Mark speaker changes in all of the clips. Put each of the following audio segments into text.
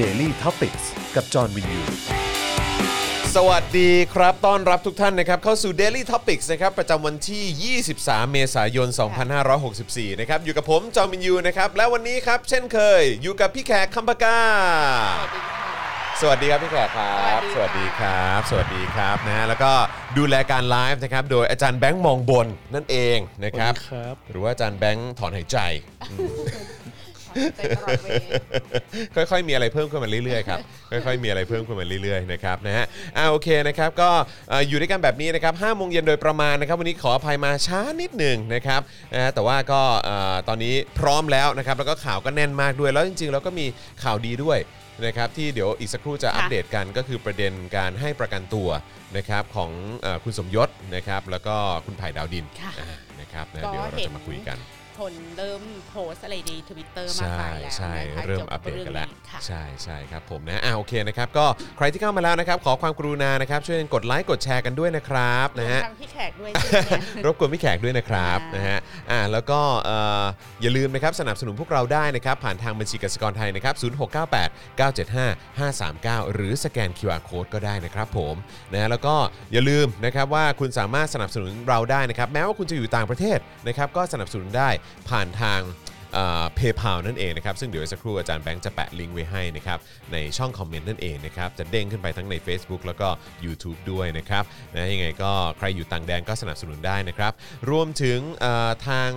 Speaker 1: Daily t o p i c กกับจอห์นวินยู
Speaker 2: สวัสดีครับ ต้อนรับทุกท่านนะครับเข้าสู่ Daily Topics นะครับประจำวันที่ 23 เมษายน 2564 นะครับอยู่กับผมจอมินยูนะครับและวันนี้ครับเช่นเคยอยู่กับพี่แขกคำปากา สวัสดีครับพี่แขกครับ ส
Speaker 3: สวั
Speaker 2: วัส
Speaker 3: สดี
Speaker 2: ดีค
Speaker 3: ค่ะ
Speaker 2: รับ สวัสดีครับนะฮะแล้วก็ดูแลการไลฟ์นะครับโดยอาจารย์แบงค์มองบนนั่นเองนะครับ
Speaker 4: สวัสดีครับ
Speaker 2: หรือว่าอาจารย์แบงค์ถอนหายใจ
Speaker 3: ใจตลอดเวลา
Speaker 2: ค่อยๆ มีอะไรเพิ่มขึ้นมาเรื่อย ๆครับ ค่อยๆ มีอะไรเพิ่มขึ้นมาเรื่อยๆ นะครับนะฮะ อ่าโอเคนะครับ ก็เอ่ออยู่ด้วยกันแบบนี้นะครับห้าโมงเย็นโดยประมาณนะครับ วันนี้ขออภัยมาช้านิดหนึ่งนะครับนะฮะแต่ว่าก็เอ่อตอนนี้พร้อมแล้วนะครับ แล้วก็ข่าวก็แน่นมากด้วย แล้วจริงๆ เราก็มีข่าวดีด้วยนะครับที่เดี๋ยวอีกสักครู่จะ
Speaker 3: ค่ะ
Speaker 2: อัปเดตกันก็คือประเด็นการให้ประกันตัวนะครับของเอ่อคุณสมยศนะครับแล้วก็คุณไผ่ดาวดิน
Speaker 3: ค่ะ
Speaker 2: อ่านะครับนะ
Speaker 3: ก็
Speaker 2: เดี๋ยวเรา
Speaker 3: เห็น
Speaker 2: จะมาคุยกัน
Speaker 3: คนเริ่มโพสต์อะไรในทวิตเตอร์มาก
Speaker 2: ใช่
Speaker 3: มายแล้ว
Speaker 2: ใช่
Speaker 3: นะคะ
Speaker 2: เริ่ม
Speaker 3: กี่ยว
Speaker 2: อัปเดตกันแล้ว
Speaker 3: รื่องค่ะ
Speaker 2: ใช่ใช่ครับผมนะอ่าโอเคนะครับ ก็ใครที่เข้ามาแล้วนะครับ ขอความกรุณานะครับ ช่วยกดไลค์กดแชร์กันด้วยนะครับนะฮะ
Speaker 3: รวมทั้งพี่แขกด้วยใช่ไหมเนี่ย
Speaker 2: รบกวนพี่แขกด้วยนะครับ
Speaker 3: ค่ะ
Speaker 2: นะฮะอ่าแล้วก็เอ่ออย่าลืมนะครับสนับสนุนพวกเราได้นะครับ ผ่านทางบัญชีกสิกรไทยนะครับ 0698 975 539 หรือสแกน QR Code ก็ได้นะครับผมนะแล้วก็อย่าลืมนะครับว่าคุณสามารถสนับสนุนเราได้นะครับ แม้ว่าคุณจะอยู่ต่างประเทศนะครับก็สนับสนุนได้ผ่านทางเพย์พานั่นเองนะครับ ซึ่งเดี๋ยวสักครู่อาจารย์แบงค์จะแปะลิงก์ไว้ให้นะครับในช่องคอมเมนต์นั่นเองนะครับจะเด้งขึ้นไปทั้งใน Facebook แล้วก็ YouTube ด้วยนะครับนะยังไงก็ใครอยู่ต่างแดนก็สนับสนุนได้นะครับ รวมถึงเอ่อทาง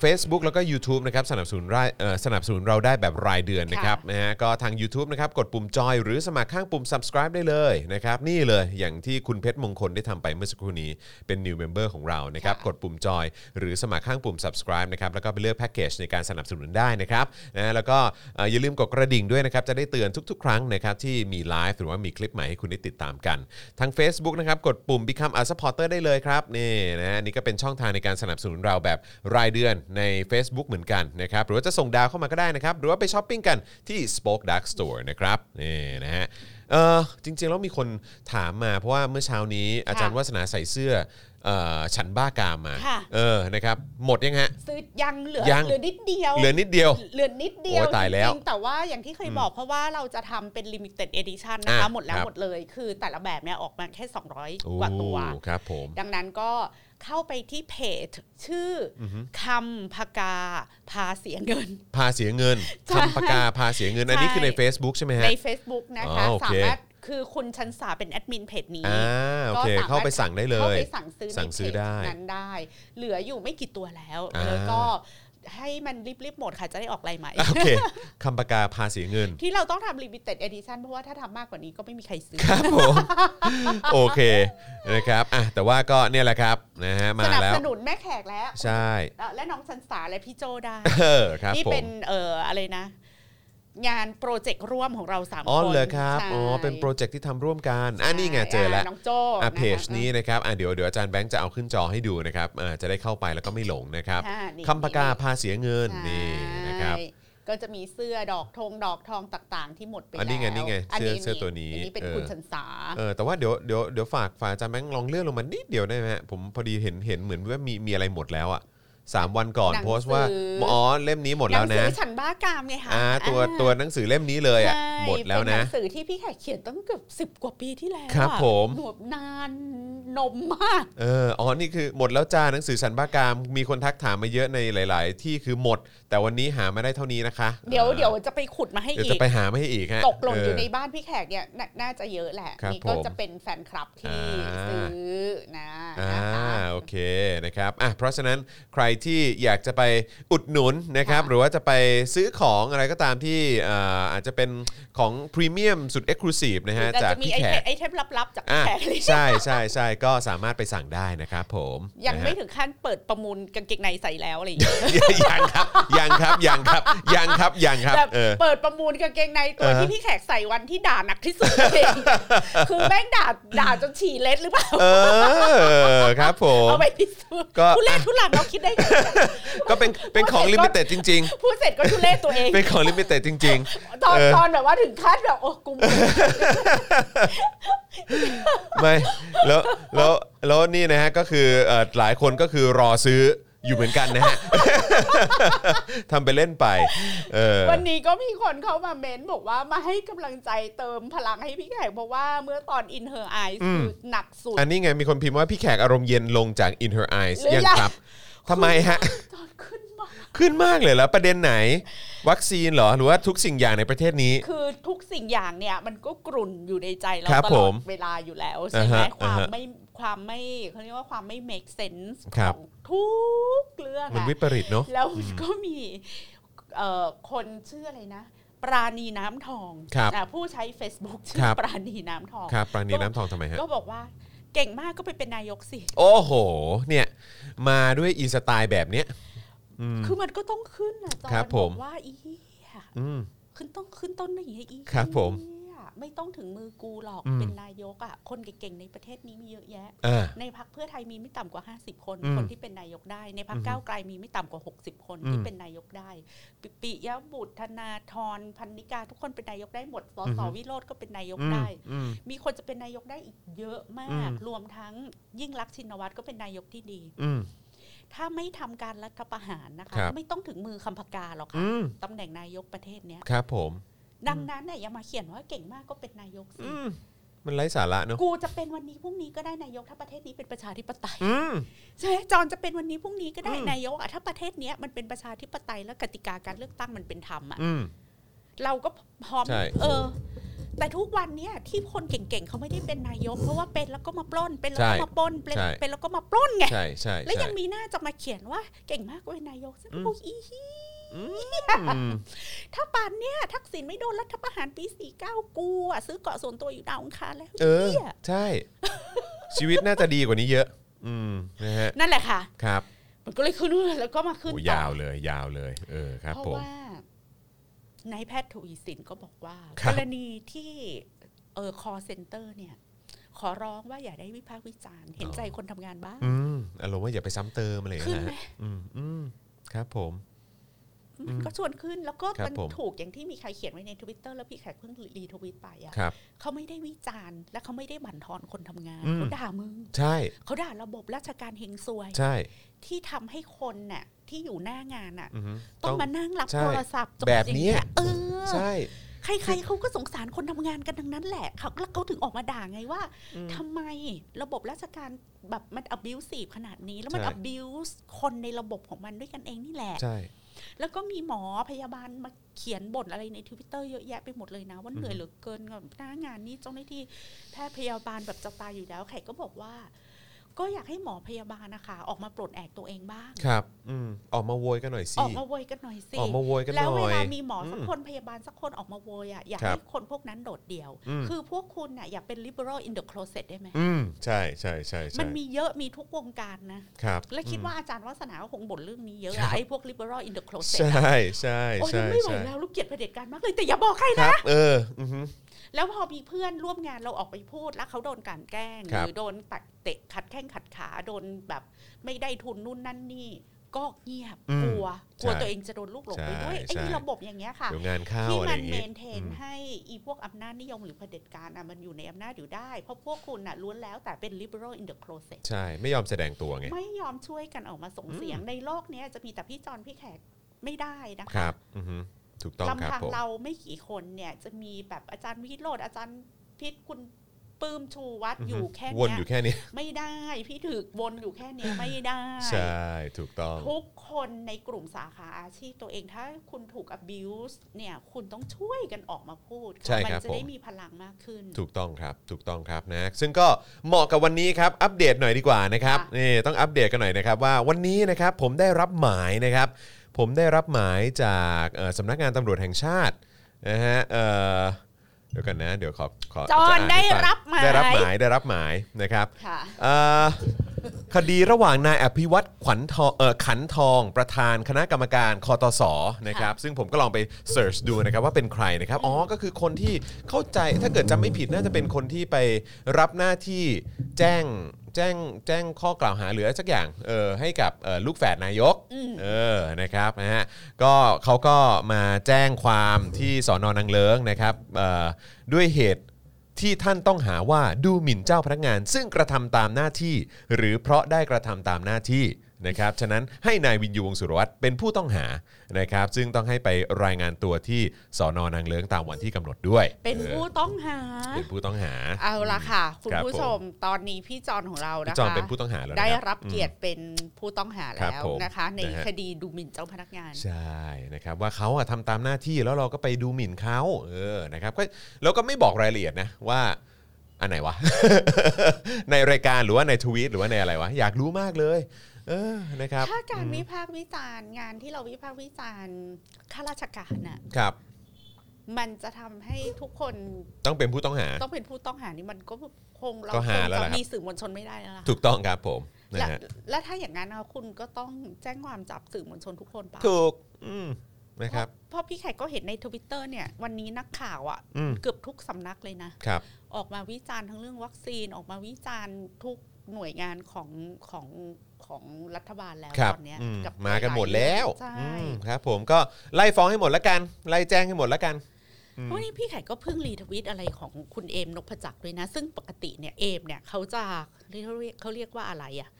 Speaker 2: เฟซบุ๊กแล้วก็ u t u b e นะครับสนับสนุนรายเอ่อสนับสนุนเราได้แบบรายเดือนนะครับ
Speaker 3: ค่ะ
Speaker 2: นะฮะก็ทาง u t u b e นะครับกดปุ่มจอยหรือสมัครข้างปุ่ม subscribe ได้เลยนะครับนี่เลยอย่างที่คุณเพชรมงคลได้ทำไปเมื่อสักครู่นี้เป็น new member ของเรานะครับ
Speaker 3: ค่ะ
Speaker 2: กดปุ่มจอยหรือสมัครข้างปุ่ม subscribe นะครับแล้วก็ไปเลือกแพ็กเกจในการสนับสนุนได้นะครับนะแล้วก็เอ่ออย่าลืมกดกระดิ่งด้วยนะครับจะได้เตือนทุกๆ ครั้งนะครับที่มีไลฟ์หรือว่ามีคลิปใหม่ให้คุณได้ติดตามกัน ทาง Facebook นะครับกดปุ่ม become a supporter ได้เลยครับนี่นะฮะนี่ก็เป็นช่องทางในการสนับสนุนเราแบบรายเดือนใน Facebook เหมือนกันนะครับหรือว่าจะส่งดาวเข้ามาก็ได้นะครับ หรือว่าไปช้อปปิ้งกันที่ Spoke Dark Store นะครับนี่นะฮะเออจริงๆ แล้วมีคนถามมาเพราะว่าเมื่อเช้านี้อาจารย์
Speaker 3: ค่ะ
Speaker 2: วาสนาใส่เสื้อเอ่อฉันบ้ากามมา
Speaker 3: ค่ะ
Speaker 2: เออนะครับหมดยังฮะ
Speaker 3: ซื้อยังเหลือ
Speaker 2: ยัง
Speaker 3: เหลือนิดเดียว
Speaker 2: เหลือนิดเดียว
Speaker 3: เหลือนิดเดียว
Speaker 2: โอ้ยตายแล้ว
Speaker 3: จริงๆแต่ว่าอย่างที่เคยบอกเพราะว่าเราจะทำเป็น limited edition นะ
Speaker 2: อ่ะ
Speaker 3: คะ หมดแล้ว
Speaker 2: ครับ
Speaker 3: หมดเลย คือแต่ละแบบเนี่ยออกมาแค่ 200 กว่าตัว
Speaker 2: โอ้ครับผม
Speaker 3: ดังนั้นก็เข้าไปที่เพจ ชื่ออคำพกาพาเสียเงิน
Speaker 2: พาเสียเงิน
Speaker 3: ใช่
Speaker 2: คำปากกาพาเสียเงินอันนี้คือใน Facebook ใช่ไหมฮะ
Speaker 3: ใน Facebook นะคะ
Speaker 2: อ๋อโอเค
Speaker 3: สามารถคือคุณชันสาเป็นแอดมินเพจนี้
Speaker 2: อ่าโอเค
Speaker 3: ก็สมรถ
Speaker 2: เข้าไปสั่งได้เล
Speaker 3: เข้าย ไปสั่งซื้อใน
Speaker 2: สั่งซื้อ
Speaker 3: เพจ
Speaker 2: ได้
Speaker 3: นั้นได้ เหลืออยู่ไม่กี่ตัวแล้ว
Speaker 2: อ่า
Speaker 3: แล้วก็ให้มันรีบๆหมดค่ะ จะได้ออกอะไรใหม่
Speaker 2: โอเคคำปากกาพาเสียเงิน
Speaker 3: ที่เราต้องทำ limited edition เพราะว่าถ้าทำมากกว่านี้ก็ไม่มีใครซื้อ
Speaker 2: ครับ ผมโอเคนะครับอ่ะแต่ว่าก็เนี่ยแหละครับนะฮะ
Speaker 3: ส
Speaker 2: มา
Speaker 3: นับ
Speaker 2: แล้ว
Speaker 3: สนุนแม่แขกแล้ว
Speaker 2: ใช่
Speaker 3: และน้องชันสาและพี่โจได้
Speaker 2: เออครับ
Speaker 3: ที่
Speaker 2: ผ
Speaker 3: เป็
Speaker 2: ม
Speaker 3: นเอ่ออะไรนะ งานโปรเจกต์ร่วมของเราสามคน
Speaker 2: อ๋อเลยครับ
Speaker 3: ใช่
Speaker 2: อ๋อเป็นโปรเจกต์ที่ทำร่วมกันอ่ะ
Speaker 3: ใช่
Speaker 2: นี่ไงเจอแล้ว
Speaker 3: ะน้องโจ
Speaker 2: อ่ะ
Speaker 3: ค
Speaker 2: เพจนี้นะครับอ่ะเดี๋ยวเดี๋ยวอาจารย์แบงค์จะเอาขึ้นจอให้ดูนะครับอ่าจะได้เข้าไปแล้วก็ไม่หลงนะครับ
Speaker 3: อ่านี่
Speaker 2: คำปากกาพาเสียเงินนี่นะครับ
Speaker 3: ใช่ก็จะมีเสื้อดอกธงดอกทองต่างๆ ที่หมดไป
Speaker 2: อันนี้ไง
Speaker 3: แล้ว
Speaker 2: นี่ไงเสื้อเสื้อตัวนี้
Speaker 3: อันนี้เป็น
Speaker 2: เออ
Speaker 3: คุณชันสา
Speaker 2: เออแต่ว่าเดี๋ยวเดี๋ยวเดี๋ยวฝากฝากอาจารย์แบงค์ลองเลื่อนลงมานิดเดียวได้ไหมฮะผมพอดีเห็นเห็นเหมือนว่ามีมีอะไรหมดแล้วอะสามวันก่อน
Speaker 3: หนังสือ
Speaker 2: โพสต์ว่าอ๋อเล่มนี้หมดแล้ว
Speaker 3: หนัง
Speaker 2: นะ
Speaker 3: สือฉันบ้ากามไงคะ
Speaker 2: อ่าตัว
Speaker 3: อ่า
Speaker 2: ตัวหนังสือเล่มนี้เลยอะ
Speaker 3: ใช่
Speaker 2: หมดแล้วนะ
Speaker 3: เป็นหนังสือที่พี่แขกเขียนตั้งเกือบสิบ10 กว่าปีที่แล้วอะ
Speaker 2: ครับผม
Speaker 3: หนวบนานนมมาก
Speaker 2: เอออ๋อนี่คือหมดแล้วจ้าหนังสือสันบ้ากามมีคนทักถามมาเยอะในหลาย ๆ ที่คือหมด แต่วันนี้หามาได้เท่านี้นะคะ
Speaker 3: เดี๋ยว
Speaker 2: ออ
Speaker 3: เดี๋ยวจะไปขุดมาให้
Speaker 2: เดี๋ยว
Speaker 3: อี
Speaker 2: จะ
Speaker 3: ก
Speaker 2: ไปหามาให้อีกฮะ
Speaker 3: ตกหล่นอยู่
Speaker 2: เ
Speaker 3: ในบ้านพี่แขกเนี่ยน่าน่าจะเยอะแหละ
Speaker 2: ครับ
Speaker 3: นี่ก็
Speaker 2: ผม
Speaker 3: จะเป็นแฟนคลับที่
Speaker 2: อ่า
Speaker 3: ซื้อนะ
Speaker 2: อ่า
Speaker 3: นะคะ
Speaker 2: โอเคนะครับอ่ะเพราะฉะนั้นใครที่อยากจะไปอุดหนุนนะครับ
Speaker 3: ค่ะ
Speaker 2: หรือว่าจะไปซื้อของอะไรก็ตามที่เอ่ออาจจะเป็นของพรีเมียมสุดเอ็กซ์คลูซีฟนะฮะ
Speaker 3: แต่
Speaker 2: จาก
Speaker 3: จะมี
Speaker 2: พี่
Speaker 3: ไอ
Speaker 2: แข
Speaker 3: เทม
Speaker 2: ก
Speaker 3: ไอเทมลับๆจาก
Speaker 2: อ่ะ
Speaker 3: พี่แขกเลย
Speaker 2: ใช่ใช่ใช่ก็สามารถไปสั่งได้นะครับผม
Speaker 3: ยังไม่
Speaker 2: นะฮะ
Speaker 3: ถึงขั้นเปิดประมูลกางเกงในใส่แล้วอะไรอย่างเงี้ย
Speaker 2: ยังครับยังครับยังครับยังครับยังครับ
Speaker 3: แต่
Speaker 2: เออ
Speaker 3: เปิดประมูลกางเกงในตัว
Speaker 2: อ่าฮะ
Speaker 3: ที่พี่แขกใส่วันที่ด่าหนักที่สุดเลยคือแม่งด่าด่าจนฉี่เล็ดหรือเปล่า
Speaker 2: เออครับผม
Speaker 3: เอาไปพิสูจน์
Speaker 2: ก็
Speaker 3: ทุเรศทุลังเราคิดได้ไง
Speaker 2: ก็เป็นเป็นของลิมิเต็ดจริง
Speaker 3: พูดเสร็จก็ทุเรศตัวเอง
Speaker 2: ๆ เป็นของลิมิเต็ดจริง
Speaker 3: ตอน
Speaker 2: เออ
Speaker 3: ตอนแบบว่าถึงขั้นแบบโอ้กุม
Speaker 2: ไม่แล้วแล้วแล้วนี่นะฮะก็คือเอ่อหลายคนก็คือรอซื้อ อยู่เหมือนกันนะฮะ ทำไปเล่นไป เออ
Speaker 3: วันนี้ก็มีคนเข้ามาเม้นบอกว่ามาให้กำลังใจเติมพลังให้พี่แขกเพราะว่าเมื่อตอน In Her Eyes
Speaker 2: อืม
Speaker 3: คือหนักสุด
Speaker 2: อันนี้ไงมีคนพิมพ์ว่าพี่แขกอารมณ์เย็นลงจาก In Her Eyes
Speaker 3: หรือ
Speaker 2: ยัง
Speaker 3: ยัง
Speaker 2: ครับทำไมฮะ
Speaker 3: ตอนขึ้นมา
Speaker 2: ขึ้นมากเลยเหรอประเด็นไหน วัคซีนเหรอ หรือว่าทุกสิ่งอย่างในประเทศนี้
Speaker 3: คือทุกสิ่งอย่างเนี่ยมันก็กลุ่นอยู่ในใจเรา
Speaker 2: ครับ
Speaker 3: ต
Speaker 2: ผ
Speaker 3: ลอด
Speaker 2: ม
Speaker 3: เวลาอยู่แล้วใช่ไหม
Speaker 2: อ่าฮะ
Speaker 3: ความ
Speaker 2: อ่าฮะ
Speaker 3: ไม่ความไม่เขาเรียกว่าความไม่ make sense ข
Speaker 2: ครับ
Speaker 3: องทุกเรื่อง
Speaker 2: มัน
Speaker 3: อะ
Speaker 2: วิปริตเนาะ
Speaker 3: แล้วก็มีเอ่อคนชื่ออะไรนะ ปราณีน้ำทอง
Speaker 2: ครับ
Speaker 3: อ่ะผู้ใช้ Facebook ชื่
Speaker 2: ค
Speaker 3: อ
Speaker 2: รับ
Speaker 3: ปราณีน้ำทอง
Speaker 2: ครับปราณีน้ำทองทำไมฮะ
Speaker 3: ก็บอกว่าเก่งมากก็ไปเป็นนายกสิ
Speaker 2: โอ้โห เนี่ย มาด้วยอีสไตล์แบบเนี้ย
Speaker 3: คือมันก็ต้องขึ้นนะจอห์น
Speaker 2: ครับผม
Speaker 3: อกว่าอีเหี้ย
Speaker 2: อืม
Speaker 3: ขึ้นต้องขึ้นต้นอย่างนี้อี
Speaker 2: ครับผม
Speaker 3: เหี้ยไม่ต้องถึงมือกูหรอก
Speaker 2: อืม
Speaker 3: เป็นนายกอ่ะคนเก่งๆในประเทศนี้มีเยอะแยะ
Speaker 2: อ่า
Speaker 3: ในพักเพื่อไทยมีไม่ต่ำกว่า 50 คน
Speaker 2: อืม
Speaker 3: คนที่เป็นนายกได้ ในพัก
Speaker 2: อือฮึ
Speaker 3: ก้าวไกลมีไม่ต่ำกว่า 60 คน
Speaker 2: อืม
Speaker 3: ที่เป็นนายกได้ปิปิยบุตรธนาธรพันนิกาทุกคนเป็นนายกได้หมดส
Speaker 2: อือ
Speaker 3: ส
Speaker 2: ฮึ
Speaker 3: วิโรธก็เป็นนายก
Speaker 2: อืม
Speaker 3: ได้
Speaker 2: อืม
Speaker 3: มีคนจะเป็นนายกได้อีกเยอะมา
Speaker 2: อื
Speaker 3: ก
Speaker 2: ม
Speaker 3: รวมทั้งยิ่งรักษณ์ชินวัตรก็เป็นนายกที่ดี
Speaker 2: อืม
Speaker 3: ถ้าไม่ทำการรัฐประหารนะคะ
Speaker 2: ครับ
Speaker 3: ไม่ต้องถึงมือคำพกาหรอก
Speaker 2: อื
Speaker 3: ค่ะ
Speaker 2: ม
Speaker 3: ตำแหน่งนายกประเทศเนี้ย
Speaker 2: ครับผม
Speaker 3: ดังนั้นเนี่ยอย่ามาเขียนว่าเก่งมากก็เป็นนายกสิ
Speaker 2: อืม มันไร้สาระเนาะ
Speaker 3: กูจะเป็นวันนี้พรุ่งนี้ก็ได้นายกถ้าประเทศนี้เป็นประชาธิปไตย
Speaker 2: อืม
Speaker 3: ใช่ไหมจอนจะเป็นวันนี้พรุ่งนี้ก็ได้
Speaker 2: อืม
Speaker 3: นายกอะถ้าประเทศเนี้ยมันเป็นประชาธิปไตยแล้วกติกาการเลือกตั้งมันเป็นธรรมอะ
Speaker 2: อืม
Speaker 3: เราก็พร้อม
Speaker 2: ใช่
Speaker 3: เออ แต่ทุกวันเนี้ยที่คนเก่งๆเขาไม่ได้เป็นนายก เพราะว่าเป็นแล้วก็มาปล้น เป็นแล้วก็มาปล้นเป็นเป็นแล้วก็มาปล้นไง
Speaker 2: ใช่ใช่
Speaker 3: แล้ว
Speaker 2: ใช่
Speaker 3: ยังมีหน้าจะมาเขียนว่าเก่งมากเว้ยนายกซึ่งโอ้ยอีเหี้ย
Speaker 2: อืม
Speaker 3: ถ้าป่านเนี้ยทักษิณไม่โดนรัฐประหารปี49กูอะซื้อเกาะส่วนตัวอยู่ดาวอังคารแล้ว
Speaker 2: เออ
Speaker 3: เหี้ย
Speaker 2: ใช่ ชีวิตน่าจะดีกว่านี้เยอะ อืม นะฮะ
Speaker 3: นั่นแหละค่ะ
Speaker 2: ครับ
Speaker 3: มันก็เลยขึ้นแล้วก็มาขึ้น
Speaker 2: โอ้
Speaker 3: ต่
Speaker 2: ยาว
Speaker 3: อ
Speaker 2: เลย ยาวเลย เออ ครับ
Speaker 3: เพราะ
Speaker 2: ผม
Speaker 3: ว่านายแพทย์ทวีสินก็บอกว่า
Speaker 2: ครั
Speaker 3: ก
Speaker 2: บ
Speaker 3: รณีที่เออคอเซ็นเตอร์เนี่ย ขอร้องว่าอย่าได้วิพากษ์วิจารณ์ เห็นใจคนทำงานบ้าง
Speaker 2: อืม อารมณ์ว่าอย่าไปซ้ำเติมอะไรอย่าง
Speaker 3: ขึ้น
Speaker 2: เงี้ยนะ
Speaker 3: ไหม
Speaker 2: ฮะอืมอืม ครับผม
Speaker 3: มันก็ชวนขึ้นแล้วก็
Speaker 2: ครับ
Speaker 3: มัน
Speaker 2: ผม
Speaker 3: ถูกอย่างที่มีใครเขียนไว้ในทวิตเตอร์แล้วพี่แขกเพิ่งรีทวิตไปอะ
Speaker 2: ครับ
Speaker 3: เขาไม่ได้วิจารณ์และเขาไม่ได้บั่นทอนคนทำงาน
Speaker 2: อืม
Speaker 3: เขาด่ามึง
Speaker 2: ใช่
Speaker 3: เขาด่าระบบราชการเฮงซวย
Speaker 2: ใช่
Speaker 3: ที่ทำให้คนน่ะที่อยู่หน้างานน่ะ
Speaker 2: อือฮึ
Speaker 3: ต้องมานั่งรับ
Speaker 2: ใช่
Speaker 3: โทรศัพท์จด
Speaker 2: แบบ
Speaker 3: อย่าง
Speaker 2: เนี้
Speaker 3: เงี้
Speaker 2: ย
Speaker 3: ยเออ
Speaker 2: ใช่
Speaker 3: ใครๆเขาก็สงสารคนทำงานกันดังนั้นแหละเขาแล้วเขาถึงออกมาด่าไงว่าทำไมระบบราชการแบบมัน abusive ขนาดนี้ แล้วมัน
Speaker 2: ใช่
Speaker 3: abuse คนในระบบของมันด้วยกันเองนี่แหละ
Speaker 2: ใช่
Speaker 3: แล้วก็มีหมอพยาบาลมาเขียนบ่นอะไรในทวิตเตอร์เยอะแยะไปหมดเลยนะ ว่าเหนื่อยเหลือเกินกับหน้างานนี่เจ้าหน้าที่แพทย์พยาบาลแบบจะตายอยู่แล้วแขกก็บอกว่า ก็อยากให้หมอพยาบาลนะคะออกมาปลดแอกตัวเองบ้าง
Speaker 2: ครับ อืม ออกมาโวยกันหน่อยสิ
Speaker 3: ออกมาโวยกันหน่อยสิ
Speaker 2: ออกมาโวยกันหน่
Speaker 3: แล้
Speaker 2: อ
Speaker 3: วย เวลามีหมอสักคนพยาบาลสักคนออกมาโวยอ่ะอยาก
Speaker 2: ครับ
Speaker 3: ให้คนพวกนั้นโดดเดี่ยว
Speaker 2: อืม
Speaker 3: คือพวกคุณน่ะอยากเป็น liberal in the closet ได้ไหม
Speaker 2: อืม ใช่ใช่ใช่ใช่
Speaker 3: มันมีเยอะมีทุกวงการนะ
Speaker 2: ครับ
Speaker 3: และคิดว่า
Speaker 2: อืม
Speaker 3: อาจารย์วัฒนาก็คงบ่นเรื่องนี้เยอะ
Speaker 2: ครั
Speaker 3: อะ
Speaker 2: บ
Speaker 3: ไอ้พวก liberal in the closet
Speaker 2: ใช่
Speaker 3: อะ
Speaker 2: ใช่
Speaker 3: โอ้ย
Speaker 2: ใช่
Speaker 3: ไม่ไหว
Speaker 2: ใช่
Speaker 3: แล้วลูกเกลียดเผด็จการมากเลยแต่อย่าบอกใคร
Speaker 2: ค
Speaker 3: นะ
Speaker 2: รับ เออ อือฮึ
Speaker 3: แล้วพอมีเพื่อนร่วมงานเราออกไปพูดแล้วเขาโดนกลันแกล้ง
Speaker 2: ค
Speaker 3: ห
Speaker 2: รับ
Speaker 3: รือโดนตัดเตะขัดแข้งขัดขาโดนแบบไม่ได้ทุนนู่นนั่นนี่ ก็เงียบกลัวกลัวตัวเองจะโดนลูกหลงไปด้วยไอ้นี่ระบบอย่างเงี้ยค่ะ
Speaker 2: เดี๋ยวงานเข้า
Speaker 3: ที่
Speaker 2: อะไร
Speaker 3: มั
Speaker 2: อน ย่าง
Speaker 3: เม
Speaker 2: งี้
Speaker 3: นเทน
Speaker 2: อืม
Speaker 3: ให้อีพวกอำนาจนิยมหรือเผด็จการอ่ะมันอยู่ในอำนาจอยู่ได้ เพราะพวกคุณน่ะล้วนแล้วแต่เป็น liberal in the closet
Speaker 2: ใช่ ไม่ยอมแสดงตัวไง
Speaker 3: ไม่ยอมช่วยกันออกมาส่งเสียงในโลกเนี้ยจะมีแต่พี่จอนพี่แขกไม่ได้นะ
Speaker 2: ค
Speaker 3: คะ
Speaker 2: รับ อือฮึถูกต้องครั
Speaker 3: ลำ
Speaker 2: บ
Speaker 3: พัง
Speaker 2: ผม
Speaker 3: เราไม่กี่คนเนี่ยจะมีแบบอาจารย์วิโรธอาจารย์พิษคุณปลื้มชูวัด
Speaker 2: อือ
Speaker 3: อ
Speaker 2: ฮึ
Speaker 3: ยู่แค่
Speaker 2: วน
Speaker 3: เนี้ย
Speaker 2: อยู่แค่นี้
Speaker 3: ไม่ได้พี่ถึกวนอยู่แค่เนี้ยไม่ได้
Speaker 2: ใช่ถูกต้อง
Speaker 3: ทุกคนในกลุ่มสาขาอาชีพตัวเองถ้าคุณถูก abuse เนี่ยคุณต้องช่วยกันออกมาพูด
Speaker 2: ใช่
Speaker 3: มั
Speaker 2: ครับ
Speaker 3: จะ
Speaker 2: ผม
Speaker 3: ได้มีพลังมากขึ้น
Speaker 2: ถูกต้องครับ ถูกต้องครับนะ ซึ่งก็เหมาะกับวันนี้ครับ อัปเดตหน่อยดีกว่านะครับ
Speaker 3: ค่ะ
Speaker 2: นี่ต้องอัปเดตกันหน่อยนะครับว่าวันนี้นะครับผมได้รับหมายนะครับ ผมได้รับหมายจากเอ่อสำนักงานตำรวจแห่งชาตินะฮะเอ่อเดี๋ยวกันนะ เดี๋ยวขอขอ
Speaker 3: จอห์น
Speaker 2: จะา
Speaker 3: ได้
Speaker 2: ให้ฟัง
Speaker 3: รับหมาย
Speaker 2: ได้รับหมาย ได้รับหมายนะครับ
Speaker 3: ค่ะ
Speaker 2: เอ่อคดีระหว่างนายอภิวัตรขวัญทองเอ่อขันทองประธานคณะกรรมการคอตสนะครับซึ่งผมก็ลองไปเสิร์ชดูนะครับว่าเป็นใครนะครับอ๋อก็คือคนที่เข้าใจถ้าเกิดจำไม่ผิดน่าจะเป็นคนที่ไปรับหน้าที่แจ้งแจ้งแจ้งข้อกล่าวหาหรืออะไรสักอย่างเออให้กับเอ่อลูกแฝดนายกเออนะครับนะฮะก็เขาก็มาแจ้งความที่สอนอนังเลิงนะครับเอ่อด้วยเหตุ ที่ท่านต้องหาว่าดูหมิ่นเจ้าพนักงาน ซึ่งกระทำตามหน้าที่ หรือเพราะได้กระทำตามหน้าที่ นะครับฉะนั้นให้นายวินยูวงศ์สุรวัตรเป็นผู้ต้องหานะครับ ซึ่งต้องให้ไปรายงานตัวที่สอนอนางเลิ้งตามวันที่กำหนดด้วย
Speaker 4: เป็น
Speaker 2: ออ
Speaker 4: ผู้ต้องหา
Speaker 2: เป็นผู้ต้องหา
Speaker 3: เอาละค่ะ คุณ
Speaker 2: ครับ
Speaker 3: ผู้
Speaker 2: ผม
Speaker 3: ชมตอนนี้พี่จอนของเรา
Speaker 2: พี่
Speaker 3: นะ
Speaker 2: จอม
Speaker 3: คะ
Speaker 2: เป็นผู้ต้องหาแล้วนะค
Speaker 3: ได้
Speaker 2: บ
Speaker 3: รับเกียรติเป็นผู้ต้องหา
Speaker 2: ครั
Speaker 3: แล้
Speaker 2: บ
Speaker 3: ว
Speaker 2: ผม
Speaker 3: นะคะ ใน
Speaker 2: นะฮะ
Speaker 3: คดีดูหมิ่นเจ้าพนักงาน
Speaker 2: ใช่นะครับว่าเขาอะทำตามหน้าที่แล้วเราก็ไปดูหมิ่นเขาเออนะครับก็แล้วก็ไม่บอกรายละเอียดนะว่าอันไหนวะ ในรายการหรือว่าในทวีตหรือว่าในอะไรวะอยากรู้มากเลย เออนะครับ
Speaker 3: ถ้าการวิพากษ์วิจารณ์งานที่เราวิพากษ์วิจารณ์ข้าราชการน่ะ
Speaker 2: ครับ
Speaker 3: มันจะทำให้ทุกคน
Speaker 2: ต้องเป็นผู้ต้องหา
Speaker 3: ต้องเป็นผู้ต้องหานี่มันก็คงเรา
Speaker 2: ก็หา
Speaker 3: คง
Speaker 2: แล้ว
Speaker 3: จะ
Speaker 2: ล่ะครับ
Speaker 3: มีสื่อมวลชนไม่ได้แล้วล่ะ
Speaker 2: ถูกต้องครับผมนะ
Speaker 3: และ
Speaker 2: ฮะ
Speaker 3: และถ้าอย่างนั้นเอาคุณก็ต้องแจ้งความจับสื่อมวลชนทุกคนปะ
Speaker 2: ถูกอืมนะครับ
Speaker 3: เพราะพี่แขกก็เห็นในทวิตเตอร์เนี่ยวันนี้นักข่าวอ่ะ
Speaker 2: อืม
Speaker 3: เกือบทุกสำนักเลยนะ
Speaker 2: ครับ
Speaker 3: ออกมาวิจารณ์ทั้งเรื่องวัคซีนออกมาวิจารณ์ทุกหน่วยงานของของของรัฐบาลแล้ว
Speaker 2: ครับ
Speaker 3: ตอนเนี้ย
Speaker 2: อืม
Speaker 3: กับ
Speaker 2: มากันหมดแล้ว
Speaker 3: ใช่
Speaker 2: อืมครับ ผมก็ไล่ฟ้องให้หมดละกันไล่แจ้งให้หมดละกัน อืม
Speaker 3: วันนี้พี่ไข่ก็เพิ่งรีทวิตอะไรของคุณเอมนพจักรด้วยนะ ซึ่งปกติเนี่ยเอมเนี่ยเขาจะเรียกเขาเรียกว่าอะไรอะ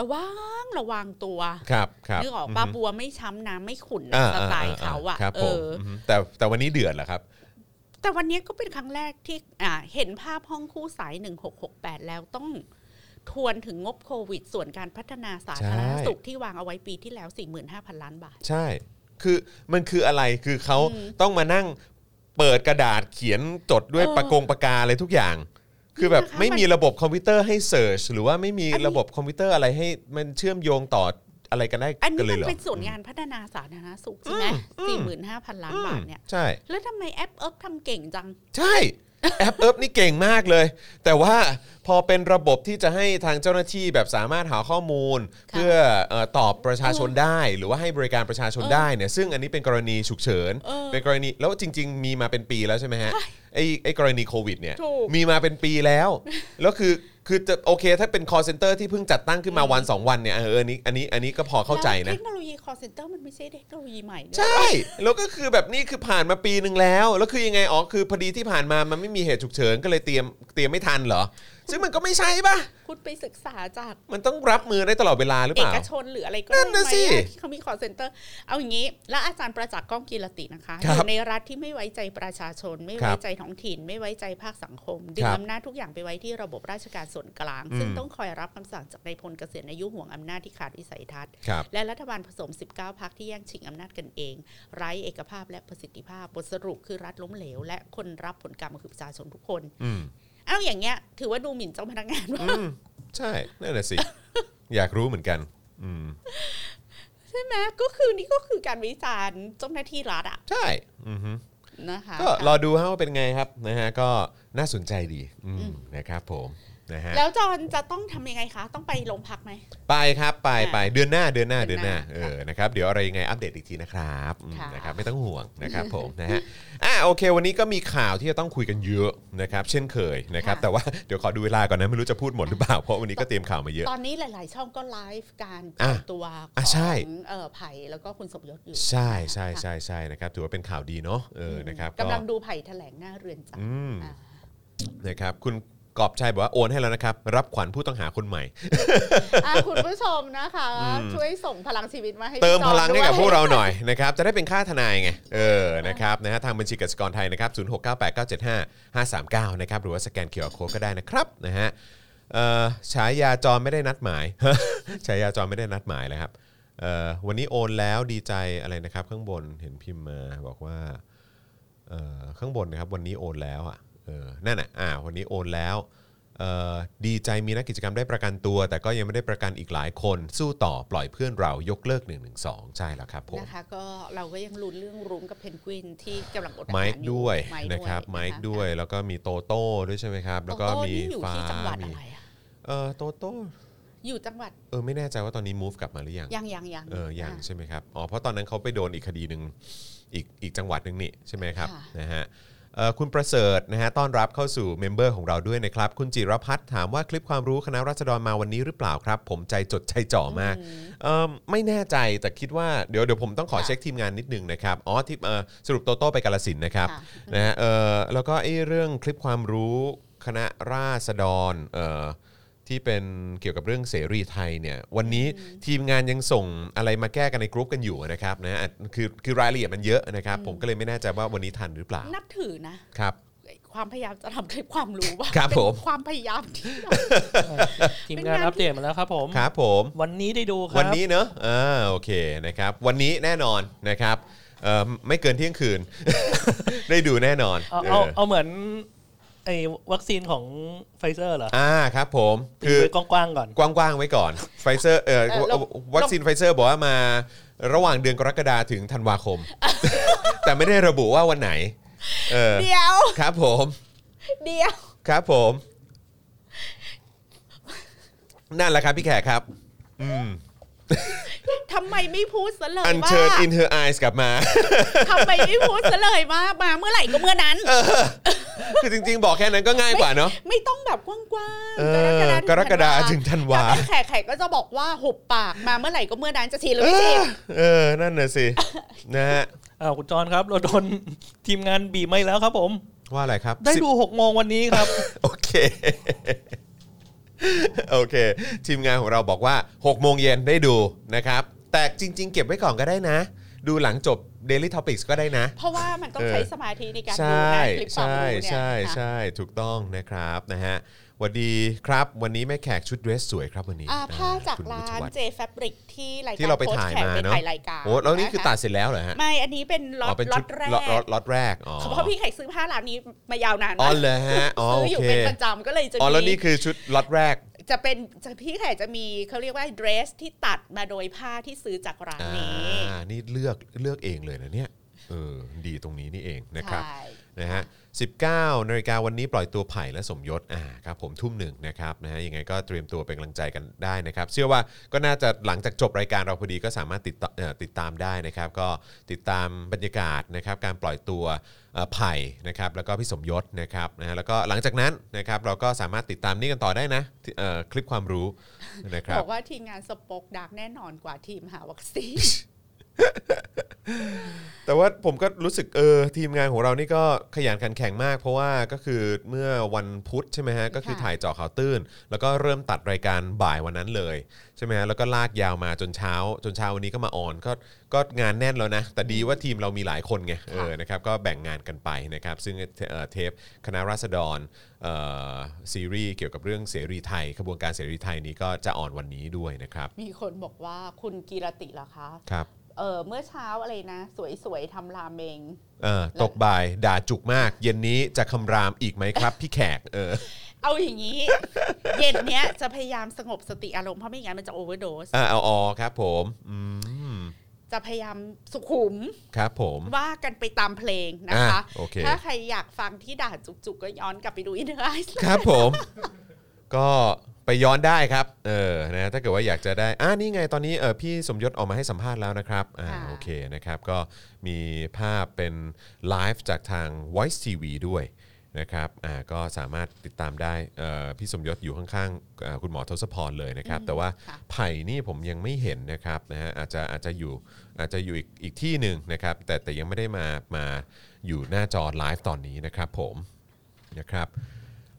Speaker 3: ระวังระวังตัว
Speaker 2: ครับครับ
Speaker 3: นึกออกปลาม บัวไม่ช้ำน้ำไม่ขุ่น
Speaker 2: อ่า
Speaker 3: สไตล์
Speaker 2: ๆๆ
Speaker 3: เขาอะ
Speaker 2: ครับ
Speaker 3: เอ
Speaker 2: ผม
Speaker 3: อ
Speaker 2: มแต่แต่วันนี้เดือดเหรอครับ
Speaker 3: แต่วันนี้ก็เป็นครั้งแรกที่อ่าเห็นภาพห้องคู่สาย 1668 แล้วต้องทวนถึงงบโควิด ส่วนการพัฒนาสาธารณ
Speaker 2: ใช่
Speaker 3: สุขที่วางเอาไว้ปีที่แล้ว 45,000 ล้านบาท
Speaker 2: ใช่ คือมันคืออะไร คือเขา
Speaker 3: อืม
Speaker 2: ต้องมานั่งเปิดกระดาษเขียนจดด้วย
Speaker 3: เออ
Speaker 2: ประกงปากกาอะไรทุกอย่าง คือแบบ
Speaker 3: นะคะ
Speaker 2: ไม่
Speaker 3: มัน
Speaker 2: มีระบบคอมพิวเตอร์ให้เซิร์ชหรือว่าไม่มี
Speaker 3: อันนี้
Speaker 2: ระบบคอมพิวเตอร์อะไรให้มันเชื่อมโยงต่ออะไรกันได้
Speaker 3: อันนี้
Speaker 2: กัเล
Speaker 3: มั
Speaker 2: ย
Speaker 3: น
Speaker 2: เหรอ
Speaker 3: เป็นส่วนงานพัฒนาสาธารณสุขใช่ไหม
Speaker 2: อืม
Speaker 3: 45,000 ล้านบาทเนี่ย
Speaker 2: ใช่
Speaker 3: แล้วทำไมแอปเอิบทำเก่งจัง
Speaker 2: ใช่ แอปเอิบนี่เก่งมากเลย แต่ว่าพอเป็นระบบที่จะให้ทางเจ้าหน้าที่แบบสามารถหาข้อมูล
Speaker 3: ค่ะ
Speaker 2: เพื่อเอ่อตอบประชาชนได้ หรือว่าให้บริการประชาชน
Speaker 3: เออ
Speaker 2: ได้เนี่ยซึ่งอันนี้เป็นกรณีฉุกเฉิน
Speaker 3: เออ
Speaker 2: เป็นกรณีแล้วจริง ๆ มีมาเป็นปีแล้วใช่ไหมฮะไอ้ไอ้กรณีโควิดเนี่ย
Speaker 3: ถูก
Speaker 2: มีมาเป็นปีแล้วแล้วคือคือจะโอเคถ้าเป็น call center ที่เพิ่งจัดตั้งขึ้นมา
Speaker 3: อืม
Speaker 2: วันสองวันเนี่ยเอออันนี้อันนี้อันนี้ก็พอเข้าใจ
Speaker 3: แล้ว
Speaker 2: นะ
Speaker 3: เทคโนโลยี call center มันไม่ใช่เทคโนโลยีใหม่ด้วย
Speaker 2: ใช่ แล้วก็คือแบบนี่คือผ่านมาปีหนึ่งแล้ว แล้วคือยังไงอ๋อคือพอดีที่ผ่านมามันไม่มีเหตุฉุกเฉินก็เลยเตรียมเตรียมไม่ทันเหรอ ซึ่งมันก็ไม่ใช่ป่ะ
Speaker 3: คุณไปศึกษาจาก
Speaker 2: มันต้องรับมือได้ตลอดเวลาหรือ
Speaker 3: เอ
Speaker 2: เปล่า
Speaker 3: กชนหรืออะไรก็
Speaker 2: นั่
Speaker 3: ได้
Speaker 2: น
Speaker 3: ไหม
Speaker 2: น่ะสิ
Speaker 3: อะที่เขามี call center เอาอย่างนี้ แล้วอาจารย์ประจักษ์ก้องกีรตินะคะ
Speaker 2: ค
Speaker 3: อ
Speaker 2: รับ
Speaker 3: ยู่ในรัฐที่ไม่ไว้ใจประชาชน ไม่
Speaker 2: ครั
Speaker 3: ไว้
Speaker 2: บ
Speaker 3: ใจท้องถิ่น ไม่ไว้ใจภาคสังคมดึง
Speaker 2: ครับ
Speaker 3: อำนาจทุกอย่างไปไว้ที่ระบบราชการส่วนกลาง
Speaker 2: อืม
Speaker 3: ซึ่งต้องคอยรับคำสั่งจากนายพลเกษียณอายุห่วงอำนาจที่ขาดวิสัยทัศน์
Speaker 2: ครับ
Speaker 3: และรัฐบาลผสม 19 พักที่แย่งชิงอำนาจกันเอง ไร้เอกภาพและประสิทธิภาพบทสรุปคือรัฐล้มเหลว และคนรับผลกรรมคือประชาชนทุกคน
Speaker 2: อืม
Speaker 3: เอ้าอย่างเงี้ยถือว่าดูหมิ่นเจ้าพนักงาน ว่า
Speaker 2: อืมใช่นั่นแหละสิ อยากรู้เหมือนกัน อืม
Speaker 3: ใช่ไหมก็คือนี่ก็คือการวิจารณ์เจ้าหน้าที่รัฐอะ
Speaker 2: ใช่อือฮึ
Speaker 3: นะคะ
Speaker 2: ก็รอดูฮะว่าเป็นไงครับนะฮะก็น่าสนใจดีอืมนะครับผมนะฮะ
Speaker 3: แล้วจอนจะต้องทำยังไงคะ ต้องไปโรงพักไหม
Speaker 2: ไปครับไปไปเดือนหน้าเดือนหน้า
Speaker 3: เดื
Speaker 2: เดือ
Speaker 3: อน
Speaker 2: ห
Speaker 3: นห
Speaker 2: น้า
Speaker 3: น้า
Speaker 2: เออนะครับเดี๋ยวอะไรยังไงอัปเดตอีกทีนะครับอืม
Speaker 3: ค่ะ
Speaker 2: นะครับไม่ต้องห่วงนะครับผมนะฮะอ่ะโอเค วันนี้ก็มีข่าวที่จะต้องคุยกันเยอะนะครับ เช่นเคยนะครับแต่ว่าเดี๋ยวขอดูเวลาก่อนนะไม่รู้จะพูดหมดหรือเปล่าเพราะวันนี้ก็เตรียมข่าวมาเยอะ
Speaker 3: ตอนนี้หลาย ๆ ช่องก็ไลฟ์การ
Speaker 2: อ่ะ
Speaker 3: เปิดตัวข
Speaker 2: อ่ะ
Speaker 3: อ
Speaker 2: ใช่
Speaker 3: งเอ่อไผ่แล้วก็คุณสมยศอยู่
Speaker 2: ใช่ใช่ใช่ใช่นะครับถือว่าเป็นข่าวดีเนาะเออนะครับ
Speaker 3: กำลังดูไผ่แถลงหน้าเรือนจำ
Speaker 2: อืม
Speaker 3: อ่า
Speaker 2: นะครับคุณกอบชัยบอกว่าโอนให้แล้วนะครับรับขวัญผู้ต้องหาคนใหม่
Speaker 3: อ่ะคุณผู้ชมนะคะ ช่วยส่งพลังชีวิตมาให้
Speaker 2: เติมพ
Speaker 3: พี่จอน
Speaker 2: ลังให้กับ
Speaker 3: ด้ย
Speaker 2: พวกเราหน่ อยนะครับ จะได้เป็นค่าทนายไง เออ นะครับนะฮะทางบัญชีกสิกรไทยนะครับ 0698975539 นะครับ หรือว่าสแกนเคอร์โคก็ได้นะครับนะฮะเอ่อฉายาจอมไม่ได้นัดหมาย ฉายาจอมไม่ได้นัดหมายเลยครับเอ่อวันนี้โอนแล้วดีใจอะไรนะครับ ข้างบนเห็นพิมพ์มาบอกว่าเอ่อข้างบนนะครับ วันนี้โอนแล้วอ่ะเออนั่นน่ะอ่าวันนี้โอนแล้วเอ่อดีใจมีนักกิจกรรมได้ประกันตัว แต่ก็ยังไม่ได้ประกันอีกหลายคน สู้ต่อปล่อยเพื่อนเรายกเลิก 112 ใช่แล้วครับผม
Speaker 3: นะคะ ก็เราก็ยังลุ้นเรื่องรุ้งกับเพนกวินที่กำลังอดอาหาร
Speaker 2: ไมค์
Speaker 3: อ
Speaker 2: ด้วย
Speaker 3: ไมค์
Speaker 2: นะครับไมค์ด้วยแล้วก็มีโตโต้ด้วยใช่ไหมครับ
Speaker 3: แล้
Speaker 2: แล้ว ว
Speaker 3: ก็
Speaker 2: ก็
Speaker 3: มี
Speaker 2: มี
Speaker 3: อยู่
Speaker 2: ฟ้า
Speaker 3: ที่จังหวัด
Speaker 2: มี
Speaker 3: อะไรอะ
Speaker 2: เออโตโต้
Speaker 3: อยู่จังหวัด
Speaker 2: เออไม่แน่ใจว่าตอนนี้ move กลับมาหรือยัง
Speaker 3: ยังยังยัง
Speaker 2: เออยัง
Speaker 3: ะ
Speaker 2: ใช่ไหมครับอ๋อเพราะตอนนั้นเขาไปโดนอีกคดีหนึ่งอีกอีกจังหวัดหนึ่งนี่ใช่ไหมครับ
Speaker 3: ค่ะ
Speaker 2: นะฮะเอ่อคุณประเสริฐนะฮะต้อนรับเข้าสู่เมมเบอร์ของเราด้วยนะครับ คุณจิรพัฒน์ถามว่าคลิปความรู้คณะราษฎรมาวันนี้หรือเปล่าครับ ผมใจจดใจจ่อมาก
Speaker 3: อืม
Speaker 2: เอิ่มไม่แน่ใจแต่คิดว่าเดี๋ยวเดี๋ยวผมต้องขอ
Speaker 3: ค่ะ
Speaker 2: เช็คทีมงานนิดนึงนะครับอ๋อที่เอ่อสรุปโตโต้ไปกาลสินธุ์นะครับ
Speaker 3: ค่ะ
Speaker 2: นะฮะเอ่อแล้วก็ไอ้เรื่องคลิปความรู้คณะราษฎรเอ่อ ที่เป็นเกี่ยวกับเรื่องเสรีไทยเนี่ยวันนี้ทีมงานยังส่งอะไรมาแก้กันในกรุ๊ปกันอยู่นะครับนะอ่ะคือคือรายละเอียดมันเยอะนะครับ ผมก็เลยไม่แน่ใจว่าวันนี้ทันหรือเปล่า
Speaker 3: นับถือนะ
Speaker 2: ครับ
Speaker 3: ความพยายามจะทำคลิปความรู้ว่า
Speaker 2: ครับ
Speaker 3: เป็น
Speaker 2: ผม
Speaker 3: ความพยายามที่เรา
Speaker 5: ทีมงานอัปเดตมาแล้วครับผม
Speaker 2: ครับผม
Speaker 5: วันนี้ได้ดูครับ
Speaker 2: วันนี้เนอะอ่าโอเคนะครับ วันนี้แน่นอนนะครับเอ่อไม่เกินเที่ยงคืน ได้ดูแน่นอน
Speaker 5: เอาเอา
Speaker 2: เออ
Speaker 5: เอาเหมือนไอ้วัคซีนของไฟเซอร์เหรอ
Speaker 2: อ่าครับผม
Speaker 5: ตี
Speaker 2: คือ
Speaker 5: ไว้กว้างๆก่อน
Speaker 2: กว้างๆไว้ก่อนไฟเซอร์เอ่อ
Speaker 3: เออเรา
Speaker 2: วัคซีนไฟเซอร์บอกว่ามาระหว่างเดือนกรกฎาถึงธันวา คม แต่ไม่ได้ระบุว่าวันไหน เออ
Speaker 3: เดียว
Speaker 2: ครับผม
Speaker 3: เดียว
Speaker 2: ครับผม นั่นแหละครับพี่แขกครับ อืม
Speaker 3: ทำไมไม่พูดซะเลย
Speaker 2: อัน
Speaker 3: ว่า
Speaker 2: เชิญ in her eyes กลับมา
Speaker 3: ทำไมไม่พูดซะเลยว่ามาเมื่อไหร่ก็เมื่อนั้น
Speaker 2: คือจริง ๆ บอกแค่นั้นก็ง่ายกว่าเนาะ
Speaker 3: ไม่ต้องแบบกว้าง
Speaker 2: เออ
Speaker 3: ๆ
Speaker 2: กรกฎาถึงธันวา
Speaker 3: ถ้เป็นแขกแขกก็จะบอกว่าหุบปากมาเมื่อไหร่ก็เมื่อนั้นจะทีหรือ
Speaker 2: เอ
Speaker 3: ไม่ที
Speaker 2: อเออ นั่นน่ะสิ นะฮะ
Speaker 5: อ้าวคุณจอนครับ เราโดน ทีมงานบีบไม่แล้วครับผม
Speaker 2: ว่าอะไรครับ
Speaker 5: ได้
Speaker 2: สิบ
Speaker 5: ดูหกโมงวันนี้ครับ
Speaker 2: โอเค โอเค ทีมงานของเราบอกว่า6โมงเย็นได้ดูนะครับ แต่จริง ๆ เก็บไว้ก่อนก็ได้นะ ดูหลังจบ Daily Topics ก็ได้นะ
Speaker 3: เพราะว่ามันต้อง
Speaker 2: เออ
Speaker 3: ใช้สมาธิในการ
Speaker 2: ใช่
Speaker 3: ดูนะคลิปความ
Speaker 2: ใช่
Speaker 3: รู้เนี่ย
Speaker 2: ใช่
Speaker 3: นะคะ
Speaker 2: ใช่ถูกต้องนะครับนะฮะหวัสดีครับ วันนี้แม่แขกชุดเดรสสวยครับวันนี้
Speaker 3: อ่าผ้าจาก
Speaker 2: คุณ
Speaker 3: ร้า
Speaker 2: วิทย
Speaker 3: น
Speaker 2: วัฒน์
Speaker 3: J Fabric ที่รายการ
Speaker 2: ที่เราไป
Speaker 3: โค้ช
Speaker 2: ถ่าย
Speaker 3: แขก
Speaker 2: มา
Speaker 3: ไป
Speaker 2: เนาะ
Speaker 3: ถ่ายรายการ
Speaker 2: โอ้แล้วนี่
Speaker 3: ะะ
Speaker 2: คือตัดเสร็จแล้วเหรอฮะ
Speaker 3: ไม่อันนี้เป็นล็อต
Speaker 2: เป็น
Speaker 3: ล็
Speaker 2: ชุ
Speaker 3: อ
Speaker 2: ด
Speaker 3: ตแรก
Speaker 2: ล็อตล็อตแรกอ๋อ
Speaker 3: เขาบอกว่าพี่ไข่ซื้อผ้าร้านนี้มายาวนาน
Speaker 2: อ๋อ
Speaker 3: มาก
Speaker 2: เหรอฮะ อ๋อ
Speaker 3: ซื้
Speaker 2: โอ
Speaker 3: ออยู่
Speaker 2: เค
Speaker 3: เป็นประจำก็เลยจะ
Speaker 2: อ๋อแล้ว
Speaker 3: มี
Speaker 2: นี่คือชุดล็อตแรก
Speaker 3: จะเป็นจะพี่แขกจะมีเขาเรียกว่าเดรสที่ตัดมาโดยผ้าที่ซื้อจากร้าน
Speaker 2: อ่า
Speaker 3: นี้
Speaker 2: นี่เลือกเลือกเองเลยนะเนี่ย เออ ดีตรงนี้นี่เองนะครับ
Speaker 3: ใช่
Speaker 2: นะฮะ 19นาฬิกาวันนี้ปล่อยตัวไผ่และสมยศ อ่าครับผมทุ่มหนึ่งนะครับนะฮะ ยังไงก็เตรียมตัวเป็นกำลังใจกันได้นะครับ เชื่อว่าก็น่าจะหลังจากจบรายการเราพอดีก็สามารถติดต่อเอ่อติดตามได้นะครับ ก็ติดตามบรรยากาศนะครับการปล่อยตัวเอ่อไผ่นะครับแล้วก็พี่สมยศนะครับนะฮะแล้วก็หลังจากนั้นนะครับเราก็สามารถติดตามนี่กันต่อได้นะที่เอ่อคลิปความรู้นะครับ
Speaker 3: บอกว่าทีมงานสปอกดักแน่นอนกว่าทีมหาวัคซี น
Speaker 2: แต่ว่าผมก็รู้สึกเออทีมงานของเรานี่ก็ขยันขันแข็งมาก เพราะว่าก็คือเมื่อวันพุธใช่ไหมฮะก็คือ
Speaker 3: ค่ะ
Speaker 2: ถ่ายเจาะข่าวตื้น แล้วก็เริ่มตัดรายการบ่ายวันนั้นเลยใช่ไหมฮะแล้วก็ลากยาวมาจนเช้า จนเช้าวันนี้ก็มาออนก็ก็งานแน่นแล้วนะ แต่ดีว่าทีมเรามีหลายคนไงเออนะครับก็แบ่งงานกันไปนะครับซึ่งเอ่อเทปคณะราษฎรเอ่อซีรีส์เกี่ยวกับเรื่องเสรีไทยขบวนการเสรีไทยนี้ก็จะออนวันนี้ด้วยนะครับ
Speaker 3: มีคนบอกว่าคุณกีรติเหรอคะ
Speaker 2: ครับ
Speaker 3: เออเมื่อเช้าอะไรนะ สวยๆทำราเมง
Speaker 2: เออตกบ่ายด่าจุกมาก เย็นนี้จะคำรามอีกไหมครับ พี่แขกเออ
Speaker 3: เอาอย่าง นี้ เย็นเนี้ยจะพยายามสงบสติอารมณ์เพราะไม่งั้นมันจะโอเวอร์โดส
Speaker 2: อ่าเอาออครับผมอืม
Speaker 3: จะพยายามสุขุม
Speaker 2: ครับผม
Speaker 3: ว่ากันไปตามเพลงนะคะ
Speaker 2: อ่ะโอเค
Speaker 3: ถ้าใครอยากฟังที่ด่าจุกๆก็ย้อนกลับไปดูอินเทอร์ไอส์
Speaker 2: ครับผม ก็ไปย้อนได้ครับ เออนะถ้าเกิดว่าอยากจะได้อ่านี่ไงตอนนี้เออพี่สมยศออกมาให้สัมภาษณ์แล้วนะครับอ่า
Speaker 3: ค่ะ
Speaker 2: โอเคนะครับ ก็มีภาพเป็นไลฟ์จากทาง Voice TV ด้วยนะครับอ่าก็สามารถติดตามได้เอ่อพี่สมยศอยู่ข้างๆเอ่อคุณหมอทศพรเลยนะครับ แต่ว่าไผ่นี่ผมยังไม่เห็นนะครับนะฮะอาจจะอาจจะอยู่อาจจะอยู่อีกอีกที่หนึ่งนะครับ แต่แต่ยังไม่ได้มามาอยู่หน้าจอไลฟ์ตอนนี้นะครับผม นะครับ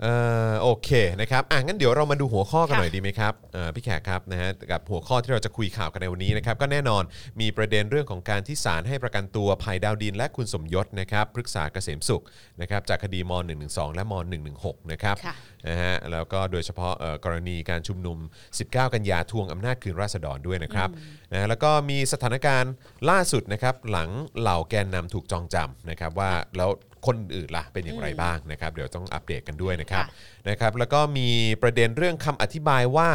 Speaker 2: เอ่อโอเคนะครับอ่ะงั้นเดี๋ยวเรามาดูหัวข้อกันหน่อยดีไหมครับเอ่อพี่แขกครับนะฮะกับหัวข้อที่เราจะคุยข่าวกันในวันนี้นะครับก็แน่นอนมีประเด็นเรื่องของการที่ศาลให้ประกันตัวภัยดาวดิน และคุณสมยศนะครับพฤกษาเกษมสุขนะครับจากคดีม .112 และม .116 นะครับ
Speaker 3: ค่ะ
Speaker 2: นะฮะแล้วก็โดยเฉพาะเอ่อกรณีการชุมนุม 19 กันยาทวงอำนาจคืนราษฎรด้วยนะครับนะฮะแล้วก็มีสถานการณ์ล่าสุดนะครับหลังเหล่าแกนนำถูกจองจำนะครับว่าแล้วคนอื่นล่ะเป็นอย่างไรบ้าง บ้างนะครับเดี๋ยวต้องอัปเดตกันด้วยนะครับ
Speaker 3: ค่ะ
Speaker 2: นะครับ แล้วก็มีประเด็นเรื่องคำอธิบายว่า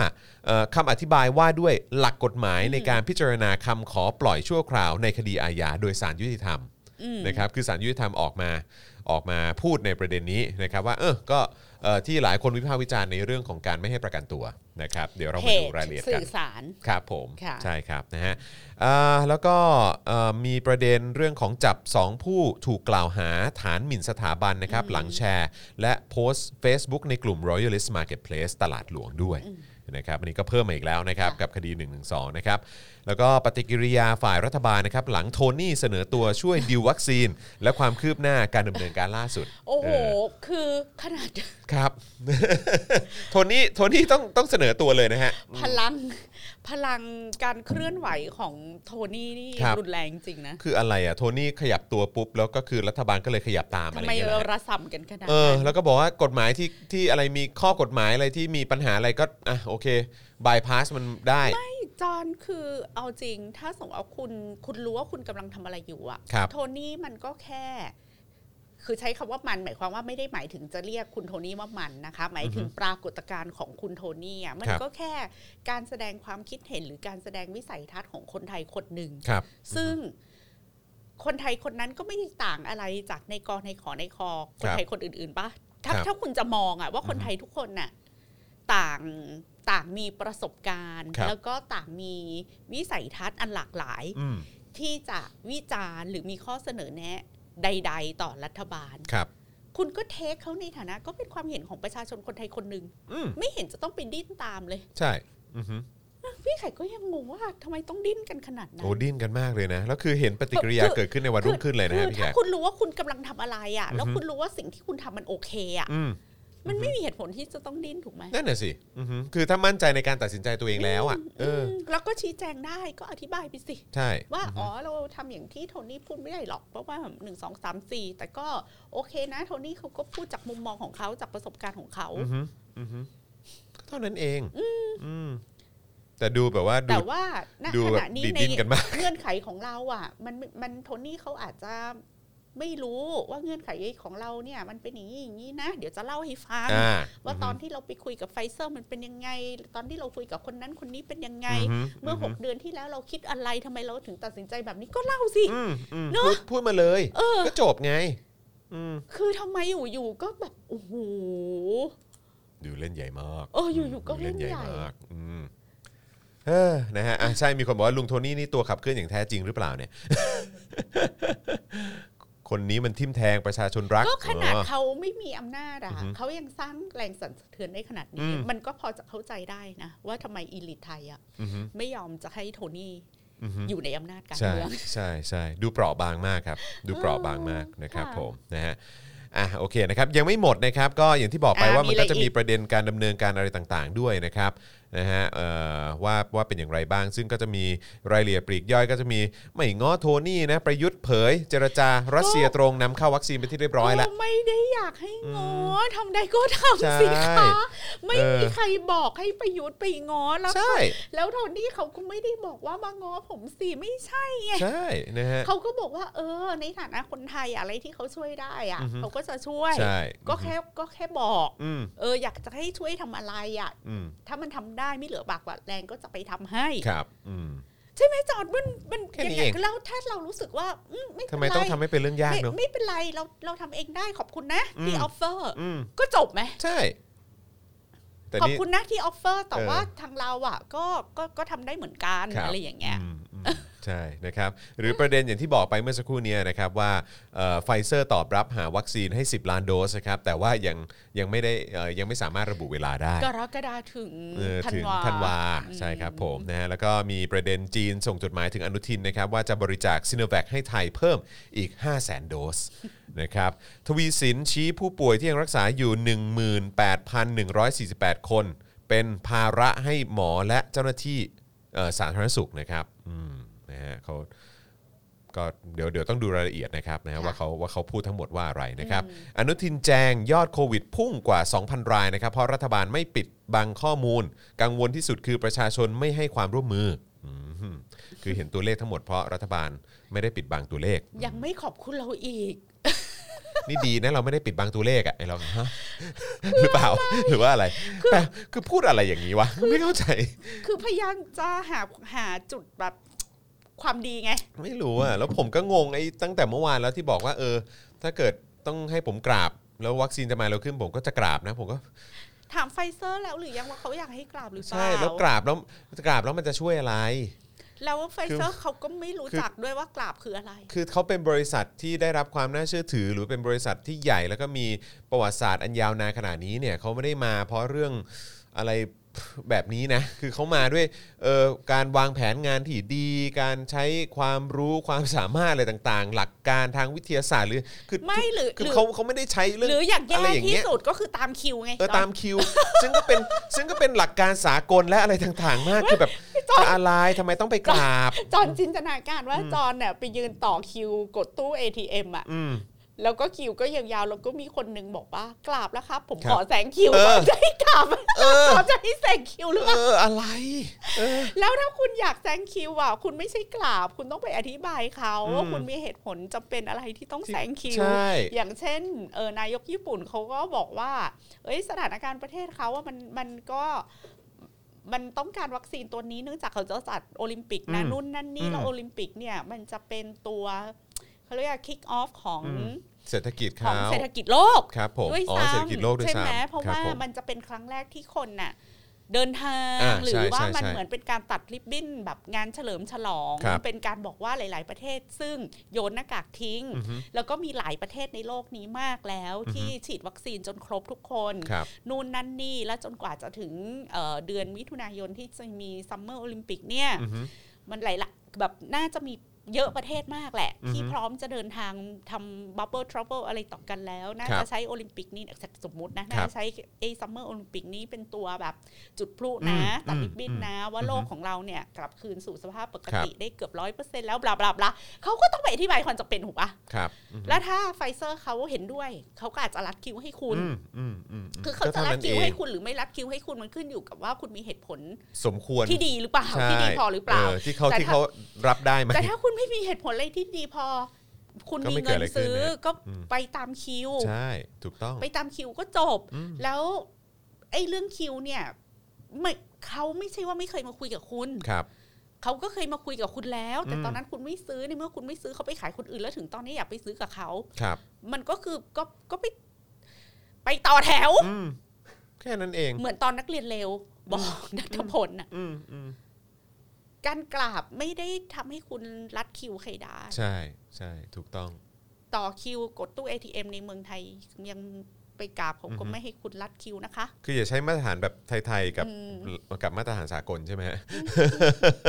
Speaker 2: เอ่อคำอธิบายว่าด้วยหลักกฎหมายในการพิจารณาคำขอปล่อยชั่วคราวในคดีอาญาโดยสารยุติธรรมนะครับคือสารยุติธรรมออกมาออกมาพูดในประเด็นนี้นะครับว่าเออก็เอ่อที่หลายคนวิพากษ์วิจารณ์ในเรื่องของการไม่ให้ประกันตัวนะครับ เดี๋ยวเรา
Speaker 3: เพ
Speaker 2: มา
Speaker 3: จ
Speaker 2: ดูรายละเอียดกั
Speaker 3: สื่
Speaker 2: น
Speaker 3: อสาร
Speaker 2: ครับผม
Speaker 3: ค่ะ
Speaker 2: ใช่ครับนะฮะเอ่อแล้วก็เอ่อมีประเด็นเรื่องของจับ 2 ผู้ถูกกล่าวหาฐานหมิ่นสถาบันนะครับ หลังแชร์ และโพสต์ Facebook ในกลุ่ม Royalist Marketplace ตลาดหลวงด้วย นะครับอันนี้ก็เพิ่มมาอีกแล้วนะครับ
Speaker 3: ค่ะ
Speaker 2: กับคดี1นึนะครับแล้วก็ปฏิกิริยาฝ่ายรัฐบาลนะครับหลังโทนี่เสนอตัวช่วยดิววัคซีน และความคืบหน้าการดำเนินการล่าสุด
Speaker 3: โอ้โห
Speaker 2: เ
Speaker 3: คือขนาด
Speaker 2: ครับ โทนี่โทนี่ต้องต้องเสนอตัวเลยนะฮะ
Speaker 3: พลังพลังการเคลื่อนไหวของโทนี่นี่
Speaker 2: ครับ
Speaker 3: รุนแรงจริงนะ
Speaker 2: คืออะไรอ่ะโทนี่ขยับตัวปุ๊บ แล้วก็คือรัฐบาลก็เลยขยับตามอะไร
Speaker 3: ทำ
Speaker 2: อย่า
Speaker 3: ไม
Speaker 2: งเงี้ย
Speaker 3: เรา
Speaker 2: นะฮะ
Speaker 3: ระสำกันขนาด
Speaker 2: เออ
Speaker 3: นั้น
Speaker 2: แล้วก็บอกว่ากฎหมายที่ที่อะไรมีข้อกฎหมายอะไรที่มีปัญหาอะไรก็อ่ะโอเคบายพาสมันได้
Speaker 3: จอนคือเอาจริง ถ้าสมมติเอาคุณคุณรู้ว่าคุณกำลังทำอะไรอยู่อะ
Speaker 2: ครับ
Speaker 3: โทนี่มันก็แค่ คือใช้คำว่ามันหมายความว่าไม่ได้หมายถึงจะเรียกคุณโทนี่ว่ามันนะคะ หมายถึงปรากฏการณ์ของคุณโทนี่อะมัน
Speaker 2: ครับ
Speaker 3: ก็แค่การแสดงความคิดเห็นหรือการแสดงวิสัยทัศน์ของคนไทยคนหนึ่ง
Speaker 2: ครับ
Speaker 3: ซึ่งคนไทยคนนั้นก็ไม่ได้ต่างอะไรจากในกอในขอในคอ คนไทยคนอื่นๆปะถ้า
Speaker 2: ครับ
Speaker 3: ถ้าคุณจะมองอะว่าคนไทยทุกคนน่ะต่างต่างมีประสบการณ์
Speaker 2: ครับ
Speaker 3: แล้วก็ต่างมีวิสัยทัศน์อันหลากหลาย
Speaker 2: อืม
Speaker 3: ที่จะวิจารณ์หรือมีข้อเสนอแนะใด ๆ ต่อรัฐบาล
Speaker 2: ครับ
Speaker 3: คุณก็เทคเขาในฐานะ ก็เป็นความเห็นของประชาชนคนไทยคนหนึ่ง
Speaker 2: อืม
Speaker 3: ไม่เห็นจะต้องไปดิ้นตามเลย
Speaker 2: ใช่อือฮึ
Speaker 3: พี่ไข่ก็ยังงงว่าทำไมต้องดิ้นกันขนาดนั้น
Speaker 2: โอ้ดิ้นกันมากเลยนะแล้วคือเห็นปฏิกิริยา
Speaker 3: คือ
Speaker 2: เกิดขึ้นในวันรุ่งขึ้นเลยนะฮะ
Speaker 3: คือ
Speaker 2: พี่แข
Speaker 3: ถ้าก คุณรู้ว่าคุณกำลังทำอะไรอ่ะ แล้ว
Speaker 2: อือฮึ
Speaker 3: คุณรู้ว่าสิ่งที่คุณทำมันโอเคอ่ะ
Speaker 2: อืม
Speaker 3: มันไม่มีเหตุผลที่จะต้องดิ้นถูกไหม
Speaker 2: นั่นน่ะสิอือฮึคือถ้ามั่นใจในการตัดสินใจตัวเองแล้วอ่ะเออ
Speaker 3: มแล้วก็ชี้แจงได้ก็อธิบายไปสิ
Speaker 2: ใช่
Speaker 3: ว่าอ๋อเราทำอย่างที่โทนี่พูดไม่ได้หรอกเพราะว่าหนึ่งสองสามสี่แต่ก็โอเคนะ โทนี่เขาก็พูดจากมุมมองของเขาจากประสบการณ์ของเขา
Speaker 2: อือฮึอือฮึก็เท่านั้นเองอืมแต่ดูแบบว่าดู
Speaker 3: แต่ว่าณ
Speaker 2: ดู
Speaker 3: ข
Speaker 2: แบบ
Speaker 3: ณะนี้
Speaker 2: ดีด
Speaker 3: ใน
Speaker 2: ดิ้นกันมาก
Speaker 3: เงื่อนไขของเราอ่ะ มันมันโทนี่เขาอาจจะไม่รู้ว่าเงื่อนไขของเราเนี่ย มันเป็นอย่างนี้อย่างนี้นะ เดี๋ยวจะเล่าให้ฟัง
Speaker 2: อ่า
Speaker 3: ว่าตอนที่เราไปคุยกับไฟเซอร์มันเป็นยังไง ตอนที่เราคุยกับคนนั้นคนนี้เป็นยังไง
Speaker 2: ฮึ
Speaker 3: เมื่อ
Speaker 2: ฮึ
Speaker 3: 6 เดือนที่แล้วเราคิดอะไรทำไมเราถึงตัดสินใจแบบนี้ก็เล่าสิ
Speaker 2: อืมอืม
Speaker 3: เนอะ
Speaker 2: พูดพูดมาเลย
Speaker 3: เออ
Speaker 2: ก็จบไงอืม
Speaker 3: คือทำไมอยู่ๆก็แบบโอ้โห
Speaker 2: ดูเล่นใหญ่มาก
Speaker 3: เอออยู่ๆก็เล่นใหญ่
Speaker 2: ดูมากอืมเออนะฮะอ่ะใช่มีคนบอกว่าลุงโทนี่นี่ตัวขับเคลื่อนอย่างแท้จริงหรือเปล่าเนี่ย คนนี้มันทิมแทงประชาชนรัก
Speaker 3: ก็ขนาด
Speaker 2: อ๋อ
Speaker 3: เขาไม่มีอำนาจ
Speaker 2: อื
Speaker 3: อ่ะ
Speaker 2: อหือ
Speaker 3: เขายังสร้างแรงสั่นสะเทือนได้ขนาด
Speaker 2: อื
Speaker 3: นี้
Speaker 2: ม
Speaker 3: มันก็พอจะเข้าใจได้นะ ว่าทำไมอีลิทไทยอ่ะ
Speaker 2: อือฮึ
Speaker 3: ไม่ยอมจะให้โทนี่
Speaker 2: อือฮึ
Speaker 3: อยู่ในอำนาจการ
Speaker 2: ใช่
Speaker 3: เมือง
Speaker 2: ใช่ใช่ดูเปราะบางมากครับ ดูเปราะบางมากนะครับ
Speaker 3: ค่ะ
Speaker 2: ผมนะฮะอ่ะโอเคนะครับยังไม่หมดนะครับ ก็อย่างที่บอกไป
Speaker 3: อ่ะ
Speaker 2: ว่ามันก็
Speaker 3: มีอะไร
Speaker 2: จะมี
Speaker 3: อีก
Speaker 2: ประเด็นการดำเนินการอะไรต่างๆ ด้วยนะครับนะฮะเอ่อว่าว่าเป็นอย่างไรบ้าง ซึ่งก็จะมีรายละเอียดปลีกย่อยก็จะมีไม่ง้อโทนี่นะประยุทธ์เผย เจรจารัสเซียตรงนำเข้าวัคซีนไปที่เรียบร้อยแล้ว
Speaker 3: ก็ไม่ได้อยากให้งออทำได้ก็ทำสิ
Speaker 2: ใช่
Speaker 3: คะไม่
Speaker 2: เออ
Speaker 3: มีใครบอกให้ประยุทธ์ไปงอแล้ว
Speaker 2: ใช่
Speaker 3: แล้วโทนี่เขาก็ไม่ได้บอกว่ามางอผมสิไม่ใช่
Speaker 2: ใช่นะฮะ
Speaker 3: เขาก็บอกว่า เออ ในฐานะคนไทยอะอะไรที่เขาช่วยได้อะ
Speaker 2: อือฮึ
Speaker 3: เขาก็จะช่วย
Speaker 2: ใช่
Speaker 3: ก็แค่ก็แค่บอก
Speaker 2: อืม
Speaker 3: เออ อยากจะให้ช่วยทำอะไรอะ
Speaker 2: อืม
Speaker 3: ถ้ามันทำได้ไม่เหลือบากกว่าแรงก็จะไปทำให้
Speaker 2: ครับอืม
Speaker 3: ใช่ไหมจอดมันมัน
Speaker 2: แค่นี้
Speaker 3: ไง
Speaker 2: เอง
Speaker 3: แล้วถ้าเรารู้สึกว่าอืมไม่เป็
Speaker 2: ทำ
Speaker 3: น
Speaker 2: ไม
Speaker 3: ไร
Speaker 2: ต้องทำให้เป็นเรื่องยาก
Speaker 3: ไม่
Speaker 2: เนอะ
Speaker 3: ไม่เป็นไรเราเราทำเองได้ขอบคุณนะที่
Speaker 2: อืม
Speaker 3: ออฟเฟอร์
Speaker 2: อืม
Speaker 3: ก็จบไหม
Speaker 2: ใช่แต่
Speaker 3: ขอบ
Speaker 2: นี่
Speaker 3: คุณนะที่ออฟเฟอร์แต่
Speaker 2: เออ
Speaker 3: ว่าทางเราอ่ะ ก็ก็ก็ทำได้เหมือนกัน
Speaker 2: ครับ
Speaker 3: อะไรอย่างเงี้ย
Speaker 2: มอืมใช่นะครับ หรือประเด็นอย่างที่บอกไปเมื่อสักครู่เนี้นะครับว่าไฟเซอร์ตอบรับหาวัคซีนให้ 10 ล้านโดสนะครับ แต่ว่ายังยังไม่ได้เอ่อยังไม่สามารถระบุเวลาได้
Speaker 3: กรกฎาถึง
Speaker 2: เออ
Speaker 3: ธัน
Speaker 2: ถึง
Speaker 3: วา
Speaker 2: ธันวาใช่ครับผมนะฮะแล้วก็มีประเด็นจีนส่งจดหมายถึงอนุทินนะครับ ว่าจะบริจาคซิโนแวคให้ไทยเพิ่มอีก 5 0 0 0 0 0 โดส นะครับทวีสินชี้ผู้ป่วยที่ยังรักษาอยู่ 18,148 คน เป็นภาระให้หมอและเจ้าหน้าที่เอ่อสาธารณสุขนะครับอืมนะฮะเขาก็เดี๋ยวเดี๋ยวต้องดูรายละเอียดนะครับนะฮะ
Speaker 3: ค่ะ
Speaker 2: ว่าเขาว่าเขาพูดทั้งหมดว่าอะไรนะครับอนุทินแจงยอดโควิดพุ่งกว่า 2,000 รายนะครับ เพราะรัฐบาลไม่ปิดบังข้อมูล กังวลที่สุดคือประชาชนไม่ให้ความร่วมมืออืมคือเห็นตัวเลขทั้งหมดเพราะรัฐบาลไม่ได้ปิดบังตัวเลข
Speaker 3: ยังไม่ขอบคุณเราอีก
Speaker 2: นี่ดีนะเราไม่ได้ปิดบังตัวเลขอะไอเราฮะ หรือเปล่าหรือว่าอะไรแปล คือพูดอะไรอย่างนี้วะไม่เข้าใจ
Speaker 3: คือพยายามจะหาหาจุดแบบความดีไง
Speaker 2: ไม่รู้อะแล้วผมก็งงไอ้ตั้งแต่เมื่อวานแล้วที่บอกว่าเออ ถ้าเกิดต้องให้ผมกราบ แล้ววัคซีนจะมาเร็วขึ้นผมก็จะกราบนะ ผมก็
Speaker 3: ถามไฟเซอร์แล้วหรือยังว่าเขาอยากให้กราบหรือเปล่า
Speaker 2: ใช่แล้วกราบแล้วกราบแล้วมันจะช่วยอะไร
Speaker 3: แล้วไฟเซอร์เขาก็ไม่รู้จักด้วยว่ากราบคืออะไร
Speaker 2: คือเขาเป็นบริษัทที่ได้รับความน่าเชื่อถือ หรือเป็นบริษัทที่ใหญ่แล้วก็มีประวัติศาสตร์อันยาวนานขนาดนี้เนี่ยเขาไม่ได้มาเพราะเรื่องอะไร แบบนี้นะ คือเขามาด้วยเอ่อการวางแผนงานที่ดี การใช้ความรู้ความสามารถอะไรต่างๆ หลักการทางวิทยาศาสตร์หรือคือ
Speaker 3: ไม่หรือ
Speaker 2: คือ
Speaker 3: หรือ
Speaker 2: เขาเขาไม่ได้ใช้เรื่อง
Speaker 3: หรืออย่างแย่
Speaker 2: ไรอย่าง
Speaker 3: ที่
Speaker 2: เงี้ย
Speaker 3: สุดก็คือตามคิวไง
Speaker 2: เออตามคิว ซึ่งก็เป็นซึ่งก็เป็นหลักการสากลและอะไรต่างๆ มากคือแบบจะอะไรทำไมต้องไปกราบ
Speaker 3: จอนจินตนาการว่าจอนเนี่ยไปยืนต่อคิวกดตู้ ATM อ่ะ
Speaker 2: อืม
Speaker 3: แล้วก็คิวก็ยาวๆ แล้วก็มีคนหนึงบอกว่ากราบแล้วครับ ผม
Speaker 2: ครั
Speaker 3: ข
Speaker 2: บ
Speaker 3: อแสงคิว
Speaker 2: เออ
Speaker 3: ก่อนจะให้กราบ
Speaker 2: เออ
Speaker 3: เขาจะให้แสงคิวหรือเป
Speaker 2: เอ
Speaker 3: ล่า
Speaker 2: อ อะไร เออ
Speaker 3: แล้วถ้าคุณอยากแสงคิวอ่ะคุณไม่ใช่กราบ คุณต้องไปอธิบายเขา
Speaker 2: อืม
Speaker 3: ว่าคุณมีเหตุผลจำเป็นอะไรที่ต้องแสงคิว
Speaker 2: ใช่
Speaker 3: อย่างเช่นเออนายกญี่ปุ่นเขาก็บอกว่า เอ้ยสถานการณ์ประเทศเขาว่ามันมันก็มันต้องการวัคซีนตัวนี้เนื่องจากเขาจะจัดโอลิมปิกนะ
Speaker 2: อืม
Speaker 3: นู่นนั่นนี่
Speaker 2: อืม
Speaker 3: แล้วโอลิมปิกเนี่ยมันจะเป็นตัวเขาเรียกว่าคิกออฟของ
Speaker 2: เศรษฐกิจ
Speaker 3: ของ
Speaker 2: เขา
Speaker 3: เศรษฐกิจโลก
Speaker 2: ครับผม
Speaker 3: ด้วย
Speaker 2: อ๋อ
Speaker 3: ซ้
Speaker 2: เศรษฐกิจโลกด้
Speaker 3: ำ
Speaker 2: วย
Speaker 3: ใช่ไหม
Speaker 2: ซ้ำ
Speaker 3: เพราะ
Speaker 2: คบ
Speaker 3: ว่า
Speaker 2: ผม
Speaker 3: มันจะเป็นครั้งแรกที่คนน่ะ เดินทาง
Speaker 2: อ่า
Speaker 3: หรือ
Speaker 2: ใช่
Speaker 3: ว่า
Speaker 2: ใช่
Speaker 3: มัน
Speaker 2: ใช่
Speaker 3: เหมือนเป็นการตัดริบบิ้นแบบงานเฉลิมฉลอง
Speaker 2: ครับ
Speaker 3: เป็นการบอกว่าหลาย ๆ ประเทศ ซึ่งโยนหน้ากากทิ้ง
Speaker 2: อือฮึ
Speaker 3: แล้วก็มีหลายประเทศในโลกนี้มากแล้ว
Speaker 2: อือฮึ
Speaker 3: ที่ฉีดวัคซีนจนครบทุกคน
Speaker 2: ครับ
Speaker 3: นู่นนั่นนี่แล้วจนกว่าจะถึงเอ่อเดือนมิถุนายนที่จะมีซัมเมอร์โอลิมปิกเนี่ย
Speaker 2: อือฮึ
Speaker 3: มันหลายละแบบน่าจะมีเยอะประเทศมากแหละ
Speaker 2: อือฮึ
Speaker 3: ที่พร้อมจะเดินทางทำบั b เ l ิลทรั u เ l ิลอะไรต่อกันแล้ว น่า
Speaker 2: ครั
Speaker 3: จะ
Speaker 2: บ
Speaker 3: ใช้โอลิมปิกนี่สมมตินะ
Speaker 2: ค
Speaker 3: น่า
Speaker 2: รับ
Speaker 3: จะใช้ไอ้ซัมเมอร์โอลิมปิกนี้เป็นตัวแบบจุดพลุ
Speaker 2: อื
Speaker 3: นะ
Speaker 2: ม
Speaker 3: ตัด
Speaker 2: อืม
Speaker 3: ริบบิ้นนะ ว่า
Speaker 2: อือฮึ
Speaker 3: โลกของเราเนี่ย กลับคืนสู่สภาพปก
Speaker 2: ครับ
Speaker 3: ติได้เกือบร้อยเปอร์เซ็นต์แล้วบลาบลาบลาเขาก็ต้องไปอธิบายความจำเป็นถูกปะ
Speaker 2: ครับอือฮึ
Speaker 3: แล้วถ้าไฟเซอร์เขาเห็นด้วย เขาก็อาจจะรัดคิวให้คุณ
Speaker 2: อืมอืมอืมม
Speaker 3: คือเขา
Speaker 2: ก็
Speaker 3: จะ
Speaker 2: ท่
Speaker 3: รัด
Speaker 2: นั้น
Speaker 3: คิ
Speaker 2: เอ
Speaker 3: ว
Speaker 2: ง
Speaker 3: ให้คุณหรือไม่รัดคิวให้คุณมันขึ้นอยู่กับว่าคุณมีเหตุผล
Speaker 2: สมควร
Speaker 3: ที่ดีหรือเปล่า
Speaker 2: ใช่
Speaker 3: ที่ดีพอหรือเปล่า
Speaker 2: ที่เขา
Speaker 3: แต่
Speaker 2: ที่
Speaker 3: ถ้า
Speaker 2: เขารับได้ไหม
Speaker 3: แต่ถ้าคุณไม่มีเหตุผลอะไรที่ดีพอ คุณ
Speaker 2: ก็
Speaker 3: มี
Speaker 2: ไม่เกิ
Speaker 3: เงิ
Speaker 2: ด
Speaker 3: น
Speaker 2: อะไรขึ้น
Speaker 3: ซื้อ
Speaker 2: นะ
Speaker 3: ก็
Speaker 2: อืม
Speaker 3: ไปตามคิว
Speaker 2: ใช่ถูกต้อง
Speaker 3: ไปตามคิวก็จบ
Speaker 2: อืม
Speaker 3: แล้วไอ้เรื่องคิวเนี่ยไม่เขาไม่ใช่ว่าไม่เคยมาคุยกับคุณ
Speaker 2: ครับ
Speaker 3: เขาก็เคยมาคุยกับคุณแล้ว แต่
Speaker 2: อืม
Speaker 3: ตอนนั้นคุณไม่ซื้อในเมื่อคุณไม่ซื้อเขาไปขายคนอื่นแล้วถึงตอนนี้อยากไปซื้อกับเขา
Speaker 2: ครับ
Speaker 3: มันก็คือก็ก็ไปไปต่อแถว
Speaker 2: อืมแค่นั้นเอง
Speaker 3: เหมือนตอนนักเรียนเลวบอกนัทพลน่ะ
Speaker 2: อืมอืม
Speaker 3: การกราบไม่ได้ทำให้คุณรัดคิวใครได้
Speaker 2: ใช่ใช่ถูกต้อง
Speaker 3: ต่อคิวกดตู้ ATM ในเมืองไทยยังไปกราบผม
Speaker 2: อือฮึ
Speaker 3: ก็ไม่ให้คุณรัดคิวนะคะ
Speaker 2: คืออย่าใช้มาตรฐานแบบไทย ๆ กับ
Speaker 3: อืม
Speaker 2: กับมาตรฐานสากลใช่ ไหมฮะ
Speaker 3: เ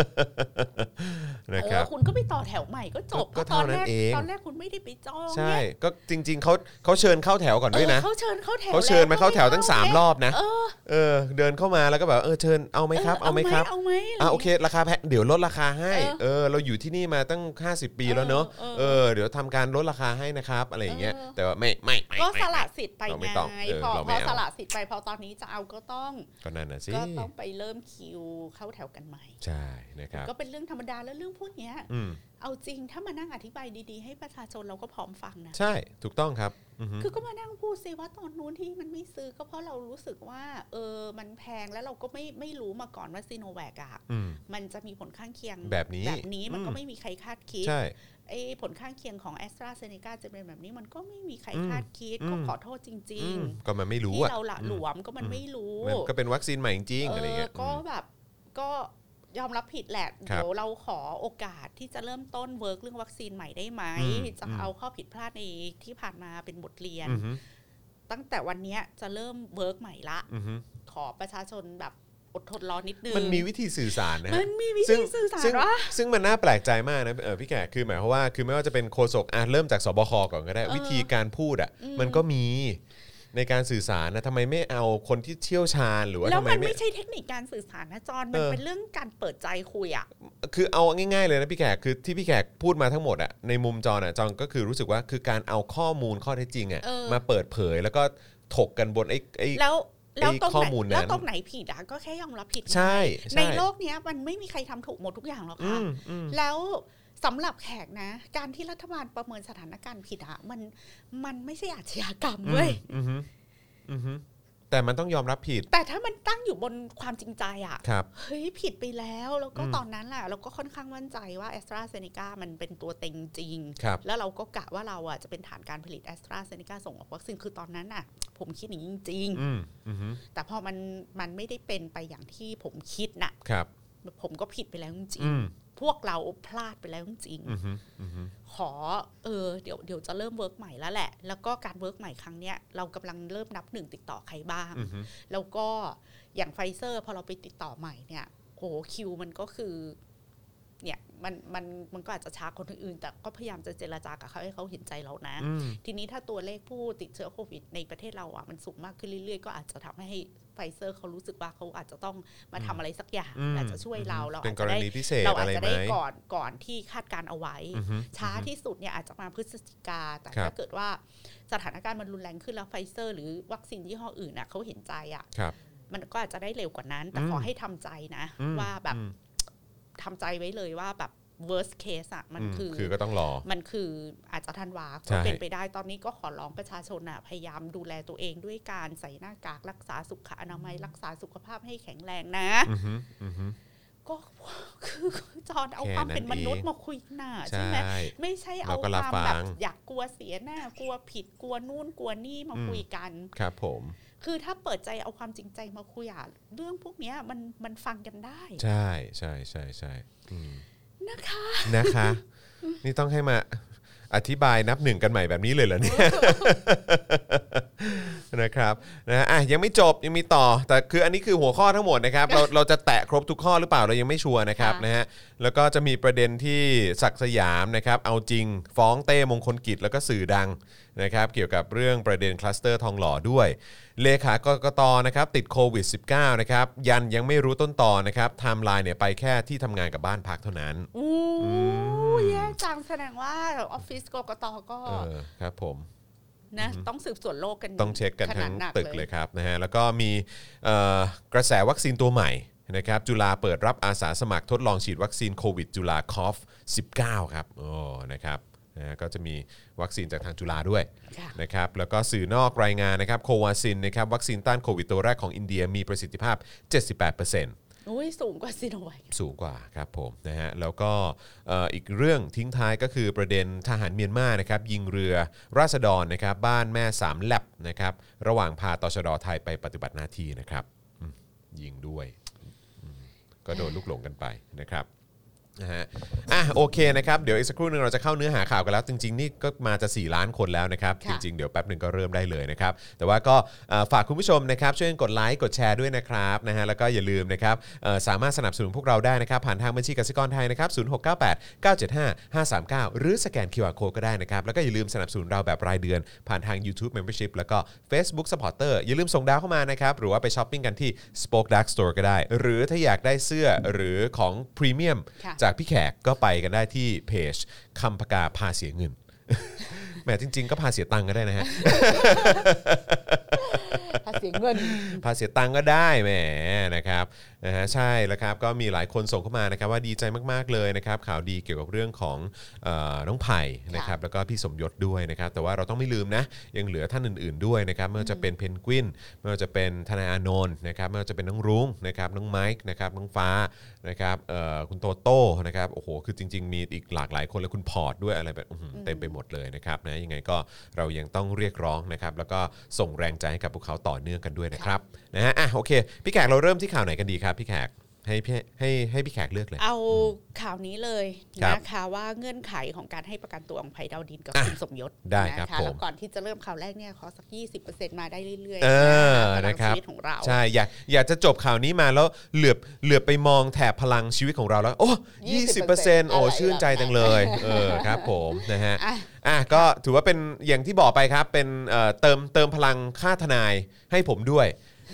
Speaker 3: อ
Speaker 2: นะครั
Speaker 3: อบ คุณก็ไปต่อแถวใหม่ก็จบ
Speaker 2: ก็
Speaker 3: ตอนแร
Speaker 2: ก็เท่านั้
Speaker 3: ก
Speaker 2: นเอง
Speaker 3: ตอนแรกคุณไม่ได้ไปจอง
Speaker 2: ใช่
Speaker 3: เนี่ย
Speaker 2: ก็จริง ๆเขาเขาเชิญเข้าแถวก่อน
Speaker 3: เอ
Speaker 2: ด้วย
Speaker 3: อ
Speaker 2: นะ
Speaker 3: เขาเชิญเข้าแถว
Speaker 2: เขาเชิญมาเข้าแถวตั้ง 3 รอบนะ
Speaker 3: เออ
Speaker 2: เออ เดินเข้ามาแล้วก็แบบเออเชิญเอาไหมครับ เอาไหมครับ
Speaker 3: เอาไหม
Speaker 2: อ่ะ
Speaker 3: ะไรย่างงี้ย
Speaker 2: โอเค ราคาแพงเดี๋ยวลดราคาให้
Speaker 3: เออ
Speaker 2: เออ เราอยู่ที่นี่มาตั้ง 50 ปีแล้วเนอะ
Speaker 3: เออ
Speaker 2: เออเดี๋ยวทำการลดราคาให้นะครับอะไรอย่างเงี้ย
Speaker 3: เออ
Speaker 2: แต่ว่าไม่ไม่ไม่
Speaker 3: ก็
Speaker 2: ไม่
Speaker 3: สละ
Speaker 2: ไม่
Speaker 3: สิทธิ์ไป
Speaker 2: เราไม่
Speaker 3: ไง
Speaker 2: ต้องเออ
Speaker 3: พอ
Speaker 2: เรา
Speaker 3: พ
Speaker 2: ไม่
Speaker 3: อ
Speaker 2: เอา
Speaker 3: สละสิทธิ์ไปพอตอนนี้จะเอาก็ต้อง
Speaker 2: ก็นั่นน่ะสิ
Speaker 3: ก็ต้องไปเริ่มคิวเข้าแถวกันใหม่
Speaker 2: ใช่นะครับ
Speaker 3: ก็เป็นเรื่องธรรมดาแล้วเรื่องพวกเนี้ย
Speaker 2: อืม
Speaker 3: เอาจริงถ้ามานั่งอธิบายดีๆ ให้ประชาชนเราก็พร้อมฟังนะ
Speaker 2: ใช่ถูกต้องครับอือฮึ
Speaker 3: คือก็มานั่งพูดสิว่าตอนนู้นที่มันไม่ซื้อก็เพราะเรารู้สึกว่า เออ มันแพงแล้วเราก็ไม่ไม่รู้มาก่อนว่าซีโนแวคอะ
Speaker 2: อืม
Speaker 3: มันจะมีผลข้างเคียง
Speaker 2: แบบนี้
Speaker 3: แบบนี้มันก็
Speaker 2: อืม
Speaker 3: ไม่มีใครคาดคิด
Speaker 2: ใช่
Speaker 3: ไอ้ผลข้างเคียงของแอสตราเซเนกาจะเป็นแบบนี้มันก็ไม่มีใคร
Speaker 2: อืม
Speaker 3: คาดคิด
Speaker 2: อืม
Speaker 3: ก็ขอโทษจริ
Speaker 2: อื
Speaker 3: ง
Speaker 2: มก็มันไม่
Speaker 3: ๆ
Speaker 2: รู้
Speaker 3: ที่
Speaker 2: อ่ะ
Speaker 3: เราหละหลวมก็มันไม่รู้
Speaker 2: มันก็เป็นวัคซีนใหม่จริงๆอะไรเงี้ย
Speaker 3: ก็แบบก็ยอมรับผิดแหละ
Speaker 2: ครับ
Speaker 3: เดี๋ยวเราขอโอกาสที่จะเริ่มต้นเวิร์กเรื่องวัคซีนใหม่ได้ไหม
Speaker 2: อืม
Speaker 3: จะ
Speaker 2: อืม
Speaker 3: เอาข้อผิดพลาดในที่ผ่านมาเป็นบทเรียน
Speaker 2: อืมอืม
Speaker 3: ตั้งแต่วันเนี้ยจะเริ่มเวิร์กใหม่ละ
Speaker 2: อืมอืม
Speaker 3: ขอประชาชนแบบอดทนรอนิดนึง
Speaker 2: มันมีวิธีสื่อสารนะฮะ
Speaker 3: มันมีวิ
Speaker 2: ซึ่
Speaker 3: ธี
Speaker 2: ง
Speaker 3: สื่อสาร
Speaker 2: ซึ่ง
Speaker 3: ว่า
Speaker 2: ซึ่งมันน่าแปลกใจมากนะเออพี่แขกคือหมายความว่าคือไม่ว่าจะเป็นโฆษกอ่ะเริ่มจากสบคก่อนก็ได้
Speaker 3: เออ
Speaker 2: วิธีการพูดอ่ะ
Speaker 3: อืม
Speaker 2: มันก็มีในการสื่อสารนะทำไมไม่เอาคนที่เชี่ยวชาญหรือว่า
Speaker 3: แล้ว
Speaker 2: ทำไม
Speaker 3: มัน
Speaker 2: ไม่
Speaker 3: ไม่ใช่เทคนิคการสื่อสารนะจอนมัน
Speaker 2: เออ
Speaker 3: เป็นเรื่องการเปิดใจคุยอะ
Speaker 2: คือเอาง่ายๆเลยนะพี่แขกคือที่พี่แขกพูดมาทั้งหมดอะในมุมจอนอะจอนก็คือรู้สึกว่าคือการเอาข้อมูลข้อเท็จจริงอะ
Speaker 3: เออ
Speaker 2: มาเปิดเผยแล้วก็ถกกันบนไอ้ไอ้
Speaker 3: แล้วแล้ว
Speaker 2: ไอ้
Speaker 3: ตรง
Speaker 2: ข้อ
Speaker 3: ไหน
Speaker 2: มูลนั้น
Speaker 3: แล้วตรงไหนผิดอะก็แค่ยอมรับผิดไง
Speaker 2: ใช่ช่
Speaker 3: ในโลกเนี้ยมันไม่มีใครทำถูกหมดทุกอย่างหรอก
Speaker 2: อื
Speaker 3: ค่ะ
Speaker 2: มอืม
Speaker 3: แล้วสำหรับแขกนะ การที่รัฐบาลประเมินสถานการณ์ผิดอะมันมันไม่ใช่อาชญากรรมเว้ย
Speaker 2: อืมอืมอืมแต่มันต้องยอมรับผิด
Speaker 3: แต่ถ้ามันตั้งอยู่บนความจริงใจอะ
Speaker 2: ครับ
Speaker 3: เฮ้ยผิดไปแล้วแล้วก็
Speaker 2: อืม
Speaker 3: ตอนนั้นล่ะ เราก็ค่อนข้างมั่นใจว่าแอสตราเซเนกามันเป็นตัวเต็งจริง
Speaker 2: ครับ
Speaker 3: แล้วเราก็กะว่าเราอะจะเป็นฐานการผลิตแอสตราเซเนกาส่งออกวัคซีนคือตอนนั้นอะผมคิดอย่างนี้จริง
Speaker 2: อืมอืม
Speaker 3: ๆแต่พอมันมันไม่ได้เป็นไปอย่างที่ผมคิดน่ะ
Speaker 2: ครับ
Speaker 3: ผมก็ผิดไปแล้วจริง
Speaker 2: อืม
Speaker 3: ๆ พวกเราพลาดไปแล้วจริงๆ
Speaker 2: อือฮึอือฮึ
Speaker 3: ขอเออเดี๋ยวเดี๋ยวจะเริ่มเวิร์กใหม่แล้วแหละ แล้วก็การเวิร์กใหม่ครั้งเนี้ยเรากำลังเริ่มนับหนึ่งติดต่อใครบ้าง
Speaker 2: อือฮึ
Speaker 3: แล้วก็อย่างไฟเซอร์พอเราไปติดต่อใหม่เนี่ยโหคิวมันก็คือเนี่ยมันมันมันก็อาจจะช้าคนอื่น แต่ก็พยายามจะเจรจากับเขาให้เขาเห็นใจเรานะ
Speaker 2: อืม
Speaker 3: ทีนี้ถ้าตัวเลขผู้ติดเชื้อโควิดในประเทศเราอ่ะมันสูงมากขึ้นเรื่อยๆ ก็อาจจะทำให้ไฟเซอร์เขารู้สึกว่าเขาอาจจะต้องมาทำอะไรสักอย่าง
Speaker 2: ม
Speaker 3: อาจจะช่วยเราเรา
Speaker 2: เป็
Speaker 3: อาน
Speaker 2: ก
Speaker 3: จจะ
Speaker 2: ร
Speaker 3: ได้
Speaker 2: ณีพิเศษ
Speaker 3: เรา
Speaker 2: อะ
Speaker 3: อาจ
Speaker 2: ไร
Speaker 3: จะ
Speaker 2: ไหม
Speaker 3: ได้ก่อนก่อนที่คาดการเอาไว้
Speaker 2: อือฮึ
Speaker 3: ช้า
Speaker 2: อือฮึ
Speaker 3: ที่สุดเนี่ยอาจจะมาพฤศจิกา แต่
Speaker 2: ครับ
Speaker 3: ถ้าเกิดว่าสถานการณ์มันรุนแรงขึ้นแล้วไฟเซอร์ หรือวัคซีนยี่ห้ออื่นอ่ะเขาเห็นใจอ่ะ
Speaker 2: ครับ
Speaker 3: มันก็อาจจะได้เร็วกว่านั้น แต่
Speaker 2: อืม
Speaker 3: ขอให้ทำใจนะ
Speaker 2: อืม
Speaker 3: ว่าแบบ
Speaker 2: อืม
Speaker 3: ทำใจไว้เลยว่าแบบ worst case อ่ะมันคือ
Speaker 2: คือก็ต้องรอ
Speaker 3: มันคืออาจจะทันวา
Speaker 2: ใช่
Speaker 3: ก็เป็นไปได้ตอนนี้ก็ขอร้องประชาชนอ่ะพยายามดูแลตัวเองด้วยการใส่หน้ากากรักษาสุขอนามัยรักษาสุขภาพให้แข็งแรงนะ
Speaker 2: อือฮึอือฮึ
Speaker 3: ก็คือจอนเอา
Speaker 2: แค่
Speaker 3: ความเป็น
Speaker 2: นั้
Speaker 3: ม
Speaker 2: นเอง
Speaker 3: นุษย์มาคุยหน่ะ
Speaker 2: ใช่
Speaker 3: ใช่ไหม ไม่ใช่เอา
Speaker 2: เรา
Speaker 3: ค
Speaker 2: ก็รับ
Speaker 3: วามแบบ
Speaker 2: ฟัง
Speaker 3: อยากกลัวเสียหน้ากลัวผิดกลัวนู่นกลัวนี่มา
Speaker 2: อืม
Speaker 3: คุยกัน
Speaker 2: ครับผม
Speaker 3: คือถ้าเปิดใจเอาความจริงใจมาคุยอะเรื่องพวกเนี้ยมันมันฟังกันได้
Speaker 2: ใช่ใช่ใช่ใช่อืม
Speaker 3: นะคะ
Speaker 2: นะคะ นี่ต้องให้มาอธิบายนับหนึ่งกันใหม่แบบนี้เลยเหรอเนี่ย นะครับนะอ่ะยังไม่จบยังมีต่อ แต่คืออันนี้คือหัวข้อทั้งหมดนะครับ เราเราจะแตะครบทุกข้อหรือเปล่าเรายังไม่ชัวร์นะครับ
Speaker 3: ค่ะ
Speaker 2: นะฮะแล้วก็จะมีประเด็นที่ศักดิ์สยามนะครับ เอาจริงฟ้องเต้มงคลกิจแล้วก็สื่อดังนะครับ เกี่ยวกับเรื่องประเด็นคลัสเตอร์ทองหล่อด้วย เลขากกตนะครับ ติดโควิด -19 นะครับ ยันยังไม่รู้ต้นต่อนะครับไทม์ไลน์เนี่ยไปแค่ที่ทำงานกับบ้านพักเท่านั้น
Speaker 3: อู้
Speaker 2: ม
Speaker 3: แย่จังแสดงว่าออฟฟิศกกตก็
Speaker 2: เออครับผม
Speaker 3: นะ ต้องสืบสวนโลกกัน
Speaker 2: ต้องเช็คกัน
Speaker 3: ขนา
Speaker 2: ทั้
Speaker 3: ด
Speaker 2: ง
Speaker 3: หนั
Speaker 2: ตึกเลยครับนะฮะแล้วก็มีเอ่อกระแสวัคซีนตัวใหม่นะครับจุฬาเปิดรับอาสาสมัครทดลองฉีดวัคซีนโควิดจุฬาคอฟ19 ครับโอ้นะครับนะฮะก็จะมีวัคซีนจากทางจุฬาด้วย
Speaker 3: ค่ะ
Speaker 2: นะครับแล้วก็สื่อนอกรายงานนะครับโควาซินนะครับวัคซีนต้านโควิดตัวแรกของอินเดียมีประสิทธิภาพ 78%
Speaker 3: อุ้ยสูงกว่าซิโนไวค
Speaker 2: สูงกว่าครับผมนะฮะแล้วก็เอ่ออีกเรื่องทิ้งท้ายก็คือประเด็นทหารเมียนมานะครับยิงเรือราษฎรนะครับบ้านแม่สามแลบนะครับระหว่างพาตชดไทยไปปฏิบัติหน้าที่นะครับอืมยิงด้วยอืมก็โดนลูกหลงกันไปนะครับนะฮะอ่ะโอเคนะครับเดี๋ยวอีกสักครู่หนึ่งเราจะเข้าเนื้อหาข่าวกันแล้ว จริง ๆ นี่ก็มาจะ 4 ล้านคนแล้วนะครับ จ
Speaker 3: ค่ะ
Speaker 2: ริง ๆ เดี๋ยวแป๊บหนึ่งก็เริ่มได้เลยนะครับ แต่ว่าก็เอ่อฝากคุณผู้ชมนะครับช่วยกดไลค์กดแชร์ด้วยนะครับนะฮะแล้วก็อย่าลืมนะครับเอ่อสามารถสนับสนุนพวกเราได้นะครับ ผ่านทางบัญชีกสิกรไทยนะครับ0698 975 539 หรือสแกน QR Code ก็ได้นะครับ แล้วก็อย่าลืมสนับสนุนเราแบบรายเดือน ผ่านทาง YouTube Membership แล้วก็ Facebook Supporter อย่าลืมส่งดาวเข้ามานะครับหรือว่าไปช้อปปิ้งกันที่ Spoke Dark Store ก็ได้ หรือถ้าอยากได้เสื้อหรือของพรีเมียม
Speaker 3: ค่ะ
Speaker 2: จากพี่แขกก็ไปกันได้ที่เพจคำพกาพาเสียเงิน แหมจริง ๆ ก็พาเสียตังค์ก็ได้นะฮะ
Speaker 3: ภาษีเงิน
Speaker 2: ภาษีตังค์ก็ได้แหมนะครับนะฮะใช่แล้วครับก็มีหลายคนส่งเข้ามานะครับว่าดีใจมากๆเลยนะครับข่าวดีเกี่ยวกับเรื่องของเอ่อน้องไผ่นะครับแล้วก็พี่สมยศด้วยนะครับแต่ว่าเราต้องไม่ลืมนะยังเหลือท่านอื่นๆด้วยนะครับไม่ว่าจะเป็นเพนกวินไม่ว่าจะเป็นธนายอานนท์นะครับไม่ว่าจะเป็นน้องรุ้งนะครับน้องไมค์นะครับน้องฟ้านะครับเอ่อคุณโตโต้นะครับโอ้โหคือจริง ๆ มีอีกหลากหลายคนเลยคุณพอร์ตด้วยอะไรแบบอื้อหือเต็มไปหมดเลยนะครับนะยังไงก็เรายังต้องเรียกร้องนะครับแล้วก็ส่งแรงใจให้กับพวกเขาต่อเนื่องกันด้วยนะครับ นะฮะอ่ะโอเค พี่แขกเราเริ่มที่ข่าวไหนกันดีครับ พี่แขกให้พี่ให้ให้พี่แขกเลือกเลย
Speaker 3: เอาข่าวนี้เลย
Speaker 2: ครับ
Speaker 3: นะคะว่าเงื่อนไขของการให้ประกันตัวของภัยดาวดินกับ
Speaker 2: อ่ะ
Speaker 3: คุณสมยศ
Speaker 2: ได้ครับ
Speaker 3: นะะ
Speaker 2: ผม
Speaker 3: แล้วก่อนที่จะเริ่มข่าวแรกเนี่ยขอสัก 20%มาได้เรื่อย
Speaker 2: เออ
Speaker 3: ๆ
Speaker 2: นะครั
Speaker 3: พลั
Speaker 2: บ
Speaker 3: งชีวิตของเรา
Speaker 2: ใช่อยากอยากจะจบข่าวนี้มาแล้วเหลือบเหลือบไปมองแถบพลังชีวิตของเราแล้ว โอ้ยี่สิบ
Speaker 3: 20%
Speaker 2: เปอร์เซ็นต์โอ้
Speaker 3: อะไร
Speaker 2: ชื่นใจจังเลย เออครับผมนะฮะ
Speaker 3: อ่ะ
Speaker 2: อ่ะก็ถือว่าเป็นอย่างที่บอกไปครับ เป็นเอ่อเติมเติมพลังค่าทนายให้ผมด้วย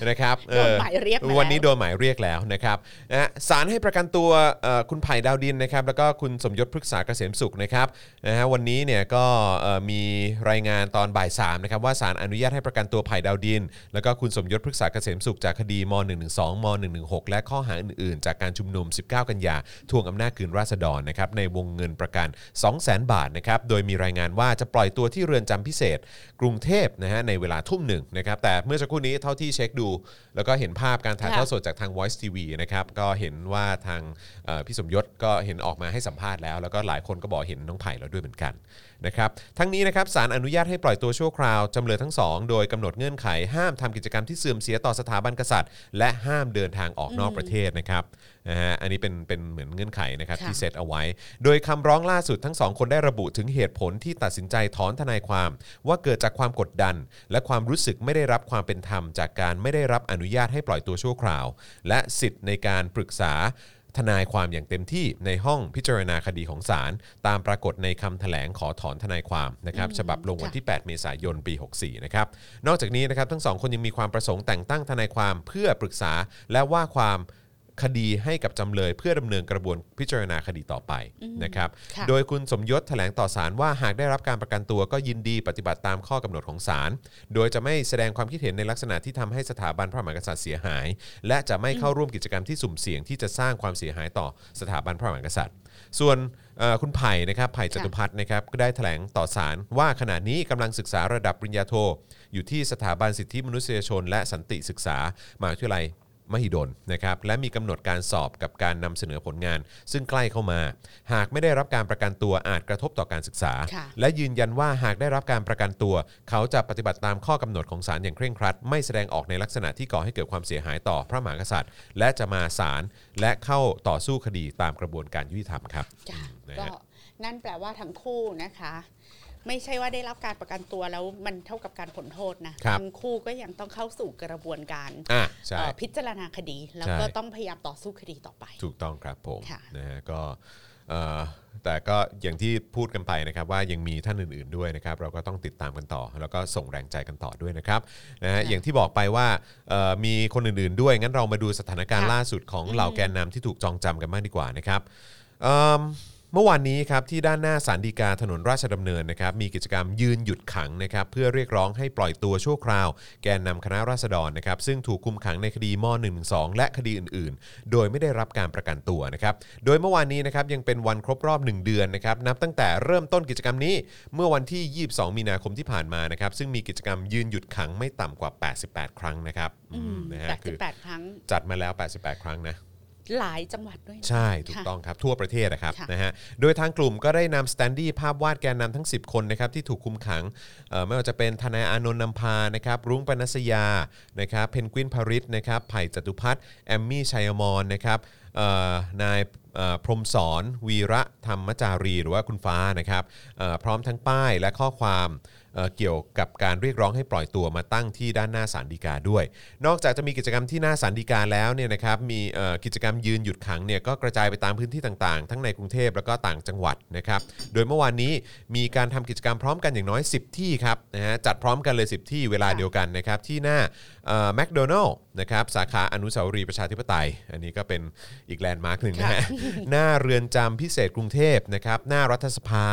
Speaker 2: นะครับเอ
Speaker 3: โดน
Speaker 2: อ
Speaker 3: หมายเรียกมา
Speaker 2: วันนี้
Speaker 3: แล้
Speaker 2: โดนหมายเรียกแล้วนะครับนะฮะศาลให้ประกันตัวเอ่อคุณไผ่ดาวดินนะครับ แล้วก็คุณสมยศพฤกษาเกษมสุขนะครับนะฮะวันนี้เนี่ยก็เอ่อมีรายงานตอนบ่ายสามนะครับว่าศาลอนุญาตให้ประกันตัวไผ่ดาวดิน แล้วก็คุณสมยศพฤกษาเกษมสุขจากคดีม .112 ม .116 และข้อหาอื่นๆ จากการชุมนุม 19 กันยาทวงอำนาจคืนราษฎรนะครับในวงเงินประกัน 200,000 บาทนะครับโดยมีรายงานว่าจะปล่อยตัวที่เรือนจำพิเศษ กรุงเทพนะฮะในเวลาทุ่มหนึ่งนะครับแต่เมื่อสักครู่นี้เท่าที่เช็คดู ดูแล้วก็เห็นภาพการถ่าย
Speaker 4: ค่ะ
Speaker 2: ทอดสดจากทาง Voice TV นะครับก็เห็นว่าทางเอ่อพี่สมยศก็เห็นออกมาให้สัมภาษณ์แล้ว แล้วก็หลายคนก็บอกเห็นน้องไผ่แล้วด้วยเหมือนกันนะครับทั้งนี้นะครับสารอนุญาตให้ปล่อยตัวชั่วคราวจำเลยทั้งสองโดยกำหนดเงื่อนไขห้ามทำกิจกรรมที่เสื่อมเสียต่อสถาบันกษัตริย์ และห้ามเดินทางออกนอกประเทศนะครับนะฮะอันนี้เป็นเป็นเหมือนเงื่อนไขนะครับ
Speaker 3: ค่ะ
Speaker 2: ที่เซตเอาไว้ โดยคำร้องล่าสุดทั้งสองคนได้ระบุถึงเหตุผลที่ตัดสินใจถอนทนายความ ว่าเกิดจากความกดดัน และความรู้สึกไม่ได้รับความเป็นธรรม จากการไม่ได้รับอนุญาตให้ปล่อยตัวชั่วคราว และสิทธิ์ในการปรึกษาทนายความอย่างเต็มที่ในห้องพิจารณาคดีของศาลตามปรากฏในคำแถลงขอถอนทนายความนะครับฉบับลงวันที่ 8 เมษายนปี 64 นะครับนอกจากนี้นะครับทั้งสองคนยังมีความประสงค์แต่งตั้งทนายความเพื่อปรึกษาและว่าความ คดีให้กับจำเลยเพื่อดำเนินกระบวนพิจารณาคดีต่อไปนะครับ
Speaker 3: ค่ะ
Speaker 2: โดยคุณสมยศแถลงต่อศาลว่าหากได้รับการประกันตัวก็ยินดีปฏิบัติตามข้อกำหนดของศาลโดยจะไม่แสดงความคิดเห็นในลักษณะที่ทำให้สถาบันพระมหากษัตริย์เสียหาย และจะไม่เข้าร่วมกิจกรรมที่สุ่มเสี่ยงที่จะสร้างความเสียหายต่อสถาบันพระมหากษัตริย์ ส่วนเอ่อคุณไผ่นะครับไผ่จตุพัฒน์นะครับก็ได้แถลงต่อศาลว่าขณะนี้กำลังศึกษาระดับปริญญาโท อยู่ที่สถาบันสิทธิมนุษยชน และสันติศึกษามหาวิทยาลัย มหิดลนะครับและมีกำหนดการสอบกับการนำเสนอผลงาน ซึ่งใกล้เข้ามา หากไม่ได้รับการประกันตัวอาจกระทบต่อการศึกษา
Speaker 3: ค่ะ
Speaker 2: และยืนยันว่าหากได้รับการประกันตัว เขาจะปฏิบัติตามข้อกำหนดของศาลอย่างเคร่งครัด ไม่แสดงออกในลักษณะที่ก่อให้เกิดความเสียหายต่อพระมหากษัตริย์ และจะมาศาลและเข้าต่อสู้คดีตามกระบวนการยุติธรรมครับ
Speaker 3: จ้ะ
Speaker 2: นะฮะ
Speaker 3: ก็นั่นแปลว่าทั้งคู่นะคะ ไม่ใช่ว่าได้รับการประกันตัวแล้วมันเท่ากับการผลโทษนะครับ ทั้งคู่ก็ยังต้องเข้าสู่กระบวนการ
Speaker 2: อ่ะใช่
Speaker 3: เอ่อพิจารณาคดี แล้วก็
Speaker 2: ใช่
Speaker 3: ต้องพยายามต่อสู้คดีต่อไป
Speaker 2: ถูกต้องครับผม
Speaker 3: ค่ะ
Speaker 2: นะฮะก็เอ่อแต่ก็อย่างที่พูดกันไปนะครับว่ายังมีท่านอื่น ๆด้วยนะครับ เราก็ต้องติดตามกันต่อ แล้วก็ส่งแรงใจกันต่อด้วยนะครับนะฮะ
Speaker 3: ค่ะ
Speaker 2: อย่างที่บอกไปว่าเอ่อมีคนอื่น ๆ ด้วย งั้นเรามาดูสถานการณ์
Speaker 3: ค่ะ
Speaker 2: ล่าสุดของเหล่าแกนนำที่ถูกจองจำกันมากดีกว่านะครับเอิ่มเมื่อวานนี้ครับที่ด้านหน้าสารดีกาถนนราชดำเนินนะครับมีกิจกรรมยืนหยุดขังนะครับเพื่อเรียกร้องให้ปล่อยตัวชั่วคราว แกนนำคณะราษฎรนะครับซึ่งถูกคุมขังในคดีม .112 และคดีอื่น ๆ โดยไม่ได้รับการประกันตัวนะครับ โดยเมื่อวานนี้นะครับยังเป็นวันครบรอบ 1 เดือนนะครับนับตั้งแต่เริ่มต้นกิจกรรมนี้ เมื่อวันที่ 22 มีนาคมที่ผ่านมานะครับซึ่งมีกิจกรรมยืนหยุดขังไม่ต่ำกว่า 88 ครั้งนะครับอืมนะฮะ
Speaker 3: แปด
Speaker 2: คื
Speaker 3: สิบ
Speaker 2: อ
Speaker 3: แปดครั้ง
Speaker 2: จัดมาแล้ว 88 ครั้งนะ
Speaker 3: หลายจังหวัดด้วยนะ
Speaker 2: ใช่ ถูกต้องครับ ทั่วประเทศนะครับ
Speaker 3: ค่ะ
Speaker 2: นะฮะโดยทางกลุ่มก็ได้นำสแตนดี้ภาพวาดแกนนำทั้ง 10 คนนะครับที่ถูกคุมขังเอ่อไม่ว่าจะเป็นธนายอานนท์นำพานะครับรุ้งปนัสยานะครับเพนกวินพาริสนะครับไผ่จตุพัฒน์แอมมี่ชัยมรนะครับเอ่อนายเอ่อพรหมสอนวีระธรรมจารี หรือว่าคุณฟ้านะครับเอ่อพร้อมทั้งป้ายและข้อความเอ่อเกี่ยวกับการเรียกร้องให้ปล่อยตัวมาตั้งที่ด้านหน้าศาลฎีกาด้วย นอกจากจะมีกิจกรรมที่หน้าศาลฎีกาแล้วเนี่ยนะครับมีเอ่อกิจกรรมยืนหยุดขังเนี่ยก็กระจายไปตามพื้นที่ต่างๆ ทั้งในกรุงเทพแล้วก็ต่างจังหวัดนะครับโดยเมื่อวานนี้มีการทำกิจกรรมพร้อมกันอย่างน้อย 10 ที่ครับนะฮะจัดพร้อมกันเลย 10 ที่เวลาเดียวกันนะครับที่หน้าแมคโดนัลล์นะครับสาขาอนุสาวรีย์ประชาธิปไตย อันนี้ก็เป็นอีกแลนด์มาร์กหนึ่งนะฮะ หน้าเรือนจำพิเศษกรุงเทพนะครับหน้ารัฐสภา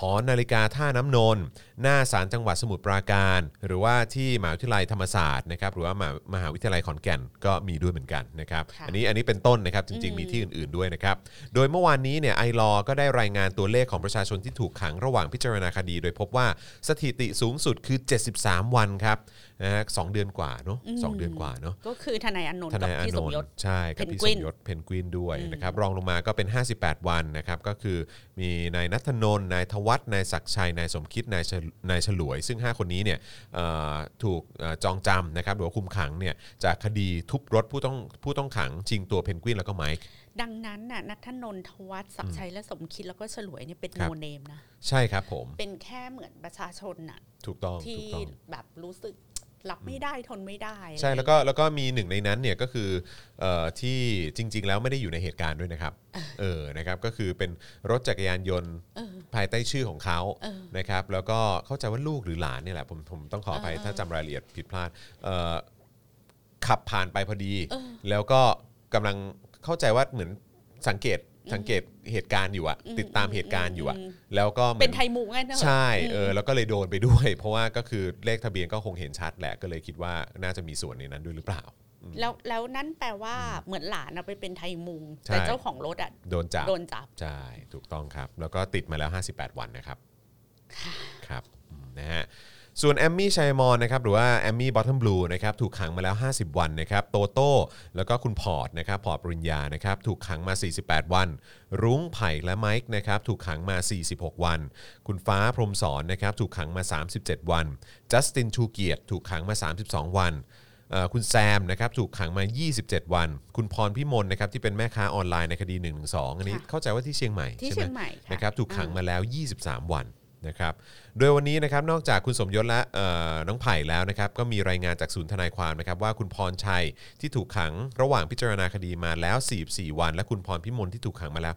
Speaker 2: หอนาฬิกาท่าน้ำนนท์หน้าศาลจังหวัดสมุทรปราการ หรือว่าที่มหาวิทยาลัยธรรมศาสตร์นะครับหรือว่ามหามหาวิทยาลัยขอนแก่นก็มีด้วยเหมือนกันนะครับ
Speaker 3: ค่ะ
Speaker 2: อันนี้อันนี้เป็นต้นนะครับจริง ๆ มีที่อื่น ๆด้วยนะครับโดยเมื่อวานนี้เนี่ยไอรอก็ได้รายงานตัวเลขของประชาชนที่ถูกขังระหว่างพิจารณาคดี โดยพบว่าสถิติสูงสุดคือ 73 วันครับนะฮะสองเดือนกว่าเนาะสองเดือนกว่าเนาะ
Speaker 3: ก็คือทนายอานนท์
Speaker 2: ท
Speaker 3: กับ
Speaker 2: นายอา
Speaker 3: พี่
Speaker 2: น
Speaker 3: สม
Speaker 2: น
Speaker 3: ยศ
Speaker 2: ท์ใช่กับพี่
Speaker 3: เพนก
Speaker 2: ส
Speaker 3: วิ
Speaker 2: ม
Speaker 3: น
Speaker 2: ยศเพนกวินด้วยนะครับรองลงมาก็เป็น 58 วันนะครับก็คือมีนายนัทนนท์นายทวัฒน์นายศักดิ์ชัยนายสมคิดนายเฉนายฉลวย ซึ่ง 5 คนนี้เนี่ยเอ่อถูกเอ่อจองจำนะครับหรือว่าคุมขังเนี่ยจากคดีทุบรถผู้ต้องผู้ต้องขังชิงตัวเพนกวินแล้วก็ไมค์
Speaker 3: ดังนั้นน่ะนัทนนทวัฒน์ศักดิ์ชัยและสมคิดแล้วก็ฉลวยเนี่ยเป็น
Speaker 2: ครั
Speaker 3: โน
Speaker 2: บ
Speaker 3: เนมนะ
Speaker 2: ใช่ครับผม
Speaker 3: เป็นแค่เหมือนประชาชนน่ะ
Speaker 2: ถูกต้อง
Speaker 3: ที่
Speaker 2: ถูกต้อง
Speaker 3: แบบรู้สึกรับไม่ได้ทนไม่ได้
Speaker 2: ใช่แล้วก็แล้วก็มีหนึ่งในนั้นเนี่ยก็คือเอ่อที่จริง ๆ แล้วไม่ได้อยู่ในเหตุการณ์ด้วยนะครับเออนะครับก็คือเป็นรถจักรยานยนต์ภายใต้ชื่อของเขานะครับแล้วก็เข้าใจว่าลูกหรือหลานเนี่ยแหละผมผมต้องขออภัยถ้าจำรายละเอียดผิดพลาดเอ่อขับผ่านไปพอดี แล้วก็กำลังเข้าใจว่าเหมือนสังเกตสังเกตเหตุการณ์อยู่อะติดตามเหตุการณ์อยู่อะแล้วก็หมือ
Speaker 3: เป็นไทยมุงไงนะ
Speaker 2: ใช่ เออ แล้วก็เลยโดนไปด้วย เพราะว่าก็คือเลขทะเบียนก็คงเห็นชัดแหละ ก็เลยคิดว่าน่าจะมีส่วนในนั้นด้วยหรือเปล่า
Speaker 3: แล้วแล้วนั่นแปลว่าเหมือนหลานเอาไปเป็นไทยมุง
Speaker 2: ใช่
Speaker 3: แต่เจ้าของรถอ่ะ
Speaker 2: โดนจับ
Speaker 3: โดนจับ
Speaker 2: ใช่ ถูกต้องครับ แล้วก็ติดมาแล้ว 58 วันนะครับ ครับอืมนะฮะ ส่วนแอมมี่ชัยมอนนะครับหรือว่าแอมมี่บอทเทิมบลูนะครับถูกขังมาแล้ว 50 วันนะครับโตโต้แล้วก็คุณพอร์ตนะครับพอร์ตปริญญานะครับถูกขังมา 48 วัน รุ้งไผ่และไมค์นะครับถูกขังมา 46 วัน คุณฟ้าพรหมสอนนะครับถูกขังมา 37 วันจัสตินชูเกียรติถูกขังมา 32 วัน เอ่อคุณแซมนะครับถูกขังมา 27 วัน คุณพรพิมลนะครับที่เป็นแม่ค้าออนไลน์ในคดี1นึอันนี้
Speaker 3: ค่ะ
Speaker 2: เข้าใจว่าที่เชียงใหม่
Speaker 3: ที่
Speaker 2: ใช่
Speaker 3: เชียง
Speaker 2: ไหม
Speaker 3: ใหม่ค่ะ
Speaker 2: นะครับถูกขัง
Speaker 3: อ่
Speaker 2: มาแล้ว 23 วันนะครับโดยวันนี้นะครับนอกจากคุณสมยศและเอ่อน้องไผ่แล้วนะครับก็มีรายงานจากศูนย์ทนายความนะครับว่าคุณพรชัยที่ถูกขังระหว่างพิจารณาคดีมาแล้ว 44 วัน และคุณพรพิมลที่ถูกขังมาแล้ว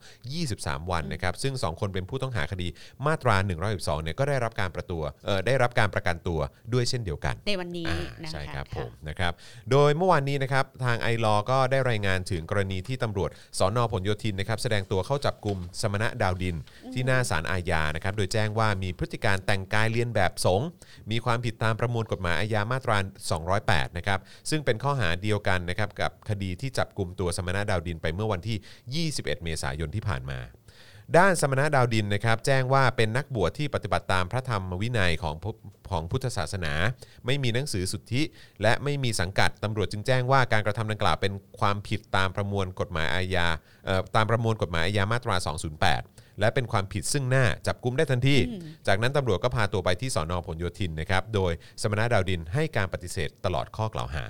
Speaker 2: 23 วันนะครับซึ่งสองคนเป็นผู้ต้องหาคดีมาตรา1นึเนี่ยก็ได้รับการประตัวเอ่อได้รับการประกันตัวด้วยเช่นเดียวกัน
Speaker 3: ในวันนี้
Speaker 2: อ่า
Speaker 3: นะคะ
Speaker 2: ใช่ครับ
Speaker 3: ะ
Speaker 2: ผมนะครับโดยเมื่อวานนี้นะครับทางไอรอก็ได้รายงานถึงกรณีที่ตำรวจสอนอผลโยธินนะครับแสดงตัวเข้าจับกลุ่มสมณะดาวดิน ที่หน้าศาลอาญานะครับโดยแจ้งว่ามีพฤติการแต่งกายเลียนแบบสงฆ์มีความผิดตามประมวลกฎหมายอาญามาตรา 208 นะครับซึ่งเป็นข้อหาเดียวกันนะครับกับคดีที่จับกลุ่มตัวสมณะดาวดินไปเมื่อวันที่ 21 เมษายนที่ผ่านมา ด้านสมณะดาวดินนะครับแจ้งว่าเป็นนักบวชที่ปฏิบัติตามพระธรรมวินัยของพุของพุทธศาสนา ไม่มีหนังสือสุทธิ และไม่มีสังกัดตำรวจจึงแจ้งว่าการกระทำดังกล่าวเป็นความผิดตามประมวลกฎหมายอาญาเอ่อตามประมวลกฎหมายอาญามาตรา 208 และเป็นความผิดซึ่งหน้าจับกุมได้ทันทีจากนั้นตำรวจก็พาตัวไปที่สอนอผลโยธินนะครับโดยสมณะดาวดินให้การปฏิเสธตลอดข้อกล่าวหา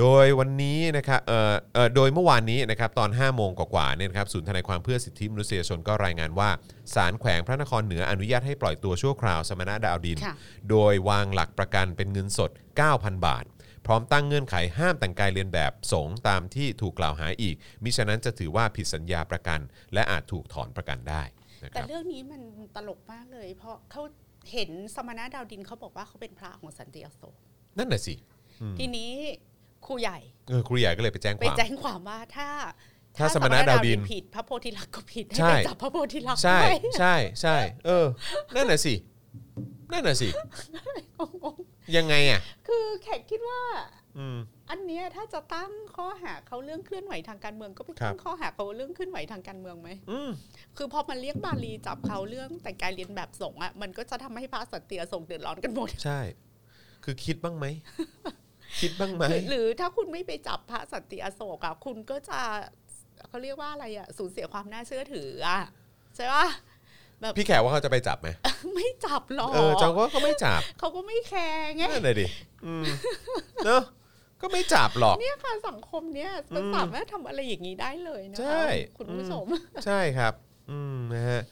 Speaker 2: โดยวันนี้นะครับเอ่อเอ่อโดยเมื่อวานนี้นะครับตอน 5 โมงกว่าๆเนี่ยนะครับศูนย์ทนายความเพื่อสิทธิมนุษยชนก็รายงานว่าศาลแขวงพระนครเหนืออนุญาตให้ปล่อยตัวชั่วคราวสมณะดาวดิน
Speaker 3: ค่ะ
Speaker 2: โดยวางหลักประกันเป็นเงินสด 9,000 บาท พร้อมตั้งเงื่อนไขห้ามแต่งกายเรียนแบบสงฆ์ตามที่ถูกกล่าวหาอีก มิฉะนั้นจะถือว่าผิดสัญญาประกัน และอาจถูกถอนประกันได้นะค
Speaker 3: แต่
Speaker 2: รับ
Speaker 3: เรื่องนี้มันตลกมากเลย เพราะเขาเห็นสมณะดาวดินเขาบอกว่าเขาเป็นพระของสันติอโศก
Speaker 2: นั่นน่ะสิ
Speaker 3: ทีนี้ครูใหญ่
Speaker 2: เออครูใหญ่ก็เลยไปแจ้งค
Speaker 3: ไป
Speaker 2: วาม
Speaker 3: แจ้งความว่าถ้า
Speaker 2: ถ้าสมณะดาวดิน
Speaker 3: ผิดพระโพธิลักษณ์ก็ผิดให้
Speaker 2: ใช่
Speaker 3: ไปจับพระโพธิลักษณ์
Speaker 2: ใช่
Speaker 3: ด้วย
Speaker 2: ใช่ใช่เออนั่นน่ะสินั่นน่ะสิ
Speaker 3: งง
Speaker 2: ยังไงอ่ะ
Speaker 3: ๆคือแขกคิดว่า
Speaker 2: อืม
Speaker 3: อันเนี้ยถ้าจะตั้งข้อหาเขาเรื่องเคลื่อนไหวทางการเมืองก็ไป
Speaker 2: ครั
Speaker 3: ตั้
Speaker 2: บ
Speaker 3: งข้อหาเขาเรื่องเคลื่อนไหวทางการเมืองไหม
Speaker 2: อืม
Speaker 3: คือพอมันเรียกบาลีจับเขาเรื่องแต่งกายเรียนแบบสงฆ์อ่ะมันก็จะทำให้พระสันติอโศกเดือดร้อนกันหมด
Speaker 2: ใช่ คือคิด บ้างไหม คิดบ้างไหม
Speaker 3: หรือหรือถ้าคุณไม่ไปจับพระสันติอโศกอะคุณก็จะเขาเรียกว่าอะไรอะสูญเสียความน่าเชื่อถืออะใช่ปะ แบบ
Speaker 2: พี่แขกว่าเขาจะไปจับไหม
Speaker 3: ไม่จับหรอก
Speaker 2: เออจองว่าเขาไม่จับ
Speaker 3: เขาก็ไม่แคร์ไง
Speaker 2: นั่นเลยดิ อืม เนอะก็ไม่จับหรอก
Speaker 3: เนี่ยค่ะสังคมเนี่ยมัน
Speaker 2: อืม
Speaker 3: สามารถทำอะไรอย่างนี้ได้เลยนะ
Speaker 2: ใช่
Speaker 3: คะคุณผู้
Speaker 2: อืม
Speaker 3: ชม
Speaker 2: ใช่ครับ อืมนะฮะ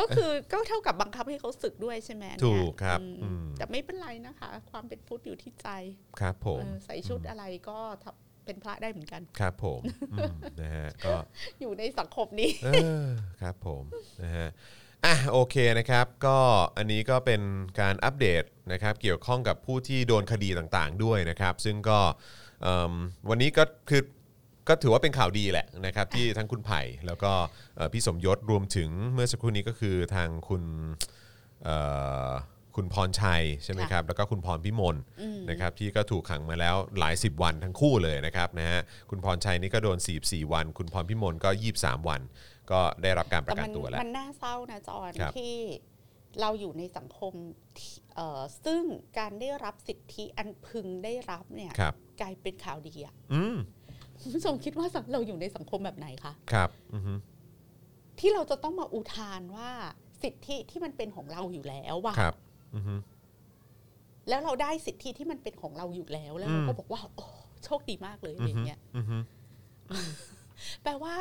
Speaker 3: ก็คือก็เท่ากับบังคับให้เขาศึกด้วยใช่ไหมเนี่ย
Speaker 2: ถูกครับ
Speaker 3: อืม
Speaker 2: อืม
Speaker 3: แต่ไม่เป็นไรนะคะ ความเป็นพุทธอยู่ที่ใจ
Speaker 2: ครับผม
Speaker 3: เออใส่ชุดอะไรก็ทำเป็นพระได้เหมือนกัน
Speaker 2: ครับผมอืมนะฮะ ก็
Speaker 3: อยู่ในสังคมนี้
Speaker 2: เออครับผมนะฮะอ่ะโอเคนะครับก็อันนี้ก็เป็นการอัปเดตนะครับเกี่ยวข้องกับผู้ที่โดนคดีต่างๆด้วยนะครับ ซึ่งก็เอิ่มวันนี้ก็คือก็ถือว่าเป็นข่าวดีแหละนะครับที่ทั้งคุณไผ่แล้วก็เอ่อพี่สมยศรวมถึงเมื่อสักครู่นี้ก็คือทางคุณเอ่อคุณพรชัยใช่ไหมครับแล้วก็คุณพรพิมล นะครับที่ก็ถูกขังมาแล้วหลาย 10 วันทั้งคู่เลยนะครับนะฮะคุณพรชัยนี่ก็โดน 44 วัน คุณพรพิมลก็ 23 วัน ก็ได้รับการประกันตัวแล้ว
Speaker 3: มันน่าเศร้านะจอน
Speaker 2: ครับ
Speaker 3: ที่เราอยู่ในสังคมที่เอ่อซึ่งการได้รับสิทธิอันพึงได้รับเนี่ย
Speaker 2: ครับ
Speaker 3: กลายเป็นข่าวดีอะ
Speaker 2: อืม
Speaker 3: คุณผู้ชมคิดว่าสังเราอยู่ในสังคมแบบไหนคะ
Speaker 2: ครับอือฮึ
Speaker 3: ที่เราจะต้องมาอุทานว่าสิทธิที่มันเป็นของเราอยู่แล้วว่ะ
Speaker 2: ครับอือฮึ
Speaker 3: แล้วเราได้สิทธิที่มันเป็นของเราอยู่แล้วแล้วเราก็บอกว่าโอ้โชคดีมากเลยอะไรอย่างเงี้ย
Speaker 2: อือฮึ
Speaker 3: แปลว่า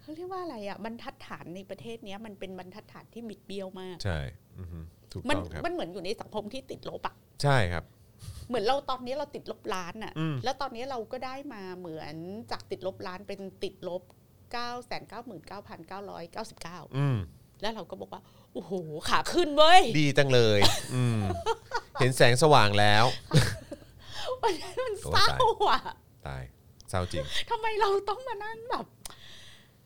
Speaker 3: เขาเรียกว่าอะไรอะบรรทัดฐานในประเทศเนี้ยมันเป็นบรรทัดฐานที่บิดเบี้ยวมาก
Speaker 2: ใช่อือฮึถูก
Speaker 3: มัน
Speaker 2: ต้องครับ
Speaker 3: มันเหมือนอยู่ในสังคมที่ติดลบอะ
Speaker 2: ใช่ครับ
Speaker 3: เหมือนเราตอนนี้เราติดลบล้านอะ
Speaker 2: อืม
Speaker 3: แล้วตอนนี้เราก็ได้มาเหมือนจากติดลบล้านเป็นติดลบ 9 9 9 9 9
Speaker 2: อืม
Speaker 3: 9 แล้วเราก็บอกว่า โอ้โห ขาขึ้นเว้ย
Speaker 2: ดีจังเลย อื มเห็นแสงสว่างแล้ว
Speaker 3: มัน
Speaker 2: ตัว
Speaker 3: เศร้า
Speaker 2: ตาย
Speaker 3: อ่ะ
Speaker 2: ตายเศร้าจริง
Speaker 3: ทำไมเราต้องมานั่งแบบ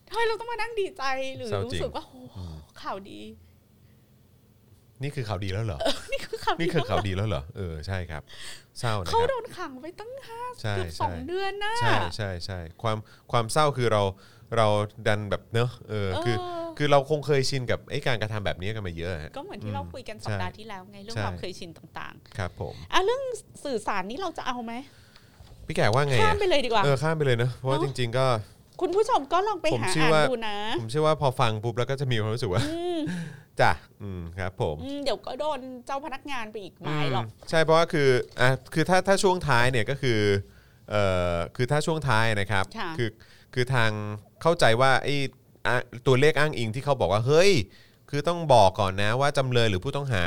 Speaker 3: ทำไมเราต้องมานั่งดีใจหรือ
Speaker 2: เศร้า
Speaker 3: รู้
Speaker 2: จริง
Speaker 3: สึกว่าโอ้โหข่าวดี
Speaker 2: นี่คือข่าวดีแล้วเหรอ
Speaker 3: นี่คือข่าวดี
Speaker 2: นี่คือข่าวดีแล้วเหรอเออใช่ครับ เศร้านะค
Speaker 3: เขา
Speaker 2: รับ
Speaker 3: โดนขังไปตั้งห้า
Speaker 2: ใช่
Speaker 3: เกือบสอ
Speaker 2: ใช่
Speaker 3: งเดือนนะ
Speaker 2: ใช่ใช่ใช่ความความเศร้าคือเราเราดันแบบเนอะเออคือ คือเราคงเคยชินกับไอ้การกระทำแบบนี้กันมาเยอะฮะ
Speaker 3: ก็เหมือนที่เราคุยกันสัปดาห์ที่แล้วไงเรื่อง
Speaker 2: ใช่
Speaker 3: ความเคยชินต่าง
Speaker 2: ครับผม
Speaker 3: ๆอ่ะเรื่องสื่อสารนี่เราจะเอาไหม
Speaker 2: พี่แขกว่าไง
Speaker 3: ข้าม
Speaker 2: อะ
Speaker 3: ไปเลยดีกว่า
Speaker 2: เออข้ามไปเลยเนอะเพราะว่า
Speaker 3: เน
Speaker 2: จ
Speaker 3: อะ
Speaker 2: ริง ๆ ก็
Speaker 3: คุณผู้ชมก็ลองไป
Speaker 2: ผม
Speaker 3: หา
Speaker 2: เชื่อ
Speaker 3: อ่าน
Speaker 2: ว่า
Speaker 3: ดูนะ
Speaker 2: ผมเชื่อว่าพอฟังปุ๊บแล้วก็จะมีความรู้สึกว่า
Speaker 3: อืม
Speaker 2: จ้ะอืมครับผม
Speaker 3: อืมเดี๋ยวก็โดนเจ้าพนักงานไปอีกหมายหรอก
Speaker 2: ใช่เพราะว่าคืออ่ะคือถ้าถ้าช่วงท้ายเนี่ยก็คือเอ่อคือถ้าช่วงท้ายนะครับ
Speaker 3: ค่ะ
Speaker 2: อคือทางเข้าใจว่าไอ้อ่ะตัวเลขอ้างอิงที่เขาบอกว่าเฮ้ย คือต้องบอกก่อนนะว่าจำเลยหรือผู้ต้องหา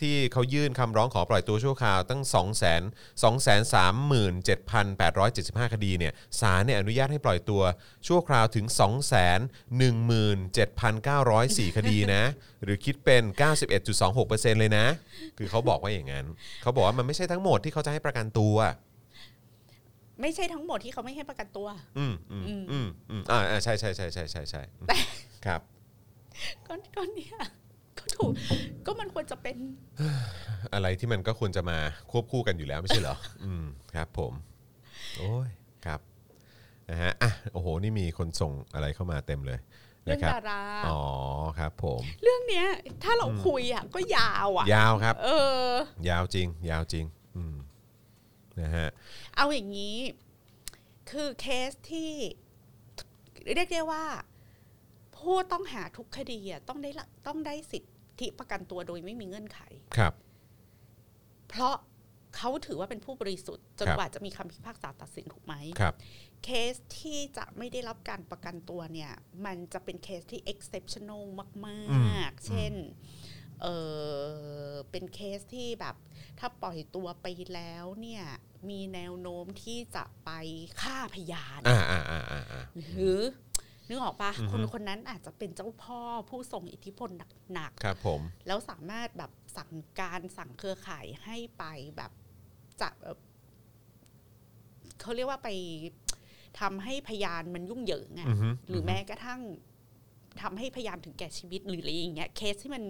Speaker 2: ที่เขายื่นคำร้องขอปล่อยตัวชั่วคราวตั้ง 2 0 0 0 0 2 3 7 8 7 5 คดีเนี่ยศาลเนี่ยอนุญาตให้ปล่อยตัวชั่วคราวถึง 2 1 7 9 0 4 คดีนะ หรือคิดเป็น 91.26%เลยนะ คือเขาบอกว่าอย่างนั้น เขาบอกว่ามันไม่ใช่ทั้งหมดที่เขาจะให้ประกันตัว
Speaker 3: ไม่ใช่ทั้งหมดที่เขาไม่ให้ประกันตัว
Speaker 2: อืมอืมอืมอืมอ่าอ่าใช่ใช่ใช่ใช่ใช่ใช่อืมครับ
Speaker 3: ก็ก็เนี่ยก็ถูกก็มันควรจะเป็น
Speaker 2: อะไรที่มันก็ควรจะมาควบคู่กันอยู่แล้วไม่ใช่เหรอ อืมครับผม โอ้ยครับนะฮะอ่ะโอ้โห นี่มีคนส่งอะไรเข้ามาเต็มเลย
Speaker 3: เรื่
Speaker 2: นะค
Speaker 3: อง
Speaker 2: รับ
Speaker 3: ดารา
Speaker 2: อ๋อครับผม
Speaker 3: เรื่องเนี้ย ถ้าเราคุยอ่ะ ก็ยาวอ่ะ
Speaker 2: ยาวครับ
Speaker 3: เออ
Speaker 2: ยาวจริง ยาวจริง อืมนะฮะ
Speaker 3: เอาอย่างนี้ คือเคสที่เรียกได้ว่า ผู้ต้องหาทุกคดีอ่ะต้องได้ละต้องได้สิทธิประกันตัวโดยไม่มีเงื่อนไข
Speaker 2: ครับ
Speaker 3: เพราะเขาถือว่าเป็นผู้บริสุทธิ์จน
Speaker 2: ครับ
Speaker 3: กว่าจะมีคำพิพากษาตัดสินถูกไหม
Speaker 2: ครับ
Speaker 3: เคสที่จะไม่ได้รับการประกันตัวเนี่ย มันจะเป็นเคสที่ exceptional ม
Speaker 2: อืม
Speaker 3: าก ๆ เช่น เออเป็นเคสที่แบบถ้าปล่อยตัวไปแล้วเนี่ย มีแนวโน้มที่จะไปฆ่าพยาน
Speaker 2: อ่าอ่าอ่าอ่าอ่า
Speaker 3: หรือ นึกออกปะ
Speaker 2: อือฮึ
Speaker 3: คนคนนั้นอาจจะเป็นเจ้าพ่อผู้ทรงอิทธิพลหนัก
Speaker 2: ครับผม
Speaker 3: ๆ แล้วสามารถแบบสั่งการสั่งเครือข่ายให้ไปแบบจะเอ่อเขาเรียกว่าไปทำให้พยานมันยุ่งเหยิงอะ
Speaker 2: อือฮึ
Speaker 3: หรือแม้กระทั่งทำให้พยายามถึงแก่ชีวิตหรืออะไรอย่างเงี้ยเคสที่มัน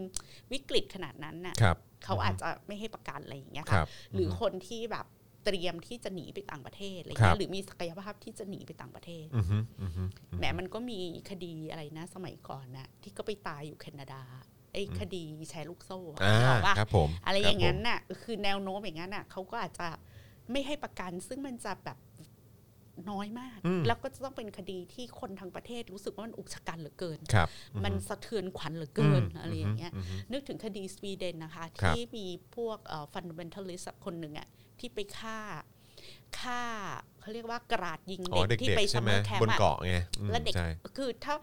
Speaker 3: วิกฤตขนาดนั้นน่ะ
Speaker 2: ครับ
Speaker 3: เขาอาจจะไม่ให้ประกันอะไรอย่างเงี้ย
Speaker 2: ครั
Speaker 3: ค่ะ
Speaker 2: บ
Speaker 3: หรือคนที่แบบเตรียมที่จะหนีไปต่างประเทศอะไร
Speaker 2: ครั
Speaker 3: เงี้
Speaker 2: บ
Speaker 3: ยหรือมีศักยภาพที่จะหนีไปต่างประเทศ
Speaker 2: อือฮึอือฮึอือฮึ
Speaker 3: แหมมันก็มีคดีอะไรนะ สมัยก่อนนะที่ก็ไปตายอยู่แคนาดาไอ้คดีแชร์ลูกโซ่อะ
Speaker 2: อ่า
Speaker 3: นึกออกปะ
Speaker 2: ครับผม
Speaker 3: อะไรอย่างนั้น
Speaker 2: ครับผ
Speaker 3: น่ะคือแนวโน้มอย่างนั้นน่ะเขาก็อาจจะไม่ให้ประกันซึ่งมันจะแบบน้อยมาก แล้วก็จะต้องเป็นคดีที่คนทั้งประเทศรู้สึกว่ามันอุกชะกันเหลือเกิน
Speaker 2: มครับ
Speaker 3: มันสะเทือนขวัญเหลือเกินอะไรอย่างเงี้ย
Speaker 2: ฮึ
Speaker 3: นึกถึงคดีสวีเดนนะคะ
Speaker 2: ครับ
Speaker 3: ที่มีพวกฟันเดเมนทัลิสคนหนึ่งอ่ะที่ไปฆ่าฆ่าเขาเรียกว่ากราดยิง
Speaker 2: อ๋อ
Speaker 3: เด็
Speaker 2: เด็
Speaker 3: กที่ไป
Speaker 2: กๆใช่
Speaker 3: ซัม
Speaker 2: ไหม
Speaker 3: เมอร์แคม
Speaker 2: บน
Speaker 3: ป์อะ
Speaker 2: เกาะไงอืม
Speaker 3: และเด็ก
Speaker 2: ใช่
Speaker 3: คือถ้า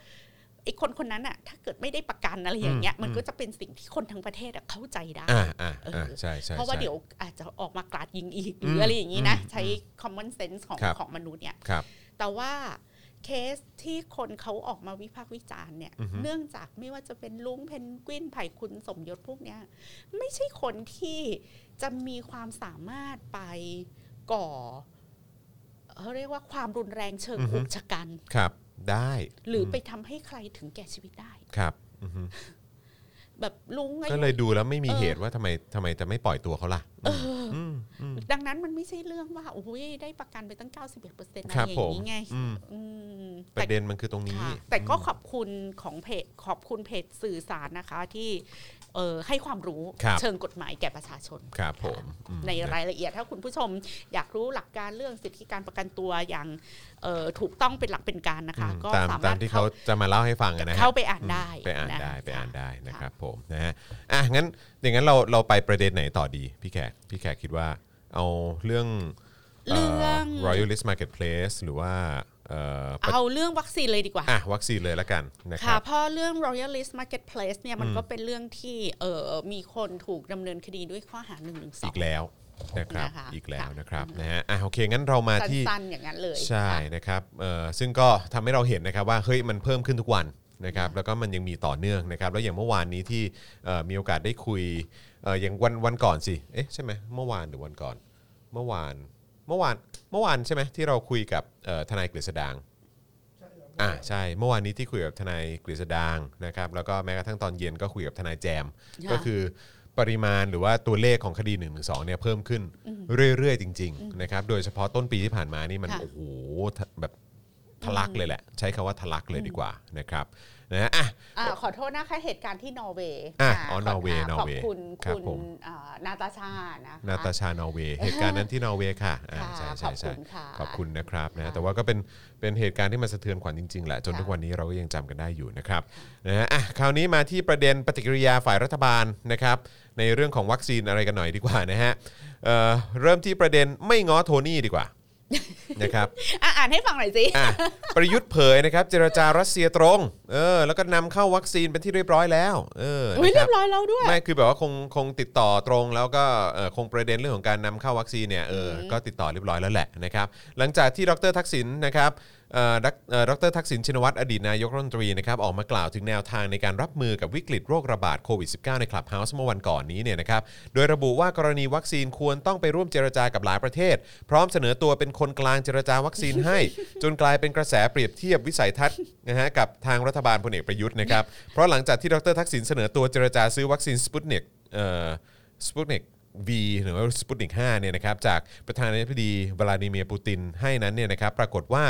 Speaker 3: ไอคนคนนั้นอ่ะ ถ้าเกิดไม่ได้ประกันอะไรอย่างเงี้ย
Speaker 2: อืม
Speaker 3: มันก็จะเป็นสิ่งที่คนทั้งประเทศอะเข้าใจได้
Speaker 2: อ่าอ่า
Speaker 3: เอออ่
Speaker 2: อ่าใช่ใช่
Speaker 3: เพราะว่า
Speaker 2: ใช่
Speaker 3: เดี๋ยวอาจจะออกมากราดยิงอีก ห
Speaker 2: อื
Speaker 3: รือ
Speaker 2: ม
Speaker 3: อะไรอย่างนี้นะ
Speaker 2: อืม
Speaker 3: ใช้ common sense ของ
Speaker 2: ครับ
Speaker 3: ของมนุษย์เนี่ย
Speaker 2: ครับ
Speaker 3: แต่ว่าเคสที่คนเขาออกมาวิพากษ์วิจารณ์เนี่ย
Speaker 2: อือฮึ
Speaker 3: เนื่องจากไม่ว่าจะเป็นลุงเพนกวินไผ่คุณสมยศพวกเนี้ย ไม่ใช่คนที่จะมีความสามารถไปก่อเขาเรียกว่าความรุนแรงเชิงอุกชะกัน
Speaker 2: ครับได้
Speaker 3: หรือไปทำให้ใครถึงแก่ชีวิตได้
Speaker 2: ครับอือฮึ
Speaker 3: แบบลุงอา
Speaker 2: ก็
Speaker 3: ยุ
Speaker 2: เลยดูแล้วไม่มี
Speaker 3: เออ
Speaker 2: เหตุว่าทำไมทำไมจะไม่ปล่อยตัวเขาล่ะมอืม
Speaker 3: ดังนั้นมันไม่ใช่เรื่องว่าโอ้ยได้ประกันไปตั้ง 91%อะไร
Speaker 2: ครับ
Speaker 3: อย่าง
Speaker 2: ผม
Speaker 3: นี้ไง
Speaker 2: อืม
Speaker 3: อืม
Speaker 2: ป
Speaker 3: แต่
Speaker 2: ระเด็นมันคือตรงนี้
Speaker 3: ค่ะแต่ก็ขอบคุณของเพจขอบคุณเพจสื่อสารนะคะที่เอ่อให้ความรู้เชิงกฎหมายแก่ประชาชน
Speaker 2: ครับผมอืม
Speaker 3: ในรายละเอียดถ้าคุณผู้ชมอยากรู้หลักการเรื่องสิทธิการประกันตัวอย่างเอ่อถูกต้องเป็นหลักเป็นการนะ
Speaker 2: อื
Speaker 3: คะ
Speaker 2: ม
Speaker 3: ก็
Speaker 2: ตาม
Speaker 3: สามารถ
Speaker 2: ตามที่เขาจะมาเล่าให้ฟังอะนะฮะ
Speaker 3: เข้าไปอ่านได้
Speaker 2: ไปอ่านได้
Speaker 3: ะ
Speaker 2: ไปอ่านได้นะ
Speaker 3: ะ
Speaker 2: ครับผมนะฮะอ่ะงั้นอย่างนั้นเราเราไปประเด็นไหนต่อดี พี่แขกพี่แขกคิดว่าเอาเรื่อง
Speaker 3: เรื่อง
Speaker 2: เ royalist marketplace หรือว่าเอ่อปะ
Speaker 3: เอาเรื่องวัคซีนเลยดีกว่า
Speaker 2: อ่ะวัคซีนเลยละกันนะค
Speaker 3: ค่ะ
Speaker 2: รับ
Speaker 3: เพราะเรื่อง royalist marketplace เนี่ยมันก็เป็นเรื่องที่เออมีคนถูกดำเนินคดีด้วยข้อหาหนึ่งหนึ่งสอ
Speaker 2: อี
Speaker 3: ง
Speaker 2: กแล้วนะครับ
Speaker 3: นะคะ
Speaker 2: อีกแล้ว
Speaker 3: ค่ะ
Speaker 2: นะครับนะฮะอ่ะโอเคงั้นเรามาที่
Speaker 3: สั้นๆอย่างนั้นเลย
Speaker 2: ใช่
Speaker 3: ค่ะ
Speaker 2: นะครับเอ่อซึ่งก็ทำให้เราเห็นนะครับว่าเฮ้ยมันเพิ่มขึ้นทุกวันนะครับแล้วก็มันยังมีต่อเนื่องนะครับแล้วอย่างเมื่อวานนี้ที่เอ่อมีโอกาสได้คุยเอ่ออย่างวันวันก่อนสิเอ๊ะใช่ไหมเมื่อวานหรือวันก่อน เมื่อวานเมื่อวานเมื่อวานใช่ไหมที่เราคุยกับเอ่อทนายกฤษดางอ่าใช่เมื่อวานนี้ที่คุยกับทนายกฤษดางนะครับแล้วก็แม้กระทั่งตอนเย็นก็คุยกับทนายแจม ก็คือปริมาณหรือว่าตัวเลขของคดี1นึเนี่ยเพิ่มขึ้นเรื่อยๆจริงๆนะครับโดยเฉพาะต้นปีที่ผ่านมานี่มันโอ้โหแบบถ ทะลักเลยแหละ ใช้คำว่าทะลักเลยดีกว่านะครับนะฮะอ่ะ
Speaker 3: อ่าขอโทษนะคะเหตุการณ์ที่นอร์เวย์
Speaker 2: อ่ะ
Speaker 3: า
Speaker 2: อ๋อนอร์เวย์
Speaker 3: ขบ
Speaker 2: นอร์เวย์
Speaker 3: ขอบคุณ
Speaker 2: ครับ
Speaker 3: คุณ
Speaker 2: ผม
Speaker 3: อ่านาตาชานะคะ
Speaker 2: นาตาชานอร์เวย์เหตุการณ์นั้นที่นอร์เวย์ค่ะอ่า
Speaker 3: ค่ะ
Speaker 2: ใช่
Speaker 3: ขอ
Speaker 2: ใช่
Speaker 3: บคุ
Speaker 2: ใช่
Speaker 3: ณค่ะ
Speaker 2: ขอบคุณนะครับนะ
Speaker 3: ค่ะ
Speaker 2: แต่ว่าก็เป็นเป็นเหตุการณ์ที่มันสะเทือนขวัญจริงๆแหละจน
Speaker 3: ค่ะ
Speaker 2: ทุกวันนี้เราก็ยังจำกันได้อยู่นะครับนะฮะอ่ะคราวนี้มาที่ประเด็นปฏิกิริยาฝ่ายรัฐบาลนะครับในเรื่องของวัคซีนอะไรกันหน่อยดีกว่านะฮะเอ่อเริ่มที่ประเด็นไม่ง้อโทนี่ ดีกว่า นะครับ
Speaker 3: ะอ่านให้ฟังหน่อยสิ
Speaker 2: อ่ะประยุทธ์เผยนะครับ เจรจารัสเซียตรงเออแล้วก็นำเข้าวัคซีนเป็นที่เรียบร้อยแล้วเออ
Speaker 3: อุ้ย
Speaker 2: นะค
Speaker 3: เรี
Speaker 2: รั
Speaker 3: ย
Speaker 2: บ
Speaker 3: บร้อยแล้วด้วย
Speaker 2: ไม่คือแบบว่าคงคงติดต่อตรงแล้วก็เอ่อคงประเด็นเรื่องของการนำเข้าวัคซีนเนี่ยเอออก็ติดต่อเรียบร้อยแล้วแหละนะครับหลังจากที่ดรทักษิณนะครับเอ่อดรเอ่อดรทักษิณชินวัตรอดีตนายกรัฐมนตรีนะครับออกมากล่าวถึงแนวทางในการรับมือกับวิกฤตโรคระบาดโควิด -19 ในคลับเฮาส์เมื่อวันก่อนนี้เนี่ยนะครับโดยระบุว่ากรณีวัคซีนควรต้องไปร่วมเจรจากับหลายประเทศ พร้อมเสนอตัวเป็นคนกลางเจรจาวัคซีนให้ จนกลายเป็นกระแสเปรียบเทียบวิสัยทัศน์ นะฮะกับทางรัฐบาลพลเอกประยุทธ์ นะครับ เพราะหลังจากที่ดรทักษิณเสนอตัวเจรจาซื้อวัคซีนสปุตนิกเอ่อสปุตนิก V หรือว่าสปุตนิก5เนี่ยนะครับจากประธานาธิบดีวลาดิเมียร์ปูตินให้นั้นเนี่ยนะครับปรากฏว่า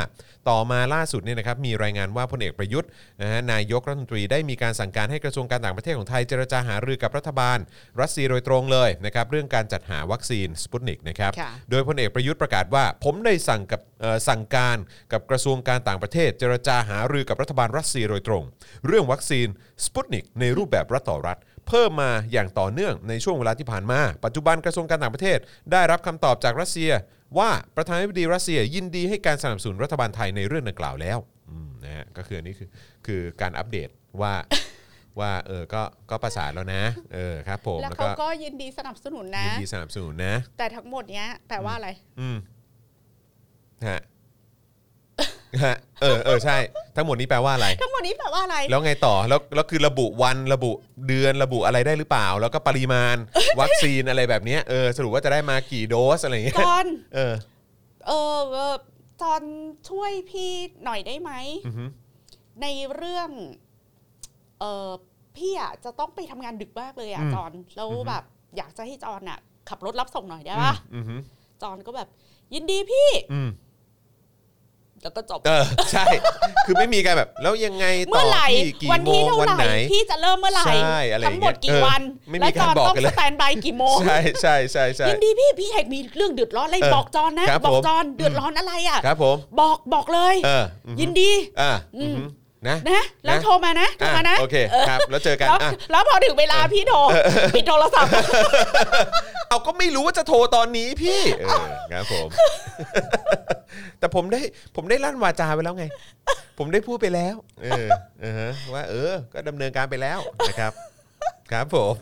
Speaker 2: ต่อมาล่าสุดเนี่ยนะครับมีรายงานว่าพลเอกประยุทธ์นะฮะนายกรัฐมนตรีได้มีการสั่งการให้กระทรวงการต่างประเทศของไทยเจรจาหารือกับรัฐบาล รัสเซียโดยตรงเลยนะครับเรื่องการจัดหาวัคซีนสปุตนิกนะครับ
Speaker 3: ค่ะ
Speaker 2: โดยพลเอกประยุทธ์ประกาศว่า ผมได้สั่งกับเอ่อสั่งการกับกระทรวงการต่างประเทศ เจรจาหารือกับรัฐบาลรัสเซียโดยตรง เรื่องวัคซีนสปุตนิกในรูปแบบรัฐต่อรัฐ เพิ่มมาอย่างต่อเนื่องในช่วงเวลาที่ผ่านมา ปัจจุบันกระทรวงการต่างประเทศ ได้รับคำตอบจากรัสเซีย ว่าประธานาธิบดีรัสเซียยินดีให้การสนับสนุนรัฐบาลไทยในเรื่องดังกล่าวแล้วอืมนะฮะก็คืออันนี้คือคือการอัปเดตว่าว่าเออก็ก็ประสานแล้วนะเออครับผม
Speaker 3: แล้ว
Speaker 2: แล้ว
Speaker 3: เขา
Speaker 2: ก็
Speaker 3: ก็ยินดีสนับสนุนนะ
Speaker 2: ยินดีสนับสนุนนะ
Speaker 3: แต่ทั้งหมดเนี้ยแปลว่าอะไร
Speaker 2: อืมฮะ ฮะ เออ เออ ใช่ ทั้งหมดนี้แปลว่าอะไร
Speaker 3: ทั้งหมดนี้แปลว่าอะไร
Speaker 2: แล้วไงต่อ แล้ว แล้วคือระบุวัน ระบุเดือน ระบุอะไรได้หรือเปล่า แล้วก็ปริมาณ วัคซีนอะไรแบบเนี้ยเออ สรุปว่าจะได้มากี่โดสอะไรอย่างเงี้ย
Speaker 3: จอน
Speaker 2: เออ
Speaker 3: เออเออจอนช่วยพี่หน่อยได้ไหม
Speaker 2: อือฮึ
Speaker 3: ในเรื่องเออพี่อะจะต้องไปทำงานดึกมากเลยอะ
Speaker 2: อืม
Speaker 3: จอนแล้วแบบ อยากจะให้จอนอะขับรถรับส่งหน่อยได้ปะ
Speaker 2: อือฮึ
Speaker 3: จอนก็แบบ ยินดีพี่
Speaker 2: อืม
Speaker 3: แล้วก็จบ
Speaker 2: เออ ใช่ คือไม่มีการแบบ แล้วยังไง
Speaker 3: เมื่
Speaker 2: ต่
Speaker 3: อ
Speaker 2: อ
Speaker 3: ไหร่
Speaker 2: พี่กี่
Speaker 3: วัน
Speaker 2: โม
Speaker 3: ที่
Speaker 2: ง
Speaker 3: เท่า
Speaker 2: วัน
Speaker 3: ไห
Speaker 2: ไหน
Speaker 3: ร่พี่จะเริ่มเมื่อไหร่
Speaker 2: ใช่อะไรอย่าง
Speaker 3: ทั้ง
Speaker 2: เงี้ย
Speaker 3: หมดกี่วัน
Speaker 2: เออไม่มี
Speaker 3: แล้วจอน
Speaker 2: การบอก
Speaker 3: ต้อง
Speaker 2: กันเล
Speaker 3: ส
Speaker 2: ย
Speaker 3: แตนบายกี่โมง
Speaker 2: ใช่ใช่ใช่ใช่
Speaker 3: ยินดีพี่พี่เอกมีเรื่องเดือดร้อนอะไร
Speaker 2: เออ
Speaker 3: บอกจอนนะ
Speaker 2: ครับ
Speaker 3: บ
Speaker 2: ผ
Speaker 3: อก
Speaker 2: ม
Speaker 3: จอนเดือดร้อนอะไรอ่ะ
Speaker 2: ครับผม
Speaker 3: บอกบอกเลย
Speaker 2: เอออือฮึ
Speaker 3: ยินดี
Speaker 2: อ่า
Speaker 3: อื
Speaker 2: อื
Speaker 3: ม
Speaker 2: อฮึนะ
Speaker 3: นะแล้ว
Speaker 2: นะ
Speaker 3: โทรมานะโทร
Speaker 2: อ่ะ
Speaker 3: มานะ
Speaker 2: โอเค ครับ แล้วเจอกัน
Speaker 3: แล้ว
Speaker 2: อ่ะ
Speaker 3: แล้วพอถึงเวลาพี่โทรปิดโทรศัพท์
Speaker 2: เอาก็ไม่รู้ว่าจะโทรตอนนี้พี่ เออครับผม แต่ผมได้ผมได้ลั่นวาจาไปแล้วไง ผมได้พูดไปแล้ว เอออ่าฮะว่า เออ ก็ดำเนินการไปแล้วนะครับ ครับผม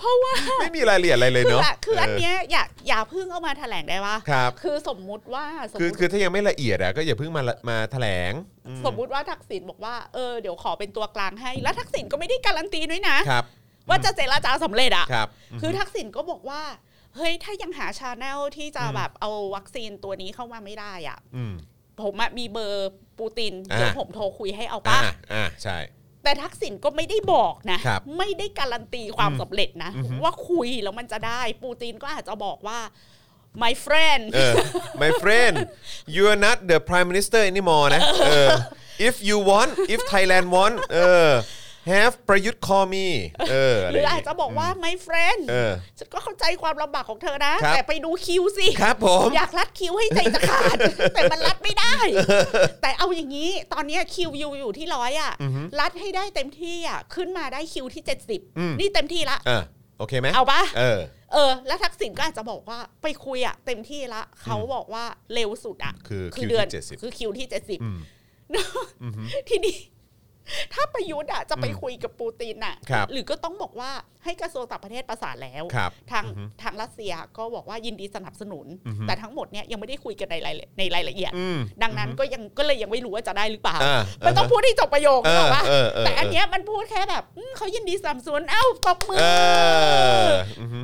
Speaker 3: เพราะว่า
Speaker 2: ไม่มีรายละเอียดอะไรเลย
Speaker 3: คือ
Speaker 2: เนาะ
Speaker 3: อะคืออันเนี้ยอย่าอย่าเพิ่งเอามาแถลงได้ปะ
Speaker 2: เออครับ
Speaker 3: คือสมมุติว่าสม
Speaker 2: คือ
Speaker 3: มติ
Speaker 2: คือถ้ายังไม่ละเอียดอะก็อย่าเพิ่งมาละมาแถลงอืม
Speaker 3: สมมุติว่าทักษิณบอกว่าเออเดี๋ยวขอเป็นตัวกลางให้ แล้วทักษิณก็ไม่ได้การันตีด้วยนะ
Speaker 2: ครับ
Speaker 3: ว่าจะเจรจาสำเร็จอ่ะ
Speaker 2: ครับ
Speaker 3: คือทักษิณก็บอกว่า เฮ้ยถ้ายังหาชาแนลที่จะ
Speaker 2: อืม
Speaker 3: แบบเอาวัคซีนตัวนี้เข้ามาไม่ได้อ่ะ
Speaker 2: อืม
Speaker 3: ผมอะมีเบอร์ปูติน
Speaker 2: อ่า
Speaker 3: เดี๋ยวผมโทรคุยให้เอา
Speaker 2: อ่า
Speaker 3: ปะ
Speaker 2: อ่าใช่
Speaker 3: แต่ทักษิณก็ไม่ได้บอกนะ
Speaker 2: ครับ
Speaker 3: ไม่ได้การันตีความสำเร็จนะ
Speaker 2: อือฮึ
Speaker 3: ว่าคุยแล้วมันจะได้ปูตินก็อาจจะบอกว่า my friend
Speaker 2: เออ my friend you are not the prime minister anymore นะเออ if you want if Thailand want เออ have ประยุทธ์ call me เอออะ
Speaker 3: ห
Speaker 2: ไร
Speaker 3: รืออย่าง อาจ
Speaker 2: เงี้ย
Speaker 3: จะบอกว่า my friend
Speaker 2: เออ
Speaker 3: ฉันก็เข้าใจความลำบากของเธอนะ
Speaker 2: ครับ
Speaker 3: แต่ไปดูคิวสิ
Speaker 2: ครับผม
Speaker 3: อยากรัดคิวให้ใจจะขา ด แต่มันรัดไม่ได้ แต่เอาอย่างนี้ ตอนเนี้ยคิวอยู่อยู่ที่ร้อยอ่ะ
Speaker 2: อือฮึ
Speaker 3: รัดให้ได้เต็มที่อ่ะ ขึ้นมาได้คิวที่ 70
Speaker 2: อืม
Speaker 3: นี่เต็มที่ละ
Speaker 2: อ่ะโอเคไหม
Speaker 3: เอาปะ
Speaker 2: เออ
Speaker 3: เออแล้วทักษิณก็อาจจะบอกว่าไปคุยอะเต็มที่ละเขาบอกว่าเร็วสุดอะ
Speaker 2: คือคิวที่
Speaker 3: เดืน
Speaker 2: เจ็ดสิบ
Speaker 3: คือคิวที่เจ็ดสิบ
Speaker 2: อืม
Speaker 3: ทีนี้ ถ้าประยุทธ์อะจะไปคุยกับปูตินอะ
Speaker 2: ครับ
Speaker 3: หรือก็ต้องบอกว่าให้กระทรวงต่างประเทศประสานแล้ว
Speaker 2: ครับ
Speaker 3: ทาง
Speaker 2: อือฮึ
Speaker 3: ทางรัสเซียก็บอกว่ายินดีสนับสนุน
Speaker 2: อือฮึ
Speaker 3: แต่ทั้งหมดเนี่ยยังไม่ได้คุยกันในรายละในรายละเอียด
Speaker 2: อืม
Speaker 3: ดังนั้นก็ยังก็เลยยังไม่รู้ว่าจะได้หรือเปล่า
Speaker 2: อ่า
Speaker 3: มันต้องพูดให้จบประโยค
Speaker 2: เอ
Speaker 3: บอก
Speaker 2: อ
Speaker 3: ว่า
Speaker 2: เออเออ
Speaker 3: แต่อันเนี้ยมันพูดแค่แบบอืมเขายินดีสนับสนุนเอ้าตบมือ
Speaker 2: เอออือฮึ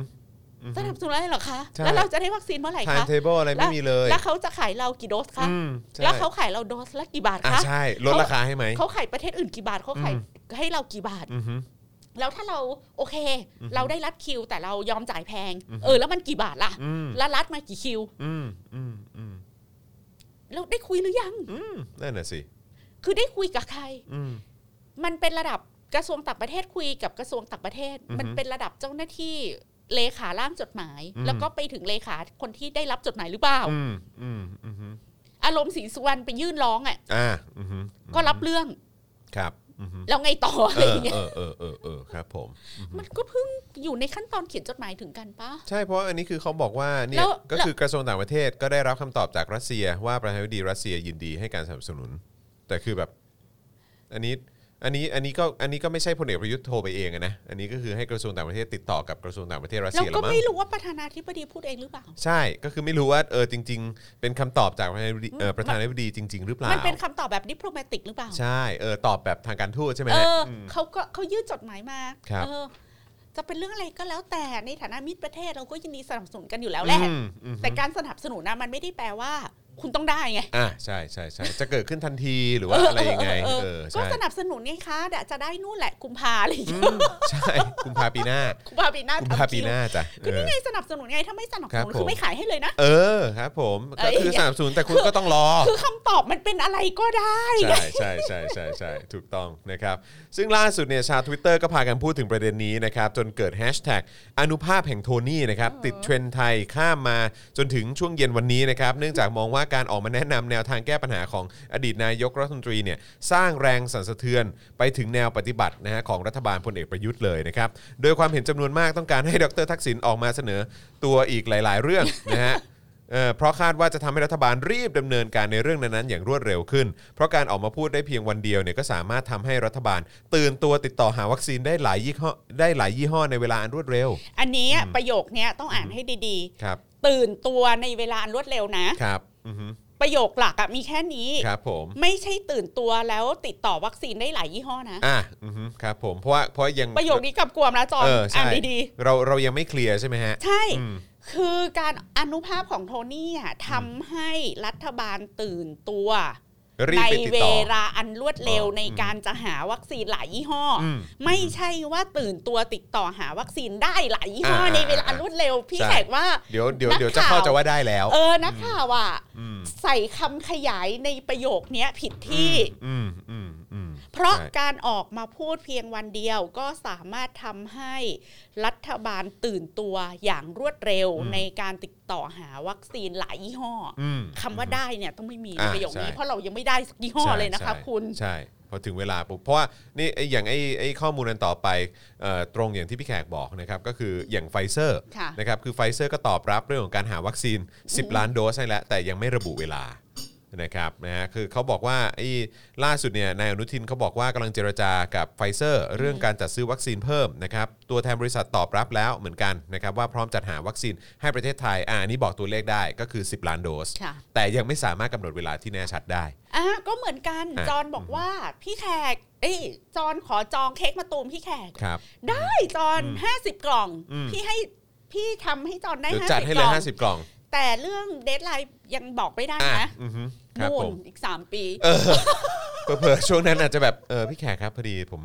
Speaker 3: สนับสนุนอะไรเหรอคะ
Speaker 2: ใช่
Speaker 3: แล้วเราจะได้วัคซีนเมื่อไหร่คะ
Speaker 2: time table อะไรไม่มีเลย
Speaker 3: แล้วเขาจะขายเรากี่โดสคะ
Speaker 2: อืมใช่
Speaker 3: แล้วเขาขายเราโดสละกี่บาท
Speaker 2: อ่ะ
Speaker 3: คะ
Speaker 2: ใช่ลดราคาให้ไหม
Speaker 3: เขาขายประเทศอื่นกี่บาท เขาขาย
Speaker 2: อื
Speaker 3: ให้เรากี่บาท
Speaker 2: อือฮึ
Speaker 3: แล้วถ้าเราโอเค
Speaker 2: อือฮึ
Speaker 3: เราได้รัดคิว แต่เรายอมจ่ายแพง
Speaker 2: อือฮึ
Speaker 3: เออแล้วมันกี่บาทล่ะ
Speaker 2: อืม
Speaker 3: แล้วรัดมากี่คิว
Speaker 2: อืมอืมอืม
Speaker 3: แล้วได้คุยหรือยัง
Speaker 2: อืมนั่นน่ะสิ
Speaker 3: คือได้คุยกับใคร
Speaker 2: อืม
Speaker 3: มันเป็นระดับกระทรวงต่างประเทศคุยกับกระทรวงต่างประเทศ
Speaker 2: อือฮึ
Speaker 3: มันเป็นระดับเจ้าหน้าที่เลขาร่างจดหมาย
Speaker 2: อืม
Speaker 3: แล้วก็ไปถึงเลขาคนที่ได้รับจดหมายหรือเปล่า
Speaker 2: อืมอืมอืมอืม
Speaker 3: อารมณ์สีสุวรรณไปยื่นร้องอ่ะ
Speaker 2: อ่าอืมอืม
Speaker 3: ก็รับเรื่อง
Speaker 2: ครับอืมอืม
Speaker 3: แล้วไงต่ออะ
Speaker 2: เอ
Speaker 3: ไรอ
Speaker 2: อย่าง
Speaker 3: เงี้ย
Speaker 2: เออเออเออเออครับผมอืม
Speaker 3: มันก็เพิ่งอยู่ในขั้นตอนเขียนจดหมายถึงกันปะ
Speaker 2: ใช่เพราะว่าอันนี้คือเขาบอกว่าเนี่
Speaker 3: แล้
Speaker 2: ยว ก็คือกระทรวงต่างประเทศก็ได้รับคำตอบจากรัสเซียว่าประธานาธิบดีรัสเซียยินดีให้การสนับสนุน แต่คือแบบ อันนี้อันนี้อันนี้ก็อันนี้ก็ไม่ใช่พลเอกประยุทธ์โทรไปเองอะนะอันนี้ก็คือให้กระทรวงต่างประเทศติดต่อกับกระทรวงต่างประเทศรัส
Speaker 3: เรา
Speaker 2: เซีย
Speaker 3: ก็
Speaker 2: แล้วมั้ง
Speaker 3: ไม่รู้ว่าประธานาธิบดีพูดเองหรือเปล่า
Speaker 2: ใช่ก็คือไม่รู้ว่าเออจริง ๆ เป็นคำตอบจากประธานาธิบดีเอ่อประธานาธิบดีจริง ๆ หรือเปล่า
Speaker 3: มันเป็นคำตอบแบบดิปโลมาติกหรือเปล่า
Speaker 2: ใช่เออตอบแบบทางการทูตใช่ไหม
Speaker 3: เอ
Speaker 2: ฮะ
Speaker 3: อ
Speaker 2: อืม
Speaker 3: เขาก็เขายื่นจดหมายมา
Speaker 2: ครับ
Speaker 3: เออ จะเป็นเรื่องอะไรก็แล้วแต่ในฐานะมิตรประเทศเราก็ยินดีสนับสนุนกันอยู่แล้วแหละ
Speaker 2: อืมอืม
Speaker 3: แต่การสนับสนุนนะมันไม่ได้แปลว่า คุณต้องได้ไง
Speaker 2: อ่ะใช่ใช่ใช่จะเกิดขึ้นทันทีหรือว่าอะไรยังไง
Speaker 3: เออ
Speaker 2: เออ
Speaker 3: ก็
Speaker 2: ใช่
Speaker 3: สนับสนุนไงคะเดี๋ยวจะได้นู่นแหละกุมภาอะไรอย่าง
Speaker 2: อื
Speaker 3: เงี้ย
Speaker 2: มใช่กุมภาปีหน้า
Speaker 3: กุมภาปีหน้า
Speaker 2: กุม
Speaker 3: ทำ
Speaker 2: ภาปี
Speaker 3: คิว
Speaker 2: หน้าจ้ะ
Speaker 3: คือนี่
Speaker 2: เออ
Speaker 3: ไงสนับสนุนไงถ้าไม่สนับส
Speaker 2: ครับ
Speaker 3: นุน
Speaker 2: ผ
Speaker 3: คื
Speaker 2: ม
Speaker 3: อไม่ขายให้เลยนะ
Speaker 2: เออครับผม
Speaker 3: เอ้
Speaker 2: ก็
Speaker 3: ย
Speaker 2: คือสนับสนุนแต่คุณก็ต้องรอ
Speaker 3: คือคำตอบมันเป็นอะไรก็ได้
Speaker 2: ใช่ใช่ใช่ใช่ใช่ถูกต้องนะครับ ซึ่งล่าสุดเนี่ยชาว Twitter ก็พากันพูดถึงประเด็นนี้นะครับ จนเกิดแฮชแท็กอนุภาพแห่งโทนี่นะครับ ติดเทรนด์ไทยข้ามมาจนถึงช่วงเย็นวันนี้นะครับ เนื่องจากมองว่าการออกมาแนะนำแนวทางแก้ปัญหาของอดีตนายกรัฐมนตรีเนี่ยสร้างแรงสั่นสะเทือนไปถึงแนวปฏิบัตินะฮะของรัฐบาลพลเอกประยุทธ์เลยนะครับ โดยความเห็นจำนวนมากต้องการให้ดรทักษิณออกมาเสนอตัวอีกหลาย ๆ เรื่องนะฮะ เอ่อเพราะคาดว่าจะทำให้รัฐบาลรีบดำเนินการในเรื่องนั้นๆอย่างรวดเร็วขึ้น เพราะการออกมาพูดได้เพียงวันเดียวเนี่ยก็สามารถทำให้รัฐบาล ตื่นตัวติดต่อหาวัคซีนได้หลายยี่ห้อได้หลายยี่ห้อในเวลาอันรวดเร็ว
Speaker 3: อันนี้ประโยคเนี้ยต้องอ่านให้ดี
Speaker 2: ครับ
Speaker 3: ๆ ตื่นตัวในเวลาอันรวดเร็วนะ
Speaker 2: ครับอือฮึ
Speaker 3: ประโยคหลักอะมีแค่นี้
Speaker 2: ครับผม
Speaker 3: ไม่ใช่ตื่นตัวแล้วติดต่อวัคซีนได้หลายยี่ห้อนะ
Speaker 2: อ่ะอือฮึครับผมเพราะว่าเพราะยัง
Speaker 3: ประโยคนี้กลับกวมนะจอม
Speaker 2: เออ
Speaker 3: อ่า
Speaker 2: ใช่
Speaker 3: นดี
Speaker 2: เราเรายังไม่เคลียร์ใช่ไหมฮะ
Speaker 3: ๆ ใช่
Speaker 2: อืม
Speaker 3: คือการอนุภาพของโทนี่อะทำให้รัฐบาลตื่นตัว
Speaker 2: รีบ
Speaker 3: ใน
Speaker 2: ไปติด
Speaker 3: เว
Speaker 2: ต่อ
Speaker 3: ลาอันรวดเร็ว
Speaker 2: อ๋อ
Speaker 3: ในการจะหาวัคซีนหลายยี่ห้ออ
Speaker 2: ม
Speaker 3: ไม่ใช่ว่าตื่นตัวติดต่อหาวัคซีนได้หลายยี่ห้ออา ในเวลาอันรวดเร็ว พี่
Speaker 2: ใช่
Speaker 3: แขกว่า
Speaker 2: เดี๋ยวเดี๋ยว
Speaker 3: นัก
Speaker 2: เดี๋ยวจะ
Speaker 3: ข่าว
Speaker 2: เข้าใจว่าได้แล้ว
Speaker 3: เออนักข่าวอ่ะ
Speaker 2: ม
Speaker 3: ใส่คำขยายในประโยคเนี้ยผิดที่
Speaker 2: อืมอืมอืม
Speaker 3: เพราะ
Speaker 2: ใช่
Speaker 3: การออกมาพูดเพียงวันเดียวก็สามารถทำให้รัฐบาลตื่นตัวอย่างรวดเร็วในการติดต่อหาวัคซีนหลายยี่ห้ออ
Speaker 2: อืม
Speaker 3: คำว่าได้เนี่ยต้องไม่มี
Speaker 2: อ่า
Speaker 3: ประโยคนี้
Speaker 2: ใช่
Speaker 3: เพราะเรายังไม่ได้สักยี่ห้อ
Speaker 2: ใช่
Speaker 3: เลยนะคะ
Speaker 2: ใช่
Speaker 3: คุณ
Speaker 2: ใช่พอถึงเวลาปุ๊บเพราะว่านี่ไอ้อย่างไอ้ไอ้ข้อมูลนั้นต่อไปเอ่อตรงอย่างที่พี่แขกบอกนะครับก็คืออย่างไฟเซอร์
Speaker 3: ค่ะ
Speaker 2: นะครับคือไฟเซอร์ก็ตอบรับเรื่องของการหาวัคซีน 10 ล้านโดสให้แล้วแต่ยังไม่ระบุเวลานะครับนะฮะคือเขาบอกว่าไอ้ล่าสุดเนี่ยนายอนุทินเขาบอกว่ากำลังเจรจากับไฟเซอร์เรื่องการจัดซื้อวัคซีนเพิ่มนะครับตัวแทนบริษัทตอบรับแล้วเหมือนกันนะครับว่าพร้อมจัดหาวัคซีนให้ประเทศไทยอ่าอันนี้บอกตัวเลขได้ก็คือ 10 ล้านโดส
Speaker 3: ค่ะ
Speaker 2: แต่ยังไม่สามารถกำหนดเวลาที่แน่ชัดได้
Speaker 3: อ่ะก็เหมือนกัน
Speaker 2: อ่ะ
Speaker 3: จอนบอกว่าพี่แขกเอ้ยจอนขอจองเค้กมาตูมพี่แขก
Speaker 2: ครับ
Speaker 3: ได้จอนห้าสิบกล่อง
Speaker 2: อืม
Speaker 3: พี่ให้พี่ทำให้จอนได้
Speaker 2: เดี๋ยว
Speaker 3: ห้า
Speaker 2: จัด
Speaker 3: สิบ
Speaker 2: ให้
Speaker 3: ก
Speaker 2: เลย
Speaker 3: ล่อง
Speaker 2: 50 กล่อง
Speaker 3: แต่เรื่องเดทไลน์ยังบอกไม่ได้
Speaker 2: อ่ะ
Speaker 3: นะ
Speaker 2: อือฮึครับ
Speaker 3: นู่
Speaker 2: ผ
Speaker 3: น
Speaker 2: ม
Speaker 3: อีกสามปี
Speaker 2: เผลอๆช่วงนั้นอาจจะแบบ เออพี่แขกครับพอดีผม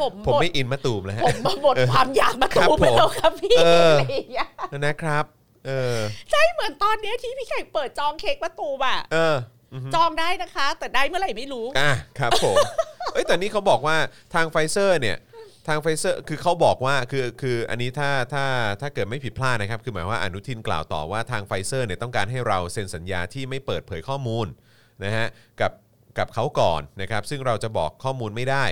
Speaker 3: ผม
Speaker 2: ผม
Speaker 3: หด
Speaker 2: ไม่อินมะตูมแล้วฮะ
Speaker 3: ผมมาบทความอยากมา
Speaker 2: ครั
Speaker 3: ตู
Speaker 2: บ
Speaker 3: มไป
Speaker 2: ผม
Speaker 3: แล้วครับพี่
Speaker 2: เอออ
Speaker 3: ะไรอย่างเงี้ย
Speaker 2: นะครับ เออ
Speaker 3: ไม่เหมือนตอนเนี้ยที่พี่แขกเปิดจองเค้กมาตูมอ่ะ
Speaker 2: เอออือฮึ
Speaker 3: จองได้นะคะ แต่ได้เมื่อไหร่ไม่รู้
Speaker 2: อ่ะครับผม เอ้ยแต่นี่เขาบอกว่าทางไฟเซอร์เนี่ย ทางไฟเซอร์คือเขาบอกว่าคือคืออันนี้ถ้าถ้าถ้าเกิดไม่ผิดพลาดนะครับ คือหมายว่าอนุทินกล่าวต่อว่าทางไฟเซอร์เนี่ยต้องการให้เราเซ็นสัญญาที่ไม่เปิดเผยข้อมูลนะฮะกับกับเขาก่อนนะครับ ซึ่งเราจะบอกข้อมูลไม่ได้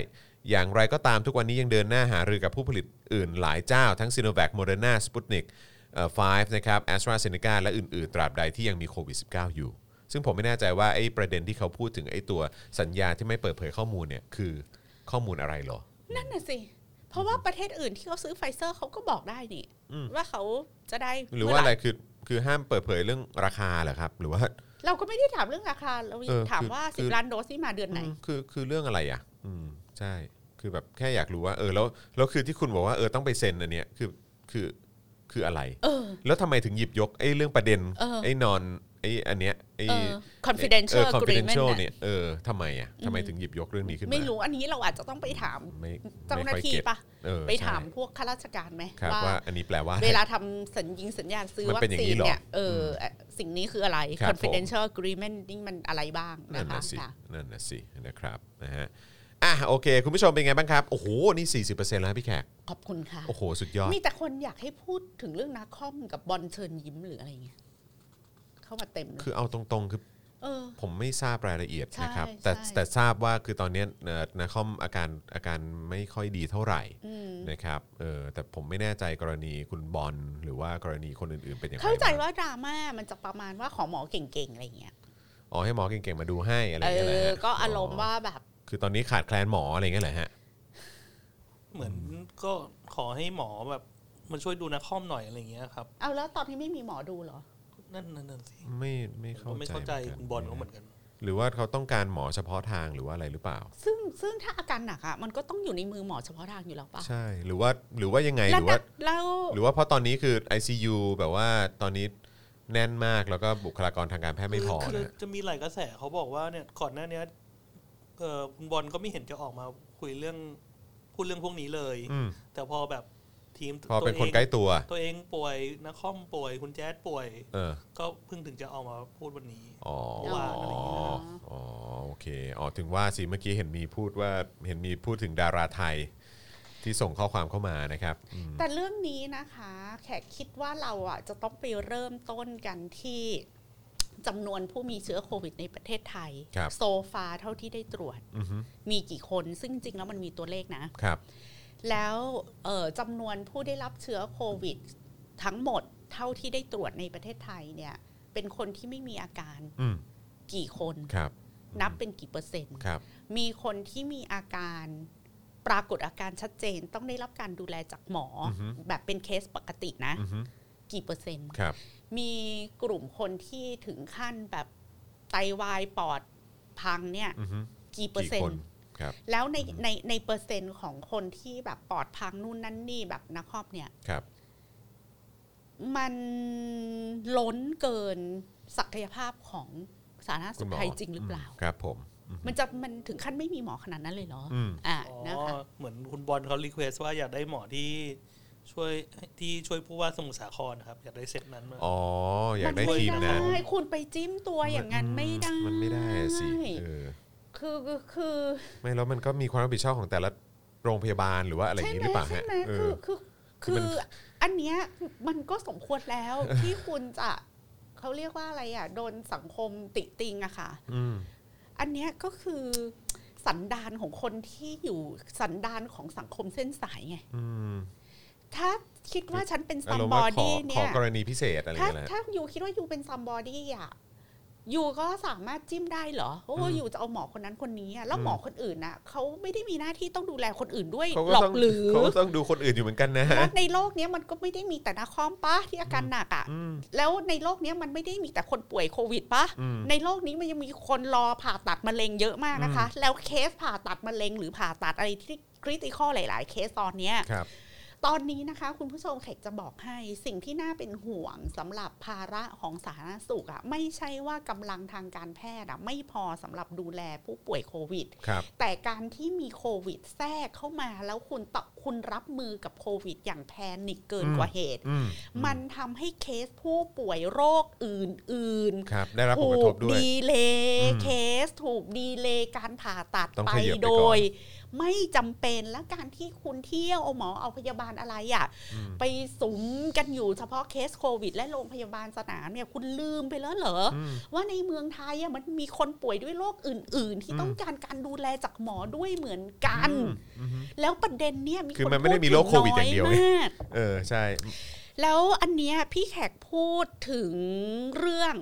Speaker 2: อย่างไรก็ตามทุกวันนี้ยังเดินหน้าหารือกับผู้ผลิตอื่นหลายเจ้า ทั้ง s i n o v a c m oเดอร์นาสปุตนิกเอ่อ5นะครับ a s t r a z e ซ e c a และอื่น ๆ ตราบใดที่ยังมีโควิด -19 อยู่ ซึ่งผมไม่แน่ใจว่าไอ้ประเด็นที่เขาพูดถึงไอ้ตัวสัญญาที่ไม่เปิดเผยข้อมูลเนี่ยคือข้อมูลอะไรเหรอ
Speaker 3: นั่นน่ะสิ เพราะว่าประเทศอื่นที่เขาซื้อไฟเซอร์เขาก็บอกได้นี่
Speaker 2: อืม
Speaker 3: ว่าเขาจะได้
Speaker 2: หรือว่าอะไรคือคือห้ามเปิดเผยเรื่องราคาเหรอครับ หรือว่า
Speaker 3: เราก็ไม่ได้ถามเรื่องราคา เรา
Speaker 2: เออ
Speaker 3: ถาม
Speaker 2: คือ
Speaker 3: ว่า
Speaker 2: คือ
Speaker 3: 10 ล้านโดสที่มาเดือนไหน
Speaker 2: อืมคือคือเรื่องอะไรอ่ะ อืมใช่ คือแบบแค่อยากรู้ว่า เออแล้วแล้วคือที่คุณบอกว่าเออต้องไปเซ็นอันเนี้ยคือคือคืออะไร
Speaker 3: เออ
Speaker 2: แล้วทำไมถึงหยิบยกไอ้เรื่องประเด็น
Speaker 3: เออ
Speaker 2: ไอ้นอน ไอ้อันเนี้ยไอ้
Speaker 3: เออ confidential
Speaker 2: เออ
Speaker 3: agreement
Speaker 2: confidential
Speaker 3: เนี่ย
Speaker 2: เนี่ยเออทำไมอ่ะทำไมถึงหยิบยกเรื่องนี้ขึ้นมา
Speaker 3: ไม่รู้อันนี้เราอาจจะต้องไปถาม
Speaker 2: ไม่
Speaker 3: เจ้าหน้า
Speaker 2: ไม่ค่อย
Speaker 3: ที่
Speaker 2: ก็ต
Speaker 3: ปะ
Speaker 2: เออ
Speaker 3: ไปถาม
Speaker 2: ใช่
Speaker 3: พวกข้าราชการไหม
Speaker 2: ครับ
Speaker 3: ว่า
Speaker 2: ว่าอันนี้แปลว่า
Speaker 3: เวลาทำสัญญิงสัญญาซื้อ
Speaker 2: มัน
Speaker 3: วัค
Speaker 2: เป็นอย่า
Speaker 3: ซี
Speaker 2: งนี้
Speaker 3: น
Speaker 2: เหรอ
Speaker 3: เนี่ยเอออสิ่งนี้คืออะไร
Speaker 2: ครับผม
Speaker 3: confidential agreement นี่มันอะไรบ้าง
Speaker 2: นั่
Speaker 3: นะ
Speaker 2: น
Speaker 3: คะ
Speaker 2: น่ะสิ
Speaker 3: ค่ะ
Speaker 2: นั่นน่ะสินะครับนะฮะอ่ะโอเค คุณผู้ชมเป็นไงบ้างครับ โอ้โห นี่ 40%แล้วพี่แขก
Speaker 3: ขอบคุณค่ะ
Speaker 2: โอ้โห สุดยอด
Speaker 3: มีแต่คนอยากให้พูดถึงเรื่องนาคอมกับบอลเชิญยิ้มหรืออะไรเงี้ยเข้ามาเต็มเล
Speaker 2: คื
Speaker 3: ย
Speaker 2: อเอาตรงๆ คือ
Speaker 3: เออ
Speaker 2: ผมไม่ทราบรายละเอียด
Speaker 3: ใช่
Speaker 2: นะครับ แต่
Speaker 3: ใช่
Speaker 2: แต่ทราบว่าคือตอนเนี้ยเอ่อนาคอมอาการอาการไม่ค่อยดีเท่าไหร่
Speaker 3: อืม
Speaker 2: นะครับเออแต่ผมไม่แน่ใจกรณีคุณบอลหรือว่ากรณีคนอื่นๆเป็นอย่างไร
Speaker 3: เข้าใจ
Speaker 2: บ้ง
Speaker 3: ว่าดราม่ามันจะประมาณว่าขอหมอเก่งๆอะไรเงี้ย
Speaker 2: อ๋อให้หมอเก่งๆมาดูให้อะไรอ
Speaker 3: เอย่าง
Speaker 2: เงี้ยแหละ
Speaker 3: อ
Speaker 2: ฮะ
Speaker 3: ก็อารมณ์ว่าแบบ
Speaker 2: คือตอนนี้ขาดแคลนหมออะไรอย่างเงี้ยแหละฮะ
Speaker 5: เหมือนก็ขอให้หมอแบบมันช่วยดูนาคอมหน่อยอะไรอย่างเงี้ยครับ
Speaker 3: เอาแล้วตอนที่ไม่มีหมอดูเหรอ
Speaker 5: นั่นนั่นนั่นสิ
Speaker 2: ไม่ไม่
Speaker 5: ผม
Speaker 2: เข้าใจ
Speaker 5: ก็ไม่เข้าใจคุณบอลเขาเหมือนกัน
Speaker 2: หรือว่าเขาต้องการหมอเฉพาะทางหรือว่าอะไรหรือเปล่า
Speaker 3: ซึ่งซึ่งถ้าอาการหนักอ่ะมันก็ต้องอยู่ในมือหมอเฉพาะทางอยู่แล้วปะ
Speaker 2: ใช่หรือว่าหรือว่ายังไงห
Speaker 3: แล้ว
Speaker 2: รือว่า
Speaker 3: แล้ว
Speaker 2: หรือว่าเพราะตอนนี้คือ ICU แบบว่าตอนนี้แน่นมากแล้วก็บุคลากรทางการแพทย์ไม่พอ
Speaker 5: คือ
Speaker 2: นะ
Speaker 5: จะมีหลายกระแสเขาบอกว่าเนี่ยก่อนหน้าเนี้ยเอ่อคุณบอลก็ไม่เห็นจะออกมาคุยเรื่องพูดเรื่องพวกนี้เลย
Speaker 2: อืม
Speaker 5: แต่พอแบบทีม
Speaker 2: พอเป็น
Speaker 5: ตัว
Speaker 2: คนใกล้ตัว
Speaker 5: ตัวเองป่วยนักคอมป่วย คุณแจ๊ดป่วย
Speaker 2: เออ
Speaker 5: ก็เพิ่งถึงจะออกมาพูดวันนี้
Speaker 2: อ๋อ
Speaker 5: เมื่อวานอะไรอย่างเงี้ย
Speaker 2: อ๋อโอเคอ๋อถึงว่าสิเมื่อกี้เห็นมีพูดว่าเห็นมีพูดถึงดาราไทย ที่ส่งข้อความเข้ามานะครับอืม
Speaker 3: แต่เรื่องนี้นะคะ แขกคิดว่าเราอ่ะจะต้องไปเริ่มต้นกันที่จำนวนผู้มีเชื้อโควิดในประเทศไทย โซฟาเท่าที่ได้ตรวจ
Speaker 2: อือฮึ
Speaker 3: มีกี่คนซึ่งจริงแล้วมันมีตัวเลขนะ
Speaker 2: ครับ
Speaker 3: แล้วเอ่อจำนวนผู้ได้รับเชื้อโควิด ทั้งหมดเท่าที่ได้ตรวจในประเทศไทยเนี่ย เป็นคนที่ไม่มีอาการ
Speaker 2: อืม
Speaker 3: กี่คน
Speaker 2: ครับ
Speaker 3: นับเป็นกี่เปอร์เซ็นต์
Speaker 2: ครับ
Speaker 3: มีคนที่มีอาการปรากฏอาการชัดเจนต้องได้รับการดูแลจากหมออแบบเป็นเคสปกตินะ
Speaker 2: อือฮึ
Speaker 3: กี่เปอร์เซ็นต์
Speaker 2: ครับ
Speaker 3: มีกลุ่มคนที่ถึงขั้นแบบไตวายปอดพังเนี่ย
Speaker 2: อือฮึ
Speaker 3: กี่เปอร์
Speaker 2: กี่
Speaker 3: เซ็น
Speaker 2: คน
Speaker 3: ต์
Speaker 2: ครับ
Speaker 3: แล้วในในในเปอร์เซ็นต์ของคนที่แบบปอดพังนู่นนั่นนี่แบบนักครอบเนี่ย
Speaker 2: ครับ
Speaker 3: มันล้นเกินศักยภาพของสาธารณสุ
Speaker 2: คุณ
Speaker 3: ข
Speaker 2: หมอ
Speaker 3: ไทยจริงหรือเปล่า
Speaker 2: ครับผม
Speaker 3: มันจะมันถึงขั้นไม่มีหมอขนาดนั้นเลยเหรอ
Speaker 2: อืม
Speaker 3: อ่า
Speaker 5: อ๋อ
Speaker 3: นะคะ
Speaker 5: เหมือนคุณบอลเขารีเควสว่าอยากได้หมอที่ช่วยที่ช่วยผู้ว่าสมุทรสาครนะครับ อยากได้เซตนั้นมา
Speaker 2: อ๋ออยากได้
Speaker 3: มันม่
Speaker 2: ทีมนั้น
Speaker 3: ได้คุณไปจิ้มตัวอย่างนั้นไม่ได้
Speaker 2: มันไม่ได้อะสิเออ
Speaker 3: คือคือคือ
Speaker 2: ไม่แล้วมันก็มีความรับผิดชอบของแต่ละโรงพยาบาลหรือว่าอะไรอ
Speaker 3: ใช่
Speaker 2: ย่าง
Speaker 3: ไห
Speaker 2: นี้ห
Speaker 3: ม
Speaker 2: รือเปล่า
Speaker 3: ใช่
Speaker 2: ฮะ
Speaker 3: ไหม
Speaker 2: เอ
Speaker 3: คือ
Speaker 2: อ
Speaker 3: คือ
Speaker 2: คื
Speaker 3: คื
Speaker 2: มั
Speaker 3: ออน อันเนี้ยมันก็สมควรแล้ว ที่คุณจะเขาเรียกว่าอะไรอ่ะโดนสังคมติติงอะค่ะ
Speaker 2: อืม
Speaker 3: อันเนี้ยก็คือสันดานของคนที่อยู่สันดานของสังคมเส้นสายไง
Speaker 2: อืม
Speaker 3: ถ้าคิดว่าฉันเป็น
Speaker 2: อา
Speaker 3: ซัม
Speaker 2: รมณ์
Speaker 3: บอ
Speaker 2: ว่าขอ
Speaker 3: ดี้
Speaker 2: ข
Speaker 3: เนี่
Speaker 2: อย กรณีพิเศษอะไรอย่าง
Speaker 3: ถ้า
Speaker 2: เงี้ยแหละ
Speaker 3: ถ้าอยู่คิดว่าอยู่เป็นซัมบอดี้อ่ะอยู่ก็สามารถจิ้มได้เหรอโอ้อยู่จะเอาหมอคนนั้นคนนี้อะแล้วหมอคนอื่นน่ะเขาไม่ได้มีหน้าที่ต้องดูแลคนอื่นด้วย
Speaker 2: เขาก็
Speaker 3: หรอ
Speaker 2: ต้อก ง
Speaker 3: หรือ
Speaker 2: เขาก็ต้องดูคนอื่นอยู่เหมือนกันนะ
Speaker 3: แล้วในโลกเนี้ยมันก็ไม่ได้มีแต่นาคอมปะที่อาการหนักอ่ะ
Speaker 2: อืม
Speaker 3: แล้วในโลกเนี้ยมันไม่ได้มีแต่คนป่วยโควิดปะ
Speaker 2: อืม
Speaker 3: ในโลกนี้มันยังมีคนรอผ่าตัดมะเร็งเยอะมากนะคะ แล้วเคสผ่าตัดมะเร็งหรือผ่าตัดอะไรที่คริติคอลหลาย ๆ เคสตอนเนี้ย
Speaker 2: ครับ
Speaker 3: ตอนนี้นะคะ คุณผู้ชมแขกจะบอกให้สิ่งที่น่าเป็นห่วงสำหรับภาระของสาธารณสุขอะไม่ใช่ว่ากำลังทางการแพทย์อะไม่พอสำหรับดูแลผู้ป่วยโควิด
Speaker 2: ครับ
Speaker 3: แต่การที่มีโควิดแทรกเข้ามา แล้วคุณตะคุณรับมือกับโควิด อย่างแพนิคเกินกว่าเหตุ
Speaker 2: อืม
Speaker 3: มันทำให้เคสผู้ป่วยโรคอื่น ๆ
Speaker 2: ครับ ได้รับผ
Speaker 3: ถู
Speaker 2: ลกระท
Speaker 3: ก
Speaker 2: บด้วย
Speaker 3: ดีเล
Speaker 2: อื
Speaker 3: ย์
Speaker 2: ม
Speaker 3: เคสถูกดีเลย์การผ่าตัด
Speaker 2: ต้อง
Speaker 3: ไป
Speaker 2: ขยับไปก่อน
Speaker 3: โดย ไม่จำเป็นและการที่คุณเที่ยวเอาหมอเอาพยาบาลอะไรอ่ะ
Speaker 2: อืม
Speaker 3: ไปสุมกันอยู่เฉพาะเคสโควิด และโรงพยาบาลสนามเนี่ยคุณลืมไปแล้วเหรออ
Speaker 2: อืม
Speaker 3: ว่าในเมืองไทยอ่ะมันมีคนป่วยด้วยโรคอื่น ๆ ที่
Speaker 2: อืม
Speaker 3: ต้องการการดูแลจากหมอด้วยเหมือนกัน
Speaker 2: อืม
Speaker 3: แล้วประเด็นเนี่ยมี
Speaker 2: คือ
Speaker 3: คน
Speaker 2: มันไม่ได้
Speaker 3: พู
Speaker 2: มีโรคโควิดอ
Speaker 3: ถึ
Speaker 2: ย่างเดียวไง
Speaker 3: น้มาก
Speaker 2: เออใช่
Speaker 3: แล้วอันเนี้ยพี่แขกพูดถึงเรื่อง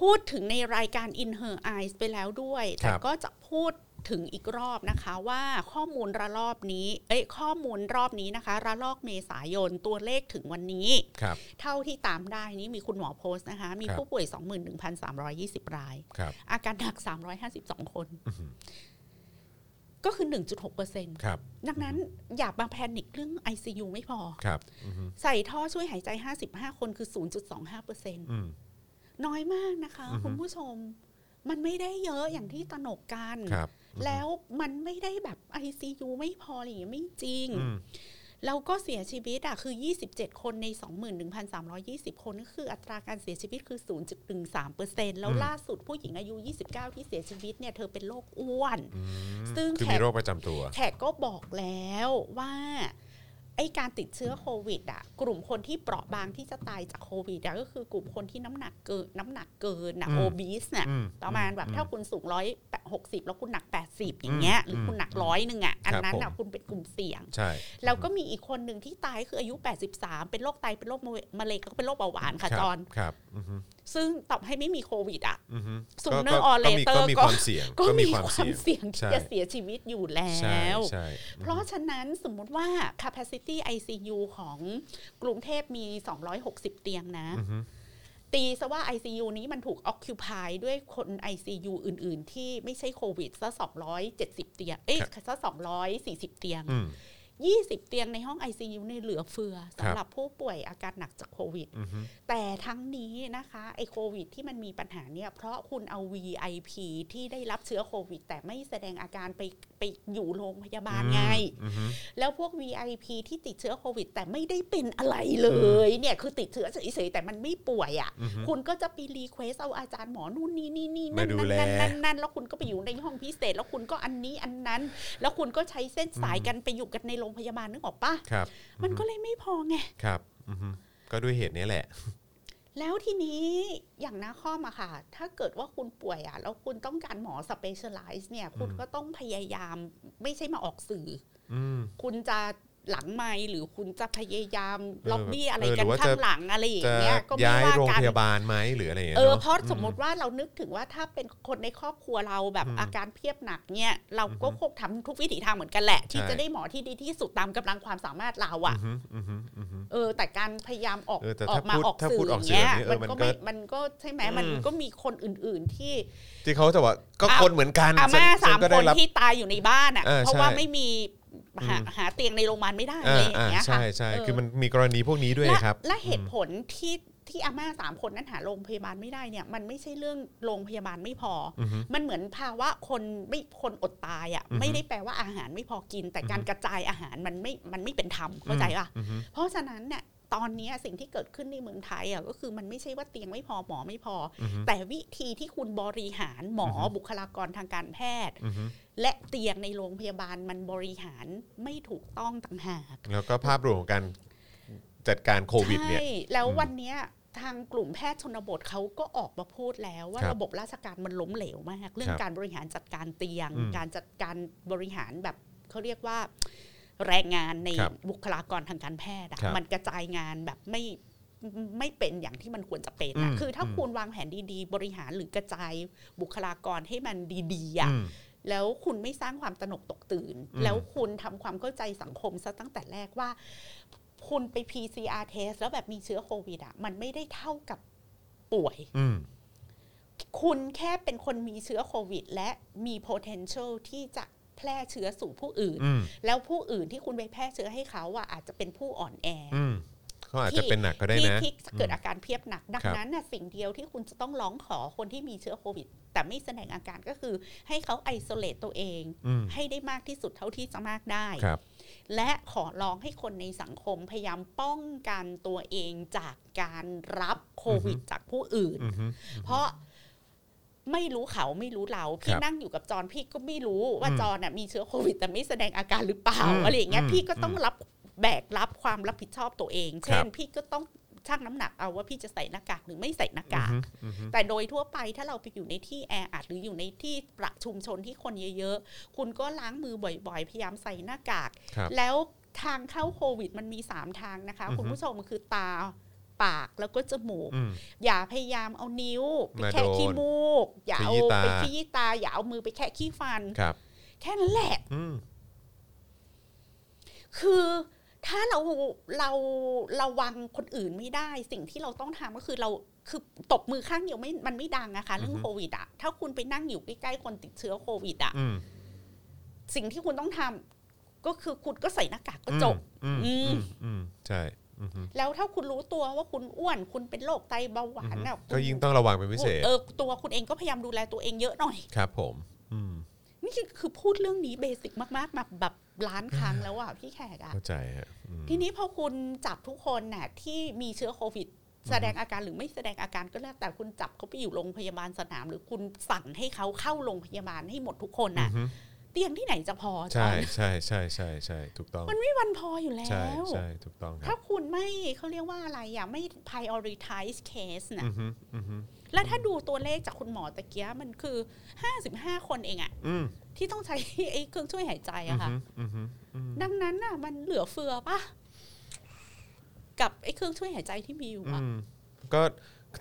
Speaker 3: พูดถึงในรายการ In Her Eyes ไปแล้วด้วย แต่ก็จะพูดถึงอีกรอบนะคะว่าข้อมูลระลอบนี้ เอ้ยข้อมูลรอบนี้นะคะ ระลอกเมษายนตัวเลขถึงวันนี้
Speaker 2: ครับ
Speaker 3: เท่าที่ตามได้นี้มีคุณหมอโพสต์นะคะ มี
Speaker 2: ครับ
Speaker 3: ผู้ป่วย 21,320 ราย
Speaker 2: ครับ
Speaker 3: อาการหนัก 352 คน
Speaker 2: อื้อหือ
Speaker 3: ก็คือ 1.6เปอร์เซ็นต์
Speaker 2: ครับ
Speaker 3: ดังนั้นอย่ามาแพนิคเรื่อง ICU ไม่พอ
Speaker 2: ครับอื้อหือ
Speaker 3: ใส่ท่อช่วยหายใจ 55 คนคือ 0.25%
Speaker 2: อืม
Speaker 3: น้อยมากนะคะ
Speaker 2: อือฮึ
Speaker 3: คุณผู้ชม มันไม่ได้เยอะอย่างที่ตระหนกกัน
Speaker 2: ครับ
Speaker 3: แล้วมันไม่ได้แบบ ICU ไม่พออะไรอย่างเงี้ยไม่จริง
Speaker 2: อืม
Speaker 3: แล้วก็เสียชีวิตอ่ะคือ 27 คนใน 21,320 คนก็คืออัตราการเสียชีวิตคือ 0.13%แล้วล่าสุดผู้หญิงอายุ 29 ที่เสียชีวิตเนี่ยเธอเป็นโรคอ้วน
Speaker 2: อืม
Speaker 3: ซึ่ง
Speaker 2: คือ
Speaker 3: แขก
Speaker 2: มีโรคประจำตัว
Speaker 3: แขกก็บอกแล้วว่าไอการติดเชื้อโควิดอ่ะกลุ่มคนที่เปราะบางที่จะตายจากโควิดอะก็คือกลุ่มคนที่น้ำหนักเกินน้ำหนักเกินนะ
Speaker 2: อืม
Speaker 3: โอบีสน่ะ
Speaker 2: อื
Speaker 3: ประมาณแบบถ้า
Speaker 2: อื
Speaker 3: คุณสูงร้อยหกสิบแล้วคุณหนักแปดสิบอย่างเงี้ยหรือคุณหนักร้อยหนึ่งอ่ะอันนั้น
Speaker 2: ครั
Speaker 3: อ่ะ
Speaker 2: บผม
Speaker 3: คุณเป็นกลุ่มเสี่ยง
Speaker 2: ใช่
Speaker 3: แล้วก็มีอีกคนหนึ่งที่ตายคืออายุ 83 เป็นโรคไต เป็นโรคมะเวมะเร็งแล้วก็เป็นโรคเบาหวานค่ะ
Speaker 2: รับ
Speaker 3: จอน
Speaker 2: ครับอือฮึ
Speaker 3: ซึ่งตอบให้ไม่มีโควิดอ่ะ
Speaker 2: อือฮึ
Speaker 3: สูงเนอร์
Speaker 2: ก็ก็
Speaker 3: ออเล
Speaker 2: ก็มี
Speaker 3: เตอร์
Speaker 2: ก็มี
Speaker 3: ก็
Speaker 2: ความเสี่ยง
Speaker 3: ก็มีความ
Speaker 2: สี่ยง
Speaker 3: เสี่ยงที่
Speaker 2: ใช่
Speaker 3: จะเสียชีวิตอยู่แล
Speaker 2: ใช่
Speaker 3: ้ว
Speaker 2: ใช่
Speaker 3: เพราะฉะนั้นสมมุติว่า capacity ICU ของกรุงเทพมี 260 เตียงนะ
Speaker 2: อือฮึ
Speaker 3: ตีซะว่า ICU นี้มันถูก occupy ด้วยคน ICU อื่น ๆ ที่ไม่ใช่โควิดซะ270 เตียง เอ้ยซะ240 เตียง
Speaker 2: อืม
Speaker 3: 20 เตียงในห้อง ICU ในยเหลือเฟือ
Speaker 2: ครับ
Speaker 3: สำหรับผู้ป่วยอาการหนักจากโควิด
Speaker 2: อือฮึ
Speaker 3: แต่ทั้งนี้นะคะไอโควิดที่มันมีปัญหาเนี่ย เพราะคุณเอา VIP ที่ได้รับเชื้อโควิด แต่ไม่แสดงอาการไปไปอยู่โรงพยาบาลไง
Speaker 2: อืมอืม
Speaker 3: แล้วพวก VIP ที่ติดเชื้อโควิด แต่ไม่ได้เป็นอะไรเลย เนี่ยคือติดเชื้อเฉยๆแต่มันไม่ป่วยอะ่ะ
Speaker 2: อือฮึ
Speaker 3: คุณก็จะไปรีเควสเอาอาจารย์หมอนู่นนี่นี่นี่
Speaker 2: มา
Speaker 3: นั่น
Speaker 2: ดู
Speaker 3: นั่น
Speaker 2: แล
Speaker 3: นั่นนั่นนั่นแล้วคุณก็ไปอยู่ในห้องพิเศษ แล้วคุณก็อันนี้อันนั้น แล้วคุณก็ใช้เส้นสาย
Speaker 2: อืม
Speaker 3: กันไปอยู่กันในโรงพยาบาลนึกออกปะ
Speaker 2: ครับ
Speaker 3: มันก็เลยไม่พอไง
Speaker 2: ครับอือฮึก็ด้วยเหตุนี้แหละ
Speaker 3: แล้วทีนี้อย่างนาข้อมอะค่ะ ถ้าเกิดว่าคุณป่วยอะแล้วคุณต้องการหมอสเปเชียลไลซ์เนี่ย คุณ
Speaker 2: อืม
Speaker 3: ก็ต้องพยายามไม่ใช่มาออกสื่อ
Speaker 2: อืม
Speaker 3: คุณจะหลังไม่หรือคุณจะพยายาม
Speaker 2: เออ
Speaker 3: ล็อบบี้อะไร
Speaker 2: เออหรื
Speaker 3: กัน
Speaker 2: อว่าจะ
Speaker 3: ข้างหลังอะไรอย่า
Speaker 2: จะ
Speaker 3: งเงี้ยก็ไม่
Speaker 2: ย้าย
Speaker 3: ว่า
Speaker 2: โรง
Speaker 3: กั
Speaker 2: พ
Speaker 3: น
Speaker 2: ยาบาลไหมหรืออะไรอย่างเงี้ย
Speaker 3: เออ
Speaker 2: นา
Speaker 3: เพราะ
Speaker 2: อื
Speaker 3: สมมติว่าเรานึกถึงว่าถ้าเป็นคนในครอบครัวเราแบบ
Speaker 2: อืม
Speaker 3: อาการเพียบหนักเนี่ย เราก็
Speaker 2: อือฮึ
Speaker 3: คงทำทุกวิถีทางเหมือนกันแหละ ที่
Speaker 2: ใช่
Speaker 3: จะได้หมอที่ดีที่สุดตามกำลังความสามารถเราอะ
Speaker 2: อืมอืมอืมอืม
Speaker 3: เออ แต่การพยายามออก
Speaker 2: เออแต่
Speaker 3: ออ
Speaker 2: ถ้าก
Speaker 3: มา
Speaker 2: พูด
Speaker 3: ออก
Speaker 2: ถ้า
Speaker 3: สื่
Speaker 2: พูด
Speaker 3: อ
Speaker 2: อ
Speaker 3: อ
Speaker 2: อก
Speaker 3: ย่าง
Speaker 2: สื่อ
Speaker 3: เงี้ย
Speaker 2: นี่เออมั
Speaker 3: มัน
Speaker 2: นก็
Speaker 3: ก็ไม่มันก็ใช่ไหมมัน
Speaker 2: อืม
Speaker 3: ก็มีคนอื่นๆที่
Speaker 2: ที่เขาจะว่าก็
Speaker 3: อ่ะ
Speaker 2: คนเหมือนกัน
Speaker 3: อาม่า
Speaker 2: ฉั
Speaker 3: สาม
Speaker 2: ก็
Speaker 3: ค
Speaker 2: ได้
Speaker 3: น
Speaker 2: รับ
Speaker 3: ที่ตายอยู่ในบ้านอะ
Speaker 2: เออ
Speaker 3: เพราะ
Speaker 2: ใช่
Speaker 3: ว่าไม่มีหา
Speaker 2: อืม
Speaker 3: หาเตียงในโรงพยาบาลไม่ได้อะไร
Speaker 2: อ่า
Speaker 3: อ
Speaker 2: อ่า
Speaker 3: ย่า
Speaker 2: ง
Speaker 3: เงี้ย
Speaker 2: ใช่
Speaker 3: ค่ะ
Speaker 2: ใช่
Speaker 3: เ
Speaker 2: คือมันมีกรณีพวกนี้ด้วย
Speaker 3: และ
Speaker 2: นะครับ
Speaker 3: และเหตุผลที่ที่อาม่าสามคนนั้นหาโรงพยาบาลไม่ได้เนี่ยมันไม่ใช่เรื่องโรงพยาบาลไม่พออ
Speaker 2: อฮึ
Speaker 3: มันเหมือนภาวะคนไม่คนอดตายอะ่ะ
Speaker 2: อือฮึ
Speaker 3: ไม่ได้แปลว่าอาหารไม่พอกิน แต่การกระจายอาหารมันไม่มันไม่เป็นธรรมเข้าใจป่ะ
Speaker 2: อือฮึ
Speaker 3: เพราะฉะนั้นเนี่ยตอนเนี้ยสิ่งที่เกิดขึ้นในเมืองไทยอ่ะก็คือมันไม่ใช่ว่าเตียงไม่พอหมอไม่พอ
Speaker 2: อือฮึ
Speaker 3: อแต่วิธีที่คุณบริหารหมออบุคลากรทางการแพทย์
Speaker 2: อือฮึ
Speaker 3: และเตียงในโรงพยาบาลมันบริหารไม่ถูกต้องต่างหาก
Speaker 2: แล้วก็ภาพรวมของการจัดการโควิดเนี่ย
Speaker 3: ใช่แล้ว
Speaker 2: อืม
Speaker 3: วันเนี้ยทางกลุ่มแพทย์ชนบทเขาก็ออกมาพูดแล้วว่า
Speaker 2: ครับ
Speaker 3: ระบบราชการมันล้มเหลวมาก เรื่อ
Speaker 2: ค
Speaker 3: ง
Speaker 2: รับ
Speaker 3: การบริหารจัดการเตียง
Speaker 2: อืม
Speaker 3: การจัดการบริหารแบบเขาเรียกว่า แรงงานใน
Speaker 2: ครับ
Speaker 3: บุคลากรทางการแพทย์อะ
Speaker 2: ครับ
Speaker 3: มันกระจายงานแบบไม่ไม่เป็นอย่างที่มันควรจะเป็นอะ
Speaker 2: อืม
Speaker 3: คือถ้า
Speaker 2: อืม
Speaker 3: คุณวางแผนดีๆ บริหารหรือกระจายบุคลากรให้มันดีๆอะ
Speaker 2: อืม
Speaker 3: แล้วคุณไม่สร้างความตระหนกตกตื่น
Speaker 2: อืม
Speaker 3: แล้วคุณทำความเข้าใจสังคมซะตั้งแต่แรกว่า คุณไป PCR test แล้วแบบมีเชื้อโควิดอ่ะ มันไม่ได้เท่ากับป่วย
Speaker 2: อืม
Speaker 3: คุณแค่เป็นคนมีเชื้อโควิด และมี potential ที่จะแพร่เชื้อสู่ผู้อื่น
Speaker 2: อืม
Speaker 3: แล้วผู้อื่นที่คุณไปแพร่เชื้อให้เขาอ่ะอาจจะเป็นผู้อ่อนแอ
Speaker 2: อืมเขาอาจจะเป็นหนักก็ได้
Speaker 3: ที่
Speaker 2: นะ
Speaker 3: ที่เกิดอาการเพียบหนัก ดัง
Speaker 2: ครับ
Speaker 3: นั้นน่ะสิ่งเดียวที่คุณจะต้องร้องขอคนที่มีเชื้อโควิด แต่ไม่แสดงอาการก็คือ ให้เขาไอโซเลตตัวเอง
Speaker 2: อืม
Speaker 3: ให้ได้มากที่สุดเท่าที่จะมากได้
Speaker 2: ครับ
Speaker 3: และขอร้องให้คนในสังคมพยายามป้องกันตัวเองจากการรับโควิดจากผู้อื่น
Speaker 2: อือฮึ
Speaker 3: เพราะไม่รู้เขาไม่รู้เรา
Speaker 2: ค
Speaker 3: พี่
Speaker 2: รับ
Speaker 3: นั่งอยู่กับจอนพี่ก็ไม่รู้ว่า
Speaker 2: อืม
Speaker 3: จอนน่ะมีเชื้อโควิดแต่ไม่แสดงอาการหรือเปล่า
Speaker 2: อืม
Speaker 3: อะไรอย่างเงี้ย
Speaker 2: อืม
Speaker 3: พี่ก็ต้องรับแบกรับความรับผิดชอบตัวเอง
Speaker 2: ครั
Speaker 3: เช่น
Speaker 2: บ
Speaker 3: พี่ก็ต้องชั่งน้ำหนักเอาว่าพี่จะใส่หน้ากากหรือไม่ใส่หน้า
Speaker 2: อื
Speaker 3: กา
Speaker 2: อก ฮึอือฮึ
Speaker 3: แต่โดยทั่วไปถ้าเราไปอยู่ในที่แออัดหรืออยู่ในที่ประชุมชนที่คนเยอะๆ คุณก็ล้างมือบ่อยๆ พยายามใส่หน้ากาก
Speaker 2: ครับ
Speaker 3: แล้วทางเข้าโควิดมันมี 3 ทางนะคะ
Speaker 2: อือฮึ
Speaker 3: คุณผู้ชมคือตาปากแล้วก็จมูก
Speaker 2: อืม
Speaker 3: อย่าพยายามเอานิ้ว ไป
Speaker 2: มา
Speaker 3: แค่
Speaker 2: โดน
Speaker 3: ขี้มูก อย่าเอา
Speaker 2: ขยี้ตา
Speaker 3: ไปขี้ตา อย่าเอามือไปแค่ขี้ฟัน
Speaker 2: ครับ
Speaker 3: แค่นั้นแหละ
Speaker 2: อืม
Speaker 3: คือถ้าเราเราระวังคนอื่นไม่ได้ สิ่งที่เราต้องทำก็คือเราคือตบมือข้างเดียวไม่มันไม่ดังนะคะเรื่อง
Speaker 2: อือฮึ
Speaker 3: โควิดอะถ้าคุณไปนั่งอยู่ใกล้ๆคนติดเชื้อโควิดอะ
Speaker 2: อืม
Speaker 3: สิ่งที่คุณต้องทำก็คือคุณก็ใส่หน้ากากก็จบ
Speaker 2: อืม
Speaker 3: อื
Speaker 2: อื
Speaker 3: ม
Speaker 2: มอืมใช่ อือฮึ
Speaker 3: แล้วถ้าคุณรู้ตัวว่าคุณอ้วน คุณเป็นโรคไตเบาหวานน่ะ
Speaker 2: ก็ยิ่งต้องระวังเป็นพิเศษ
Speaker 3: เออตัวคุณเองก็พยายามดูแลตัวเองเยอะหน่อย
Speaker 2: ครับผมอืม
Speaker 3: นี่คือคือพูดเรื่องนี้เบสิกมากๆแบบแบบล้านครั้งแล้วอ่ะพี่แขกอ่ะ
Speaker 2: เข้าใจฮะอืม
Speaker 3: ทีนี้พอคุณจับทุกคนน่ะที่มีเชื้อโควิด แสดงอาการหรือไม่แสดงอาการก็แล้วแต่คุณจับเขาไปอยู่โรงพยาบาลสนาม หรือคุณสั่งให้เขาเข้าโรงพยาบาลให้หมดทุกคน
Speaker 2: อื
Speaker 3: น่ะ
Speaker 2: อฮึ
Speaker 3: เตียงที่ไหนจะพอ
Speaker 2: ใช่
Speaker 3: จอย
Speaker 2: ใช่ใช่ใช่ใช่ถูกต้อง
Speaker 3: มันไม่วันพออยู่แล้
Speaker 2: ใช่
Speaker 3: ว
Speaker 2: ใช่ถูกต้องค
Speaker 3: ถ้า
Speaker 2: รับ
Speaker 3: คุณไม่เขาเรียกว่าอะไรอ่ะไม่ prioritize case น่ะ
Speaker 2: อือฮึอือฮึ
Speaker 3: แล้วถ้าดูตัวเลขจากคุณหมอตะเกียมันคือ 55 คนเองอ่ะ
Speaker 2: อืม
Speaker 3: ที่ต้องใช้ไอ้เครื่องช่วยหายใจ
Speaker 2: อื
Speaker 3: อะ
Speaker 2: อ
Speaker 3: ค่ะ
Speaker 2: ฮึอือฮึอืม
Speaker 3: ดังนั้นน่ะมันเหลือเฟือปะกับไอ้เครื่องช่วยหายใจที่มีอยู่อะ
Speaker 2: อืมก็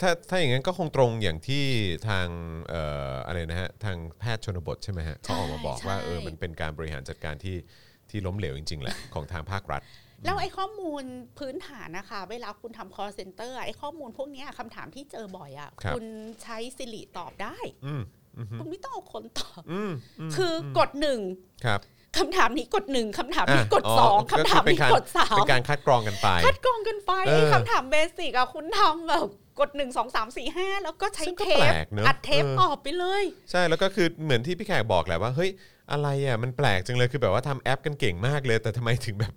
Speaker 2: ถ้าถ้าอย่างนั้นก็คงตรงอย่างที่ทางเอ่ออะไรนะฮะทางแพทย์ชนบทใช่ไหมฮะเขาออกมาบอกว่า
Speaker 3: ใช่
Speaker 2: เออมันเป็นการบริหารจัดการที่ที่ล้มเหลวจริง ๆ แหละ ของทางภาค รัฐ
Speaker 3: แล้วไอ้ข้อมูลพื้นฐานนะคะ เวลาคุณทำ call center อะไอ้ข้อมูลพวกเนี้ยคำถามที่เจอบ่อยอะ
Speaker 2: ครับ
Speaker 3: คุณใช้สิริตอบได้
Speaker 2: อืมอืม
Speaker 3: คุณไม่ต้องเอาคนตอบ
Speaker 2: อืมม
Speaker 3: คือกดหนึ่ง
Speaker 2: ครับ
Speaker 3: คำถามนี้กดหนึ่งคำถามนี้
Speaker 2: ะ
Speaker 3: กดสอง
Speaker 2: ก็
Speaker 3: คำถาม
Speaker 2: เป็น
Speaker 3: นี้
Speaker 2: ร
Speaker 3: กดสาม
Speaker 2: เป็นการคัดกรองกันไป
Speaker 3: คัดกรองกันไป
Speaker 2: เออ
Speaker 3: ไอ้คำถามเบสิกอะคุณทำแบบกดหนึ่งสองสามสี่ห้าแล้วก็ใช้
Speaker 2: ซึ่งก็
Speaker 3: เท
Speaker 2: แป
Speaker 3: ป
Speaker 2: ลกเนอะ
Speaker 3: อัดเทป
Speaker 2: เออ
Speaker 3: ตอบไปเลย
Speaker 2: ใช่แล้วก็คือเหมือนที่พี่แขกบอกแหละว่าเฮ้ยอะไรอ่ะมันแปลกจังเลยคือแบบว่าทำแอปกันเก่งมากเลย แต่ทำไมถึงแบบ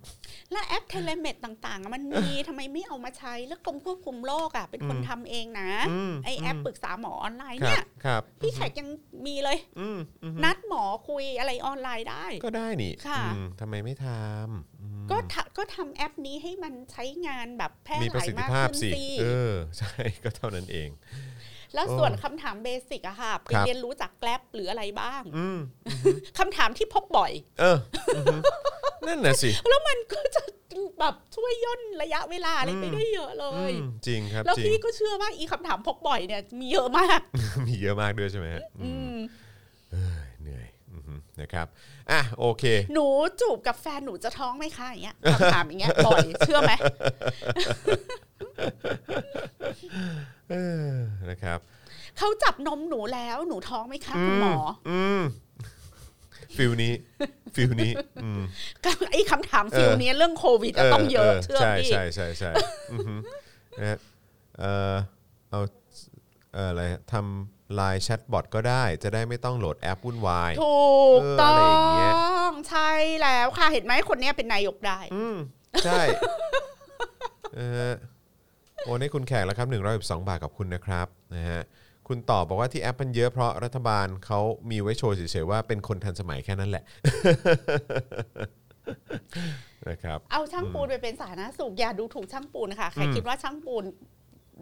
Speaker 3: และแอปเทเลเมดต่างๆอะมันมี ทำไมไม่เอามาใช้แล้วกรมควบคุมโรคอะเป็นคน
Speaker 2: อืม
Speaker 3: ทำเองนะ
Speaker 2: อืม
Speaker 3: ไอแอปปรึกษาหมอออนไลน์
Speaker 2: ครั
Speaker 3: เนี่
Speaker 2: บ
Speaker 3: ย
Speaker 2: ครับ
Speaker 3: พี่แขกยังมีเลย
Speaker 2: อืมอืม
Speaker 3: นัดหมอคุยอะไรออนไลน์ได้
Speaker 2: ก็ได้นี่
Speaker 3: ค่ะ
Speaker 2: อืมทำไมไม่ทำอืม
Speaker 3: ก็ทำก็ทำแอปนี้ให้มันใช้งานแบบแพร่
Speaker 2: มี
Speaker 3: ห
Speaker 2: ประ
Speaker 3: ลาย
Speaker 2: สิทธิ
Speaker 3: มาก
Speaker 2: ภาพ
Speaker 3: ขึ้น
Speaker 2: สิ
Speaker 3: สิ
Speaker 2: เออ ใช่ ก็เท่านั้นเอง
Speaker 3: แล้ว
Speaker 2: เออ
Speaker 3: ส่วนคำถามเบสิกอะค่ะไป
Speaker 2: ครับ
Speaker 3: เรียนรู้จากแกลบหรืออะไรบ้าง
Speaker 2: อืม
Speaker 3: คำถามที่พบบ่อย
Speaker 2: เออ อือฮึนั่นน่ะสิ
Speaker 3: แล้วมันก็จะแบบช่วยย่นระยะเวลาอะไรไปได้เยอะเล
Speaker 2: อื
Speaker 3: ย
Speaker 2: มจริงครับ
Speaker 3: แล้ว
Speaker 2: จริง
Speaker 3: พี่ก็เชื่อว่าอีคำถามพบบ่อยเนี่ยมีเยอะมาก
Speaker 2: มีเยอะมากด้วยใช่ไหมฮะอื
Speaker 3: อื
Speaker 2: ม
Speaker 3: ม
Speaker 2: เอ้ยเหนื่อยอือฮึนะครับ อ่ะ โอเค
Speaker 3: หนูจูบกับแฟนหนูจะท้องไหมคะอย่างเงี้ยคำถามอย่างเงี้ยบ่อยเชื่อไหม
Speaker 2: เออ นะครับ
Speaker 3: เขาจับนมหนูแล้วหนูท้องไหมคะคุณหมอ
Speaker 2: อืม ฟิลนี้ ฟิลนี้ อืม
Speaker 3: ก็ไอ้คำถามฟิลเนี้ยเรื่องโควิดอะต้องเยอะเชื่อ
Speaker 2: ใช่
Speaker 3: พี่
Speaker 2: ใช่ใช่ใช่อือฮึนะฮะเอ่อเอาเอ่ออะไรฮะทำไลน์แชทบอทก็ได้ จะได้ไม่ต้องโหลดแอปวุ่นวาย
Speaker 3: ถูก
Speaker 2: เออ
Speaker 3: ต้
Speaker 2: อะ
Speaker 3: อ
Speaker 2: ไรอย่างเงี้ย
Speaker 3: งใช่แล้วค่ะเห็นไหมคนเนี้ยเป็นนายกได้
Speaker 2: อืม ใช่เออโอนให้คุณแขกแล้วครับ112บาทกับคุณนะครับนะฮะคุณตอบบอกว่าที่แอปมันเยอะเพราะรัฐบาลเขามีไว้โชว์เฉยๆว่าเป็นคนทันสมัยแค่นั้นแหละ นะครับ
Speaker 3: เอาช่างปูนไปเป็นสาธารณสุขอย่าดูถูกช่างปูนค่ะใคร
Speaker 2: อืม
Speaker 3: คิดว่าช่างปูน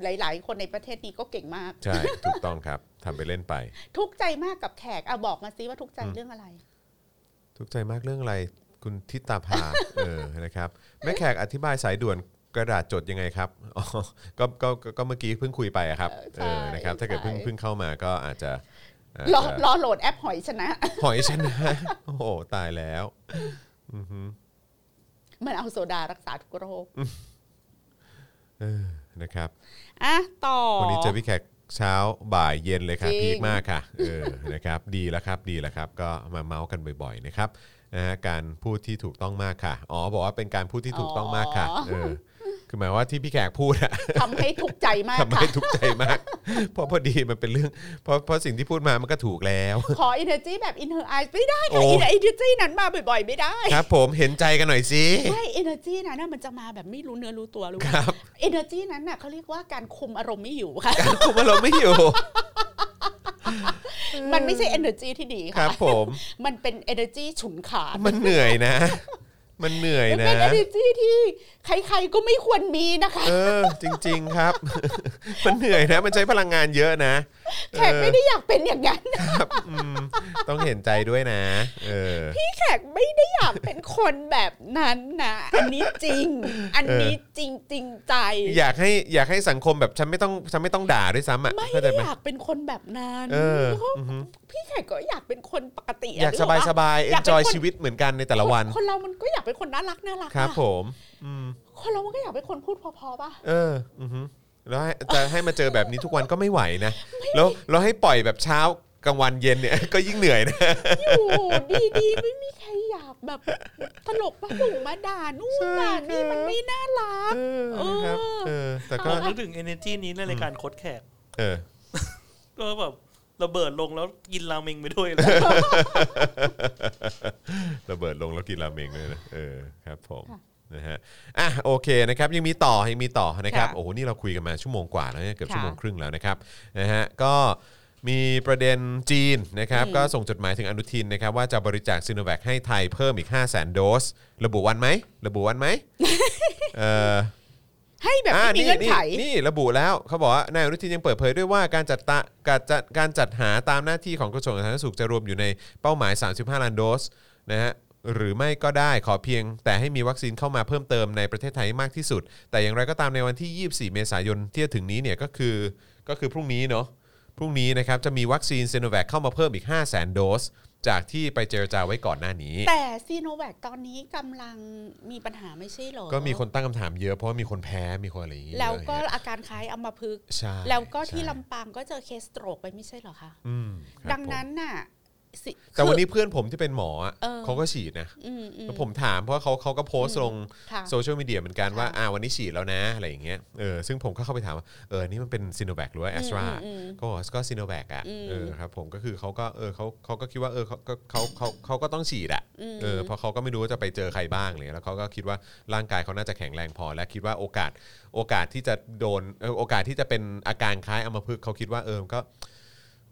Speaker 3: หลาย ๆ คนในประเทศนี้ก็เก่งมาก
Speaker 2: ใช่ ถูกต้องครับทำไปเล่นไป
Speaker 3: ทุกข์ใจมากกับแขกเอาบอกมาซิว่าทุกข์ใจ
Speaker 2: อืม
Speaker 3: เรื่องอะไร
Speaker 2: ทุกข์ใจมากเรื่องอะไรคุณทิตาภา เออนะครับแม่แขกอธิบายสายด่วนกระดาษจดยังไงครับ อ๋อก็ก็ก็ก็เมื่อกี้เพิ่งคุยไปอะครับ
Speaker 3: เออใช่
Speaker 2: เออนะครับถ้าเกิดเพิ่ง
Speaker 3: ใช่
Speaker 2: เพิ่งเข้ามาก็อาจจะาจ
Speaker 3: รอ
Speaker 2: จะ
Speaker 3: รอโหลดแอปหอยชนะ
Speaker 2: หอยชนะ โอ้โหตายแล้วอือฮึ
Speaker 3: มันเอาโซดารักษาทุกโรค
Speaker 2: เออนะครับ
Speaker 3: อ่ะต่อ
Speaker 2: วันนี้เจอพี่แขกเช้าบ่ายเย็นเลยค่ะ
Speaker 3: จริง
Speaker 2: พีคมากค่ะเออนะครับดีแล้วครับดีแล้วครับ ก็มาเมาส์กันบ่อยๆนะครับนะฮะการพูดที่ถูกต้องมากค่ะอ๋อบอกว่าเป็นการพูดที่ถูกต้องมากค่ะเออคือหมายว่าที่พี่แขกพูดอะ
Speaker 3: ทำให้ทุกข์ใจมาก
Speaker 2: ทำให้
Speaker 3: ค่ะ
Speaker 2: ทุกข์ใจมาก เพราะพอดีมันเป็นเรื่อง เพราะเพราะสิ่งที่พูดมามันก็ถูกแล้ว
Speaker 3: ขออินเทอร์จีแบบอินเทอร์ไอไม่ได้
Speaker 2: โอ้
Speaker 3: ค่ะอินเทอร์จีนั้นมาบ่อย ๆ ไม่ได้
Speaker 2: ครับผมเห็นใจกันหน่อยสิ
Speaker 3: ใช่ energy นั้นน่ะมันจะมาแบบไม่รู้เนื้อรู้ตัวรู้
Speaker 2: ค
Speaker 3: ว่า
Speaker 2: รับ
Speaker 3: energy นั้นน่ะเขาเรียกว่าการคุมอารมณ์ไม่อยู่ค่ะ
Speaker 2: คุมอารมณ์ไม่อยู่
Speaker 3: มันไม่ใช่ energy ที่ดี
Speaker 2: ครั
Speaker 3: ค่ะ
Speaker 2: บผม
Speaker 3: มันเป็น energy ฉุนขาด
Speaker 2: มันเหนื่อยนะ มันเหนื่อย
Speaker 3: มัน
Speaker 2: นะ
Speaker 3: เป็น energy ที่ใครๆก็ไม่ควรมีนะคะ
Speaker 2: เออ จริง ๆครับ มันเหนื่อยนะ มันใช้พลังงานเยอะนะ
Speaker 3: แขกไม่ได้อยากเป็นอย่างนั้น
Speaker 2: ครับอืมต้องเห็นใจด้วยนะ เออ
Speaker 3: แขกไม่ได้อยากเป็นคนแบบนั้นนะอันนี้จริง อันนี้จริงจริงใจ
Speaker 2: อยากให้อยากให้สังคมแบบฉันไม่ต้องฉันไม่ต้องด่าด้วยซ้ำอ่ะ
Speaker 3: ไม่
Speaker 2: เข้าใจ
Speaker 3: ได้
Speaker 2: ไหม
Speaker 3: อยากเป็นคนแบบนั้น
Speaker 2: เออ
Speaker 3: เพราะ
Speaker 2: อือฮึ
Speaker 3: พี่แขกก็อยากเป็นคนปกติะ
Speaker 2: อยาก
Speaker 3: นึ
Speaker 2: ส
Speaker 3: ก
Speaker 2: บาย
Speaker 3: ก
Speaker 2: ส
Speaker 3: ปะ
Speaker 2: บายเอ
Speaker 3: อยาน ก
Speaker 2: จ
Speaker 3: เป็น
Speaker 2: อย
Speaker 3: คน
Speaker 2: ชีวิตเหมือนกันในแต่ละวัน
Speaker 3: คนเรามันก็อยากเป็นคนน่ารักน่ารัก
Speaker 2: ครับ
Speaker 3: อะ
Speaker 2: ผมอืม
Speaker 3: คนเรามันก็อยากเป็นคนพูดเพอๆป่ะ
Speaker 2: เอออือฮึแล้วให้จะให้มาเจอแบบนี้ทุกวันก็ไม่ไหวนะ แล้วแล้วให้ ปล่อยแบบเช้ากลางวันเย็นเนี่ย ก็ยิ่งเหนื่อยนะ
Speaker 3: อยู่ดีๆ ไม่มีใครอยาก แบบตลกปะหนูมาด่านู่นด่านี่มันไม่น่ารัก
Speaker 2: เออนะครับเออแต่ก็
Speaker 5: ผมนึกถึง energy นี้ในรายการโคดแขก
Speaker 2: เออ
Speaker 5: ก็แบบระเบิดลงแล้วกินราเมงไปด้วยเลย
Speaker 2: ระเบิดลงแล้วกินราเมงเลยนะเออครับผม
Speaker 3: ค่ะ
Speaker 2: นะฮะอ่ะโอเคนะครับยังมีต่อยังมีต่อนะครับ
Speaker 3: ค่ะ
Speaker 2: โอ้โหนี่เราคุยกันมาชั่วโมงกว่าแล้วเนี่ยเกือบ
Speaker 3: ค่ะ
Speaker 2: ชั่วโมงครึ่งแล้วนะครับนะฮะก็มีประเด็นจีนนะครับก็ส่งจดหมายถึงอนุทินนะครับว่าจะบริจาคซีโนแวคให้ไทยเพิ่มอีก 5 0 0 0 0 0 โดส ระบุวันไหมระบุวันไหม เออ
Speaker 3: ให้แบบไม่มีเงื่อนไข
Speaker 2: นี่นี่ระบุแล้วเขาบอกว่านายอนุทินยังเปิดเผยด้วยว่าการจัดตะการจัดการจัดหาตามหน้าที่ของกระทรวงสาธารณสุขจะรวมอยู่ในเป้าหมาย 35 ล้านโดสนะฮะหรือไม่ก็ได้ขอเพียง แต่ให้มีวัคซีนเข้ามาเพิ่มเติมในประเทศไทยให้มากที่สุด แต่อย่างไรก็ตามในวันที่ 24 เมษายนที่จะถึงนี้เนี่ยก็คือก็คือพรุ่งนี้เนาะพรุ่งนี้นะครับจะมีวัคซีนเซโนแวคเข้ามาเพิ่มอีก 5 0 0 0 0 0 โดส จากที่ไปเจรจาไว้ก่อนหน้านี้
Speaker 3: แต่ซีโนแวคตอนนี้กำลังมีปัญหาไม่ใช่เหรอ
Speaker 2: ก็มีคนตั้งคำถามเยอะเพราะว่ามีคนแพ้มีคนอะไรอย่างเงี้ย
Speaker 3: แล้วก็
Speaker 2: เยอะฮะ
Speaker 3: อาการคล้ายอัมพฤกษ์
Speaker 2: ใช่
Speaker 3: แล้วก็ที่
Speaker 2: ใช่
Speaker 3: ลำปางก็เจอเคสสโตรกไปไม่ใช่เหรอคะ
Speaker 2: อืมครับ
Speaker 3: ดัง
Speaker 2: ผม
Speaker 3: นั้นน่ะสิ
Speaker 2: แต่วัน
Speaker 3: คือ
Speaker 2: นี้เพื่อนผมที่เป็นหมออะ
Speaker 3: เออ
Speaker 2: เขาก็ฉีดนะ
Speaker 3: อืมอืม
Speaker 2: แล้วผมถามเพราะเขาเขาก็โพสต์ลง
Speaker 3: ค่ะ
Speaker 2: โซเชียลมีเดียเหมือนกันว่า
Speaker 3: ค่ะ
Speaker 2: อ่าวันนี้ฉีดแล้วนะอะไรอย่างเงี้ยเออซึ่งผมก็เข้าไปถามว่าเออนี่มันเป็นซีโนแวคหรือว่าแอสตรา
Speaker 3: อืมอืม
Speaker 2: ก็บอกว่าก็ซีโนแวคอ่ะ
Speaker 3: อืม
Speaker 2: เออครับผมก็คือเขาก็เออเขาเขาก็คิดว่าเออเขาก็เขาเขาเขาก็ต้องฉีดอ่ะ
Speaker 3: อืม
Speaker 2: เออเพราะเขาก็ไม่รู้ว่าจะไปเจอใครบ้างเลยแล้วเขาก็คิดว่าร่างกายเขาน่าจะแข็งแรงพอ และคิดว่าโอกาสโอกาสที่จะโดนเออโอกาสที่จะเป็นอาการคล้ายอัมพฤกษ์เขาคิดว่าเออมันก็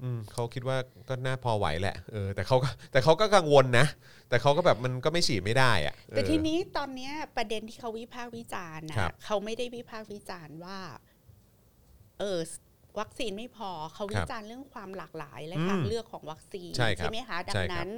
Speaker 2: อืมเขาคิดว่าก็น่าพอไหวแหละเออแต่เขาก็แต่เขาก็กังวลนะ แต่เขาก็แบบมันก็ไม่ฉีดไม่ได้อะเออ
Speaker 3: แต่ทีนี้ตอนเนี้ยประเด็นที่เขาวิพากษ์วิจารณ์นะครับ เขาไม่ได้วิพากษ์วิจารณ์ว่า เออวัคซีนไม่พอเขา
Speaker 2: ค
Speaker 3: วิ
Speaker 2: รับ
Speaker 3: จารณ์เรื่องความหลากหลายและทาง
Speaker 2: อืม
Speaker 3: เลือกของวัคซีน
Speaker 2: ใช่ครับ
Speaker 3: ไหมคะดั
Speaker 2: ใช่
Speaker 3: ง
Speaker 2: ครับ
Speaker 3: นั้น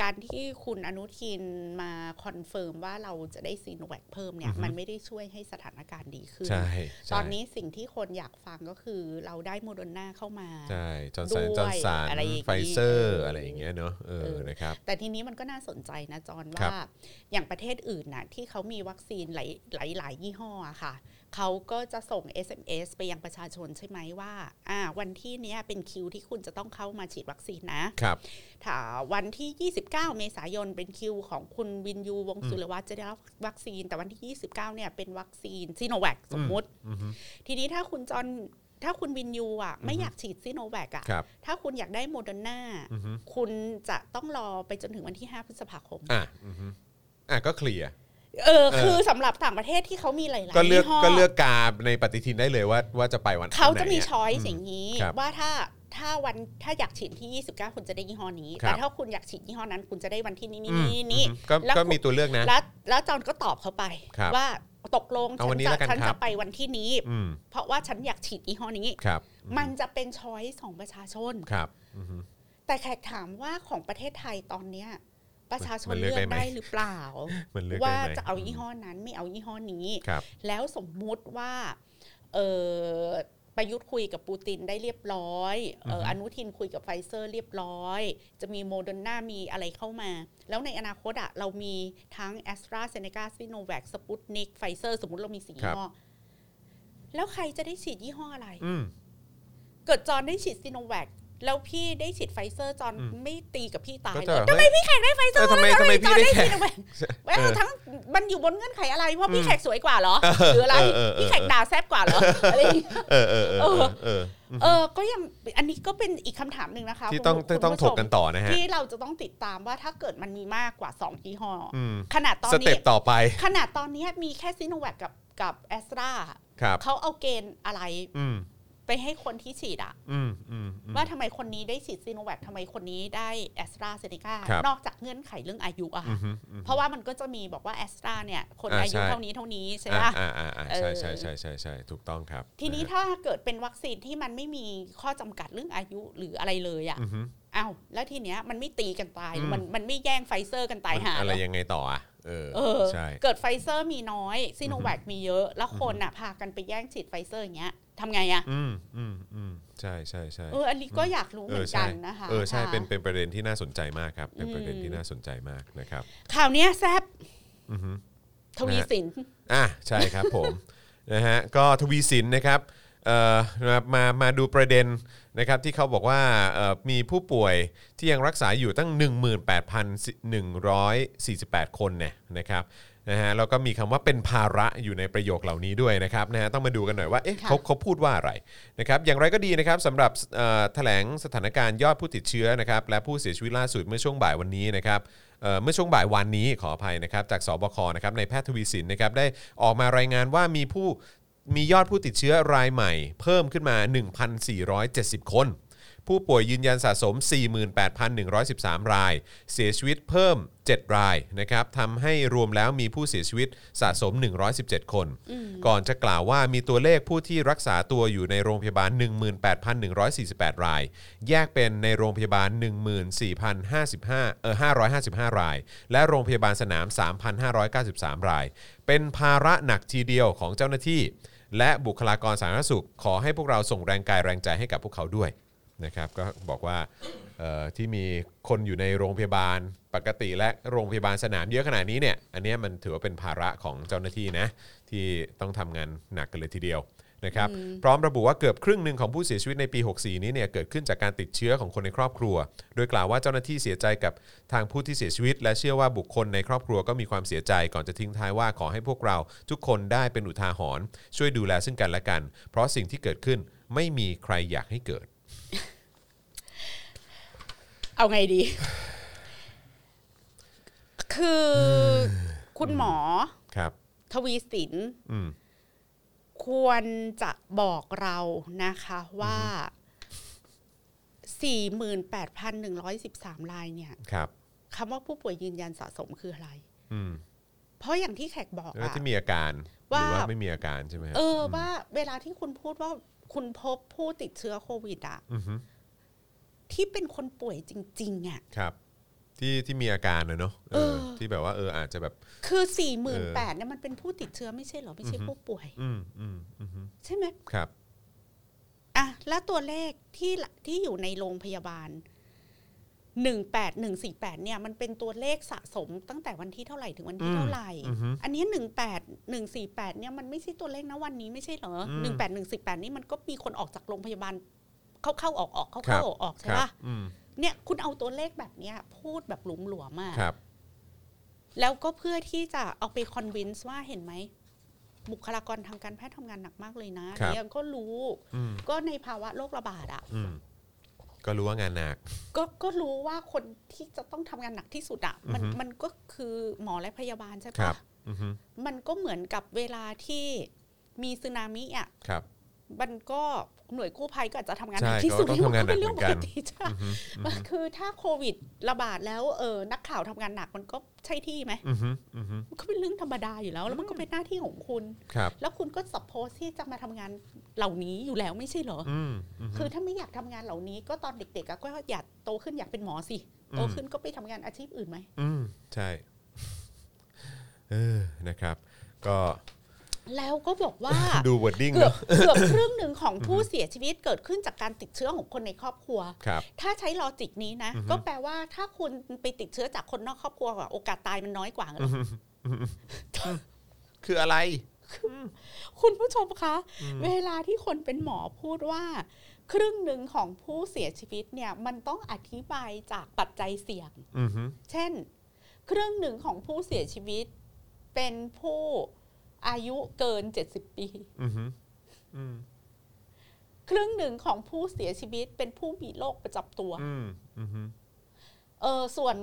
Speaker 3: การที่คุณอนุทินมาคอนเฟิร์มว่าเราจะได้ซีโนแวคเพิ่มเนี่ย มันไม่ได้ช่วยให้สถานการณ์ดีขึ้น
Speaker 2: ใช่ใช่
Speaker 3: ตอนนี้สิ่งที่คนอยากฟังก็คือเราได้โมเดอร์นาเข้ามา
Speaker 2: ใช่จอร์นสัน
Speaker 3: ด้วย
Speaker 2: จอร์นสัน
Speaker 3: อะไรอย่างงี้
Speaker 2: ไฟเซอร์
Speaker 3: เอออ
Speaker 2: อะไรอย่างเงี้ยเนาะเอ
Speaker 3: เอ
Speaker 2: อ
Speaker 3: อ
Speaker 2: นะครับ
Speaker 3: แต่ทีนี้มันก็น่าสนใจนะจอน
Speaker 2: ครั
Speaker 3: ว่า
Speaker 2: บ
Speaker 3: อย่างประเทศอื่นนะที่เขามีวัคซีนหลายหลายหลายยี่ห้ออะค่ะ เขาก็จะส่ง SMS ไปยังประชาชนใช่ไหมว่าอ่า วันที่เนี้ยเป็นคิวที่คุณจะต้องเข้ามาฉีดวัคซีนนะครับ ถ้าวันที่ 29 เมษายนเป็นคิวของคุณวินยูวงศ์สุรวัตรจะได้รับวัคซีน แต่วันที่ 29 เนี่ยเป็นวัคซีนซีโนแวคสมมุติ
Speaker 2: อือฮึ
Speaker 3: ทีนี้ถ้าคุณจอนถ้าคุณวินยูอ่ะไม่อยากฉีดซีโนแวคอ่ะ
Speaker 2: ครับ
Speaker 3: ถ้าคุณอยากได้โมเดอร์นา
Speaker 2: อือฮึ
Speaker 3: คุณจะต้องรอไปจนถึงวันที่ 5 พฤษภาคม
Speaker 2: อ่ะอือฮึอ่ะก็เคลียร์
Speaker 3: เออ
Speaker 2: เออ
Speaker 3: คือสำหรับต่างประเทศที่เขามีหลายๆ
Speaker 2: ก็เลือก
Speaker 3: ยี่ห้
Speaker 2: ก็เลือกกาในปฏิทินได้เลยว่าว่าจะไปวัน
Speaker 3: เขาจะมี
Speaker 2: ไหน
Speaker 3: ช้อยส์อย่างนี้
Speaker 2: ครับ
Speaker 3: ว่าถ้าถ้าวันถ้าอยากฉีดที่ 29 คุณจะได้ยี่ห้อนี้
Speaker 2: ครับ
Speaker 3: แต่ถ้าคุณอยากฉีดยี่ห้อนั้น คุณจะได้วันที่นี้
Speaker 2: อื
Speaker 3: นี่
Speaker 2: ม
Speaker 3: นี่นี่
Speaker 2: อือฮึก็
Speaker 3: แล้ว
Speaker 2: ก็มีตัวเลือกนะ
Speaker 3: แล้วแล้วจอนก็ตอบเขาไป
Speaker 2: ครับ
Speaker 3: ว่าตกลง
Speaker 2: เอาวันนี้
Speaker 3: ฉั
Speaker 2: แล้ว
Speaker 3: จะ
Speaker 2: กัน
Speaker 3: ฉัน
Speaker 2: ครั
Speaker 3: จะ
Speaker 2: บ
Speaker 3: ไปวันที่นี้
Speaker 2: อืม
Speaker 3: เพราะว่าฉันอยากฉีดยี่ห้อนี้
Speaker 2: ครับ
Speaker 3: มันจะเป็นช้อยส์ของประชาชน
Speaker 2: ครับอือฮึ
Speaker 3: แต่แขกถามว่าของประเทศไทยตอนเนี้ยประชาชน
Speaker 2: มันเลื
Speaker 3: เลื
Speaker 2: อกได้
Speaker 3: อก
Speaker 2: ไหม
Speaker 3: ได้หรือเปล่า
Speaker 2: มันเลือก
Speaker 3: ว่า
Speaker 2: ได้ไหม
Speaker 3: จะเอายี่ห้อนั้นไม่เอายี่ห้อนี้
Speaker 2: ครับ
Speaker 3: แล้วสมมุติว่าเออประยุทธ์คุยกับปูตินได้เรียบร้อยเออ
Speaker 2: อฮึ
Speaker 3: อนุทินคุยกับไฟเซอร์เรียบร้อย จะมีโมเดอร์นามีอะไรเข้ามา แล้วในอนาคตอะเรามีทั้งแอสตราเซเนกาซิโนแวคสปุตนิกไฟเซอร์สมมุติเรามีสี่ยี่ห้อ แล้วใครจะได้ฉีดยี่ห้ออะไร
Speaker 2: อืม
Speaker 3: เกิดจอนได้ฉีดซีโนแวคแล้วพี่ได้ฉีดไฟเซอร์จอน
Speaker 2: อืม
Speaker 3: ไม่ตีกับพี่ตาย
Speaker 2: ก็
Speaker 3: เล
Speaker 2: จะแบ
Speaker 3: ย
Speaker 2: บ
Speaker 3: ทำไมพี่แขกได้ไฟเซอ
Speaker 2: เออ
Speaker 3: ร์
Speaker 2: ทำไม
Speaker 3: แล้ว
Speaker 2: ทำไมพี่ได้แขก
Speaker 3: จอนด้ Sinovac แล้
Speaker 2: เอ
Speaker 3: ว
Speaker 2: อ
Speaker 3: ทั้งมันอยู่บนเงื่อนไขอะไรเพราะพี่
Speaker 2: อืม
Speaker 3: แขกสวยกว่าเหรอหรืออะไร
Speaker 2: เออเออเออ
Speaker 3: พี่แขกด่าแซบกว่าเหรออะไรอย่างเงี้ย
Speaker 2: เออเออเออเออเออ
Speaker 3: เออก็ยังอันนี้ก็เป็นอีกคำถามหนึ่งนะคะ
Speaker 2: ที่ต้อง
Speaker 3: คุณผู้
Speaker 2: ต้องถกกัน
Speaker 3: ช
Speaker 2: ต่อนะ
Speaker 3: ม
Speaker 2: ฮะ
Speaker 3: ที่เราจะต้องติดตามว่าถ้าเกิดมันมีมากกว่า2ยี่ห้ออ
Speaker 2: อืม
Speaker 3: ขนาดตอน
Speaker 2: สเต็ป
Speaker 3: นี้
Speaker 2: ต่อไป
Speaker 3: ขนาดตอนนี้มีแค่ซีโนแวคกับกับแอสตรา
Speaker 2: ครับ
Speaker 3: เขาเอาเกณฑ์อะไร
Speaker 2: อืม
Speaker 3: ไปให้คนที่ฉีดอะ
Speaker 2: อืมอืมอืม
Speaker 3: ว่าทำไมคนนี้ได้ฉีดซีโนแวคทำไมคนนี้ได้แอสตราเซเนกา
Speaker 2: ครับ
Speaker 3: นอกจากเงื่อนไขเรื่องอายุอะ
Speaker 2: อื
Speaker 3: ค่ะ
Speaker 2: มอืมอืม
Speaker 3: เพราะว่ามันก็จะมีบอกว่าแอสตราเนี่ย คน
Speaker 2: อ่า
Speaker 3: อายุ
Speaker 2: ใช่
Speaker 3: เท่านี้เท่านี้ใช่
Speaker 2: อ่า
Speaker 3: ปะ
Speaker 2: อ่าอ่าอ่า
Speaker 3: เออ
Speaker 2: ใช่ใช่ใช่ใช่ใช่ถูกต้องครับ
Speaker 3: ทีนี้
Speaker 2: ะฮะ
Speaker 3: ถ้าเกิดเป็นวัคซีนที่มันไม่มีข้อจำกัดเรื่องอายุหรืออะไรเลยอะ
Speaker 2: อือฮึ
Speaker 3: อ้าวแล้วทีเนี้ยมันไม่ตีกันตาย
Speaker 2: อืม
Speaker 3: มันมันไม่แย่งไฟเซอร์กันตายหา
Speaker 2: มันอะไร
Speaker 3: หรอ
Speaker 2: ยังไงต่ออ่ะเออ
Speaker 3: เออ
Speaker 2: ใช่
Speaker 3: เกิดไฟเซอร์มีน้อยซีโนแวคมีเยอะ แล้วคนอะพากันไปแย่งฉีดไฟเซอร์อย่างเงี้ยทำไงอะ
Speaker 2: อืมอืมอืมใช่ใช่ใช่
Speaker 3: เอออันนี้ก็อยากรู้เหมือนกัน
Speaker 2: ใช่
Speaker 3: นะคะ
Speaker 2: เออใช่
Speaker 3: ค่ะ
Speaker 2: เป็นเป็นประเด็นที่น่าสนใจมากครับ เป็น
Speaker 3: อืม
Speaker 2: ประเด็นที่น่าสนใจมากนะครับ
Speaker 3: ข่าวเนี้ยแซบ
Speaker 2: อือฮึ
Speaker 3: ทวีสิน
Speaker 2: อ่ะใช่ครับผม นะฮะก็ทวีสินนะครับ เอ่อมามามาดูประเด็นนะครับที่เขาบอกว่าเอ่อมีผู้ป่วยที่ยังรักษาอยู่ตั้ง 18,148 คนเนี่ยนะครับนะฮะแล้วก็มีคำว่าเป็นภาระอยู่ในประโยคเหล่านี้ด้วยนะครับนะฮะต้องมาดูกันหน่อยว่าเอ๊ะ
Speaker 3: ค่ะ
Speaker 2: เขาเขาพูดว่าอะไรนะครับอย่างไรก็ดีนะครับสำหรับเอ่อแถลงสถานการณ์ยอดผู้ติดเชื้อนะครับและผู้เสียชีวิตล่าสุดเมื่อช่วงบ่ายวันนี้นะครับ เอ่อเมื่อช่วงบ่ายวันนี้ขออภัยนะครับจากสบคนะครับในแพทย์ทวีสินนะครับได้ออกมารายงานว่ามีผู้มียอดผู้ติดเชื้อรายใหม่ เพิ่มขึ้นมา 1,470 คน ผู้ป่วยยืนยันสะสม 48,113 ราย เสียชีวิตเพิ่ม 7 รายนะครับทำให้รวมแล้วมีผู้เสียชีวิตสะสม 117 คน ก่อนจะกล่าวว่ามีตัวเลขผู้ที่รักษาตัวอยู่ในโรงพยาบาล 18,148 ราย แยกเป็นในโรงพยาบาล 14,055เออ555 ราย และโรงพยาบาลสนาม 3,593 ราย เป็นภาระหนักทีเดียวของเจ้าหน้าที่ และบุคลากรสาธารณสุข ขอให้พวกเราส่งแรงกายแรงใจให้กับพวกเขาด้วยนะครับก็บอกว่าเอ่อที่มีคนอยู่ในโรงพยาบาลปกติและโรงพยาบาลสนามเยอะขนาดนี้เนี่ยอันเนี้ยมันถือว่าเป็นภาระของเจ้าหน้าที่นะที่ต้องทำงานหนักกันเลยทีเดียวนะครับพร้อมระบุว่าเกือบครึ่งหนึ่งของผู้เสียชีวิตในปี 64 นี้เนี่ยเกิดขึ้นจากการติดเชื้อของคนในครอบครัว โดยกล่าวว่าเจ้าหน้าที่เสียใจกับทางผู้ที่เสียชีวิต และเชื่อว่าบุคคลในครอบครัวก็มีความเสียใจก่อนจะทิ้งท้ายว่าขอให้พวกเราทุกคนได้เป็นอุทาหรณ์ช่วยดูแลซึ่งกันและกัน เพราะสิ่งที่เกิดขึ้นไม่มีใครอยากให้เกิด
Speaker 3: เอาไงดี คือคุณหมอ
Speaker 2: ครับ
Speaker 3: ทวีสิน
Speaker 2: อืม
Speaker 3: ควรจะบอกเรานะคะว่า 48,113 รายเนี่ย
Speaker 2: ครับ
Speaker 3: คำว่าผู้ป่วยยืนยันสะสมคืออะไร
Speaker 2: อืม
Speaker 3: เพราะอย่างที่แขกบอก
Speaker 2: แล้ว
Speaker 3: อะ
Speaker 2: ที่มีอาการ ห
Speaker 3: ว่า
Speaker 2: รือว่าไม่มีอาการใช่ไหมครับ
Speaker 3: เออว่าเวลาที่คุณพูดว่าคุณพบผู้ติดเชื้อโควิดอะ
Speaker 2: อือฮึ
Speaker 3: ที่เป็นคนป่วยจริงๆอะ
Speaker 2: ครับ ที่ที่มีอาการนะเนอะเออ
Speaker 3: เออ
Speaker 2: ที่แบบว่าเอออาจจะแบบ
Speaker 3: คือ4ี่หมื่นแปดเนี่ยมันเป็นผู้ติดเชื้อไม่ใช่เหรอ ไม่ใช่
Speaker 2: อือฮึ
Speaker 3: ผู้ป่วย
Speaker 2: อืมอืมอือฮึ
Speaker 3: ใช่ไหม
Speaker 2: ครับ
Speaker 3: อ่ะแล้วตัวเลขที่ละที่อยู่ในโรงพยาบาลหนึ่งแปดหนึ่งสี่แปดเนี่ยมันเป็นตัวเลขสะสมตั้งแต่วันที่เท่าไหร่ถึงวันที่
Speaker 2: อืม
Speaker 3: เท่าไหร่
Speaker 2: อือฮึ
Speaker 3: อันนี้หนึ่งแปดหนึ่งสี่แปดเนี่ยมันไม่ใช่ตัวเลขนะวันนี้ไม่ใช่เหรอ
Speaker 2: อืม
Speaker 3: หนึ่งแปดหนึ่งสี่แปดนี่มันก็มีคนออกจากโรงพยาบาล เข้าเข้าๆออกออกๆเข้า
Speaker 2: ครั
Speaker 3: เข้าออกออก
Speaker 2: ค
Speaker 3: ๆใช่
Speaker 2: รับ
Speaker 3: ปะ
Speaker 2: อืม
Speaker 3: เนี่ยคุณเอาตัวเลขแบบเนี้ยพูดแบบหลุมหลวมๆอะ
Speaker 2: ครับ
Speaker 3: แล้วก็เพื่อที่จะเอาไปคอนวินส์ว่าเห็นไหม บุคลากรทางการแพทย์ทำงานหนักมากเลยนะครับ เนี่ยก็รู้
Speaker 2: อืม
Speaker 3: ก็ในภาวะโรคระบาดอะ่ะ
Speaker 2: อืมก็รู้ว่างานหนัก
Speaker 3: ก็ก็รู้ว่าคนที่จะต้องทำงานหนักที่สุดอะ่ะมัน
Speaker 2: อือฮึ
Speaker 3: มันก็คือหมอและพยาบาลใช่
Speaker 2: ครั
Speaker 3: ปะ
Speaker 2: บ อือฮึ
Speaker 3: มันก็เหมือนกับเวลาที่มีสึนามิอ่ะ
Speaker 2: ครับ
Speaker 3: มันก็หน่วยกู้ภัยก็อาจจะทำงาน
Speaker 2: ใช่
Speaker 3: หนักที่สุด
Speaker 2: ก็ต้องทำงานหนัก
Speaker 3: เป็
Speaker 2: เหมื
Speaker 3: เรื่
Speaker 2: อน
Speaker 3: ป
Speaker 2: กัน
Speaker 3: กติใช่
Speaker 2: อือฮึอือฮึ
Speaker 3: คือถ้าโควิดระบาดแล้วเออนักข่าวทำงานหนักมันก็ใช่ที่ไหม
Speaker 2: อือฮึอือฮึ
Speaker 3: มันก็เป็นเรื่องธรรมดาอยู่แล้ว แล้วมันก็เป็นหน้าที่ของคุณ
Speaker 2: ครับ
Speaker 3: แล้วคุณก็สับโพสที่จะมาทำงานเหล่านี้อยู่แล้วไม่ใช่เหรออ
Speaker 2: อืมอือฮึ
Speaker 3: คือถ้าไม่อยากทำงานเหล่านี้ก็ตอนเด็กๆอะก็อยากโตขึ้นอยากเป็นหมอสิ โต
Speaker 2: อืม
Speaker 3: ขึ้นก็ไปทำงานอาชีพอื่นไหม
Speaker 2: อืมใช่เออนะครับ ก็
Speaker 3: แล้วก็บอกว่า
Speaker 2: ดูวอร์ดดิ้ง
Speaker 3: เกือ
Speaker 2: เนาะ
Speaker 3: บ เกือบครึ่งหนึ่งของผู้เสียชีวิตเกิดขึ้นจากการติดเชื้อของคนในครอบครัว
Speaker 2: ครับ
Speaker 3: ถ้าใช้ลอจิกนี้นะ
Speaker 2: อือฮึ
Speaker 3: ก็แปลว่าถ้าคุณไปติดเชื้อจากคนนอกครอบครัวอะโอกาสตายมันน้อยกว่าเหรอ
Speaker 2: คืออะไร
Speaker 3: คุณผู้ชมคะ เวลาที่คนเป็นหมอพูดว่า ครึ่งหนึ่งของผู้เสียชีวิตเนี่ยมันต้องอธิบายจากปัจจัยเสี่ยง
Speaker 2: อือฮึ
Speaker 3: เช่น ครึ่งหนึ่งของผู้เสียชีวิต เป็นผู้อายุเกิน 70 ปี
Speaker 2: อือฮึอืม
Speaker 3: ครึ่งหนึ่งของผู้เสียชีวิต เป็นผู้มีโรคประจำตัว
Speaker 2: อืมอือฮึ
Speaker 3: เออส่วน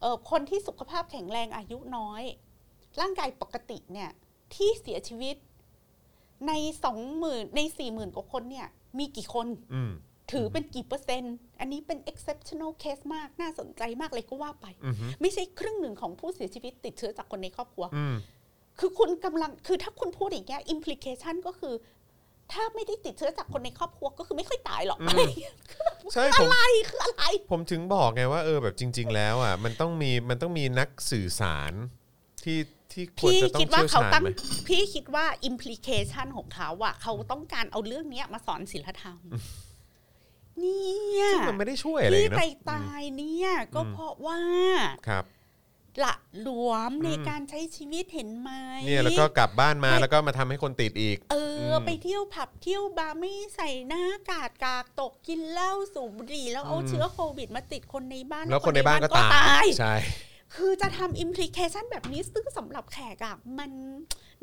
Speaker 3: เออคนที่สุขภาพแข็งแรงอายุน้อย ร่างกายปกติเนี่ย ที่เสียชีวิต ในสองหมื่นในสี่หมื่นกว่าคนเนี่ย มีกี่คน
Speaker 2: อืม
Speaker 3: ถือเป็นกี่เปอร์เซ็นต์ อันนี้เป็น exceptional case มาก น่าสนใจมากเลยก็ว่าไป
Speaker 2: อือฮึ
Speaker 3: ไม่ใช่ครึ่งหนึ่งของผู้เสียชีวิตติดเชื้อจากคนในครอบครัว
Speaker 2: อืม
Speaker 3: คือคุณกำลัง คือถ้าคุณพูดอย่างเงี้ย implication ก็คือ ถ้าไม่ได้ติดเชื้อจากคนในครอบครัวก็คือไม่ค่อยตายหรอกอะไรเงี้ย
Speaker 2: ใช่ผม
Speaker 3: อะไรคืออะไร
Speaker 2: ผมถึงบอกไงว่าเออแบบจริง ๆ แล้วอ่ะมันต้องมีมันต้องมีนักสื่อสารที่ที่ควร
Speaker 3: พี่
Speaker 2: จะต้อง
Speaker 3: คิดว่า
Speaker 2: เชี่ยว
Speaker 3: เขา
Speaker 2: ชาญ
Speaker 3: ตั้ง
Speaker 2: ไหม
Speaker 3: พี่คิดว่า implication ของเขาอะเขาต้องการเอาเรื่องเนี้ยมาสอนศิลธรรม เนี่ย
Speaker 2: ซึ่งมันไม่ได้ช่วยอะไร
Speaker 3: ที่
Speaker 2: เนาะ
Speaker 3: ไปตายเนี่ย ก็เพราะว่า
Speaker 2: ครับ
Speaker 3: ละหลวมใน
Speaker 2: อืม
Speaker 3: การใช้ชีวิตเห็นไหม
Speaker 2: เนี่ยแล้วก็กลับบ้านมา
Speaker 3: ไม่
Speaker 2: แล้วก็มาทำให้คนติดอีก
Speaker 3: เออ
Speaker 2: ม
Speaker 3: ไปเที่ยวผับเที่ยวบาร์ไม่ใส่หน้ากากกากตกกินเหล้าสูบบุหรี่แล้วเอา
Speaker 2: อืม
Speaker 3: เชื้อโควิดมาติดคนในบ้าน
Speaker 2: แล้วคนในบ้านก็ตาย ใช่
Speaker 3: คือจะทำอิมพลิเคชันแบบนี้ซึ่งสำหรับแขกอะมัน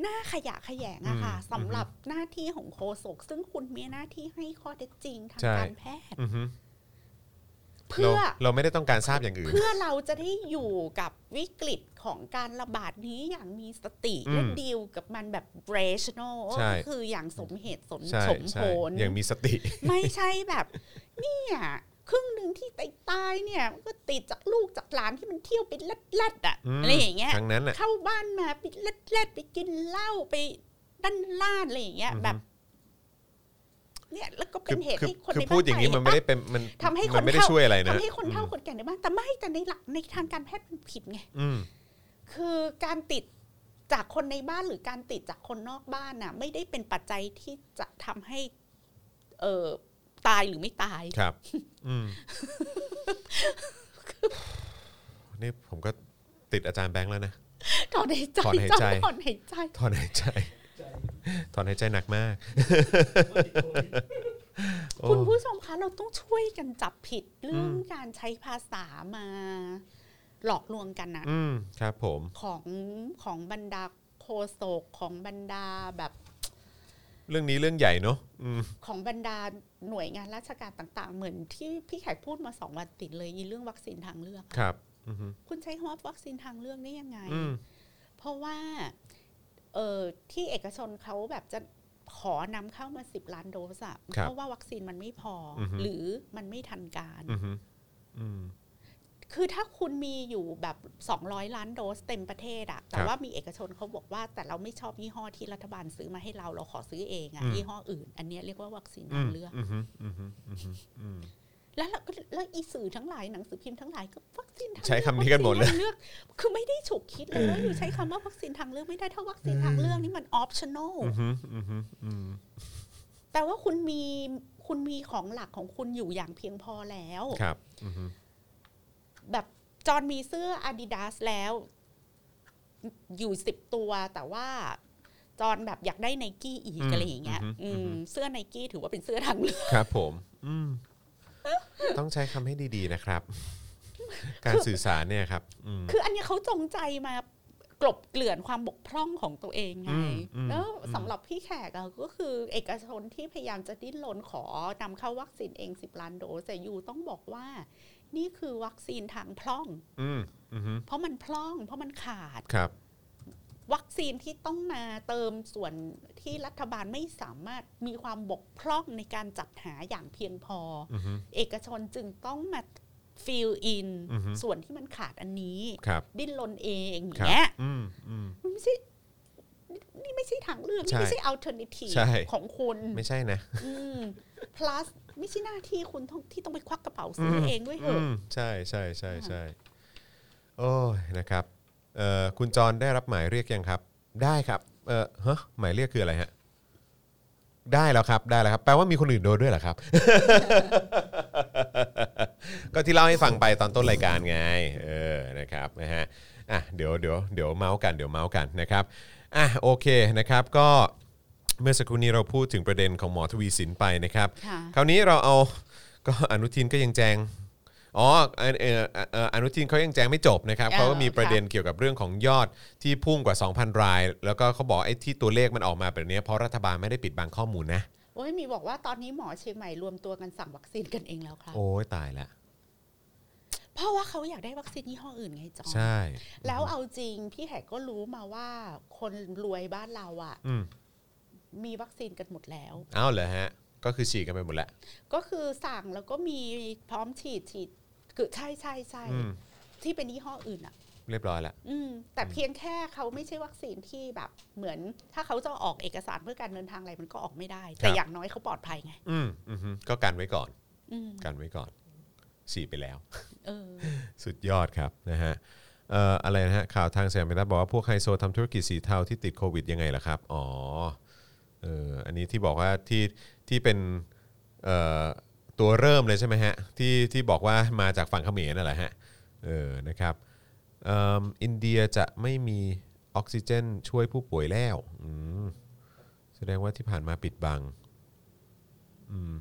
Speaker 3: น่าขยะแขยงอะค่ะ
Speaker 2: อืม
Speaker 3: สำหรับหน้าที่ของโฆษกซึ่งคุณมีหน้าที่ให้ข้อเท็จจริงทาง
Speaker 2: ใช่
Speaker 3: การแพทย์
Speaker 2: อือฮึ
Speaker 3: เพื่อ
Speaker 2: เราเราไม่ได้ต้องการทราบอย่างอื่น
Speaker 3: เพื่อเราจะได้อยู่กับวิกฤตของการระบาดนี้อย่างมีสติ
Speaker 2: อืม
Speaker 3: และดีลกับมันแบบ rational
Speaker 2: ใช่
Speaker 3: ก็คืออย่างสมเหตุสม
Speaker 2: ใช่
Speaker 3: สม
Speaker 2: ใช่
Speaker 3: ผล
Speaker 2: อย่างมีสติ
Speaker 3: ไม่ใช่แบบ เนี่ยครึ่งหนึ่งที่ตายตายๆเนี่ยมันก็ติดจากลูกจากหลานที่มันเที่ยวไปลัดลัดๆอ่ะ
Speaker 2: อืม
Speaker 3: อะไรอย่างเงี้ย
Speaker 2: ทั้งนั้นแหละ
Speaker 3: เข้าบ้านมาไปลัดลัดๆไปกินเหล้าไปด้านล่านอะไรอย่างเงี้ย
Speaker 2: อือฮึ
Speaker 3: แบบ เนี่ยแล้วก็
Speaker 2: คื
Speaker 3: เป็นเหตุ
Speaker 2: คือ
Speaker 3: ให้คน
Speaker 2: คือ
Speaker 3: ในบ้าน
Speaker 2: พูดอย่างนี้
Speaker 3: ต
Speaker 2: มันไม่ได้เป็นมัน
Speaker 3: ทำให้ค
Speaker 2: มัน นไม่ได้
Speaker 3: เฒ่า
Speaker 2: ช่วยอะไรนะ
Speaker 3: ทำให้คนเฒ่าคนแก่ในบ้านแต่ไม่แต่ในหลักในทางการแพทย์มันผิดไง
Speaker 2: อืม
Speaker 3: คือการติดจากคนในบ้านหรือการติดจากคนนอกบ้านน่ะ ไม่ได้เป็นปัจจัยที่จะทำให้ เออตายหรือไม่ตาย
Speaker 2: ครับ อืมนี่ผมก็ติดอาจารย์แบงค์แล้วนะ
Speaker 3: ถอนหายใจ
Speaker 2: ถอนหายใจ
Speaker 3: ถอนหายใจ
Speaker 2: ถอนหายใจ ถอนหายใจหนักมากโอ้
Speaker 3: คุณผู้ชมคะเราต้องช่วยกันจับผิดเรื่องการใช้ภาษามา หลอกลวงกันนะ
Speaker 2: อืมครับผม
Speaker 3: ของของบรรดาโคโศกของบรรดาแบบ
Speaker 2: เรื่องนี้เรื่องใหญ่เนอะอืม
Speaker 3: ของบรรดาหน่วยงานราชการต่างๆ เหมือนที่พี่แขกพูดมาสองวันติดเลยในเรื่องวัคซีนทางเลือก
Speaker 2: ครับ อือฮึ
Speaker 3: คุณใช้คำว่าวัคซีนทางเลือกได้ยังไง
Speaker 2: อืม
Speaker 3: เพราะว่าเออที่เอกชนเขาแบบจะขอนำเข้ามาสิบล้านโดสอะ
Speaker 2: ครับ
Speaker 3: เพราะว่าวัคซีนมันไม่พออ
Speaker 2: อฮึ
Speaker 3: หรือมันไม่ทันการ
Speaker 2: อือฮึอืม
Speaker 3: คือถ้าคุณมีอยู่แบบ 200 ล้านโดสเต็มประเทศอะแต่
Speaker 2: ครับ
Speaker 3: ว่ามีเอกชนเขาบอกว่า แต่เราไม่ชอบยี่ห้อที่รัฐบาลซื้อมาให้เราเราขอซื้อเองอะ
Speaker 2: อืม
Speaker 3: ยี่ห้ออื่น อันเนี้ยเรียกว่าวัคซีน
Speaker 2: อื
Speaker 3: ทาม งเลือก
Speaker 2: อือฮึอือฮึอือฮึอืม
Speaker 3: แล้วเราก็แล้วอีสื่อทั้งหลายหนังสือพิมพ์ทั้งหลายก็วัคซีนทางเลือก
Speaker 2: ใช้คำนี้กันหมดเลย
Speaker 3: วัคซีทางอกคือไม่ได้ฉุกคิดเลยว่าอยู่ใช้คำว่าวัคซีนทางเลือกไม่ได้ถ้าวัคซีนทางเลือกนี่มัน optional
Speaker 2: อือฮึอือฮึอืม
Speaker 3: แปลว่าคุณมีคุณมีของหลักของคุณอยู่อย่างเพียงพอแล้ว
Speaker 2: ครับ อือฮึ
Speaker 3: แบบจอห์นมีเสื้อ Adidas แล้ว อยู่สิบตัวแต่ว่า จอห์นแบบอยากได้ไนกี้อีกอะไรอย่างเงี้ยอืมเสื้อไนกี้ถือว่าเป็นเสื้อทางเลือก
Speaker 2: ครับผม อืม ต้องใช้คำให้ดีๆ นะครับ การสื่อสารเนี่ยครับ อืม
Speaker 3: คืออันเนี้ยเขาจงใจมากลบเกลื่อนความบกพร่องของตัวเองไง
Speaker 2: อืมอืม
Speaker 3: แล้วสำหรับพี่แขกอะก็คือ เอกชนที่พยายามจะดิ้นรนขอนำเข้าวัคซีนเองสิบล้านโดสแต่ยูต้องบอกว่า นี่คือวัคซีนทางพร่อง
Speaker 2: อืมอือฮึ
Speaker 3: เพราะมันพร่อง เพราะมันขาด
Speaker 2: ครับ
Speaker 3: วัคซีนที่ต้องมาเติมส่วนที่รัฐบาลไม่สามารถมีความบกพร่องในการจัดหาอย่างเพียงพอ
Speaker 2: อือฮึ
Speaker 3: เอกชนจึงต้องมาฟิลอิน
Speaker 2: อือฮึ
Speaker 3: ส่วนที่มันขาดอันนี้
Speaker 2: ครับ
Speaker 3: ดิ้นรนเองอย่า
Speaker 2: ครั
Speaker 3: งเงี้ย
Speaker 2: อืมอืม
Speaker 3: มันไม่ใช่นี่ไม่ใช่ทางเลือก
Speaker 2: ใช่
Speaker 3: นี่ไม่ใช่อัลเทอร์เนทีฟ
Speaker 2: ใช่
Speaker 3: ของคุณ
Speaker 2: ไม่ใช่นะ
Speaker 3: อืม plus ไม่ใช่หน้าที่คุณต้องที่ต้องไปควักกระเป๋าซื้อเองด้วยเหรออ
Speaker 2: มใช่ใช่ใช่ใช่โอ้ยนะครับเอ่อคุณจรได้รับหมายเรียกยังครับ ได้ครับเอ่อฮะหมายเรียกคืออะไรฮะได้แล้วครับได้แล้วครับแปลว่ามีคนอื่นโดนด้วยเหรอครับ ก็ที่เล่าให้ฟังไปตอนต้นรายการไงเออนะครับนะฮะอ่ะเดี๋ยวเดี๋ยวเดี๋ยวเมาส์กันเดี๋ยวเมาส์กันนะครับอ่ะโอเคนะครับก็เมื่อสักครู่นี้เราพูดถึงประเด็นของหมอทวีสินไปนะครับ
Speaker 3: ค่ะ
Speaker 2: คราวนี้เรา เอา ก็อนุทินก็ยังแจง อ๋อเอ่อเอ่อเอ่ออนุทินเขายังแจ้งไม่จบนะครับ
Speaker 3: เออ
Speaker 2: เขาก็มีประ
Speaker 3: ค่ะ
Speaker 2: เด็นเกี่ยวกับเรื่องของยอดที่พุ่งกว่า 2,000 ราย แล้วก็เขาบอกไอ้ที่ตัวเลขมันออกมาแบบเนี้ยเพราะรัฐบาลไม่ได้ปิดบังข้อมูลนะ
Speaker 3: โอ้ยมีบอกว่าตอนนี้หมอเชียงใหม่รวมตัวกันสั่งวัคซีนกันเองแล้วครับ
Speaker 2: โอ้ยตายละ
Speaker 3: เพราะว่าเขาอยากได้วัคซีนยี่ห้ออื่นไงจอห์น
Speaker 2: ใช่
Speaker 3: แล้วเอาจริง พี่แขกก็รู้มาว่า คนรวยบ้านเราอะ
Speaker 2: อืม
Speaker 3: มีวัคซีนกันหมดแล้ว
Speaker 2: เอ้าวเหรอฮะ ก็คือฉีกกันไปหมดแล้ว
Speaker 3: ก็คือสั่งแล้วก็มีพร้อมฉีดฉีดคือใช่ใช่ใช่
Speaker 2: อืม
Speaker 3: ที่เป็นยี่ห้ออื่นอะ
Speaker 2: เรียบร้อยละ
Speaker 3: อืม แต่เพียงแค่เขาไม่ใช่วัคซีนที่แบบ เหมือน ถ้าเขาจะออกเอกสารเพื่อการเดินทางอะไรมันก็ออกไม่ได้
Speaker 2: ค
Speaker 3: แต่
Speaker 2: รับ
Speaker 3: อย่างน้อยเขาปลอดภัยไง
Speaker 2: อืมอือฮึก็กันไว้ก่อน
Speaker 3: อืม
Speaker 2: กันไว้ก่อน ฉีกไปแล้ว
Speaker 3: เออ
Speaker 2: สุดยอดครับนะฮะเอ่ออะไรนะฮะข่าวทางเสียงไปแล้วบอกว่าพวกไฮโซทำธุรกิจสีเทาที่ติดโควิดยังไงล่ะครับ อ๋อเอออันนี้ที่บอกว่าที่ที่เป็นเอ่อตัวเริ่มเลยใช่ไหมฮะที่ที่บอกว่ามาจากฝั่งเขมรนั่นแหละฮะเออนะครับ เอิ่มอินเดียจะไม่มีออกซิเจนช่วยผู้ป่วยแล้วอืมแสดงว่าที่ผ่านมาปิดบังอืม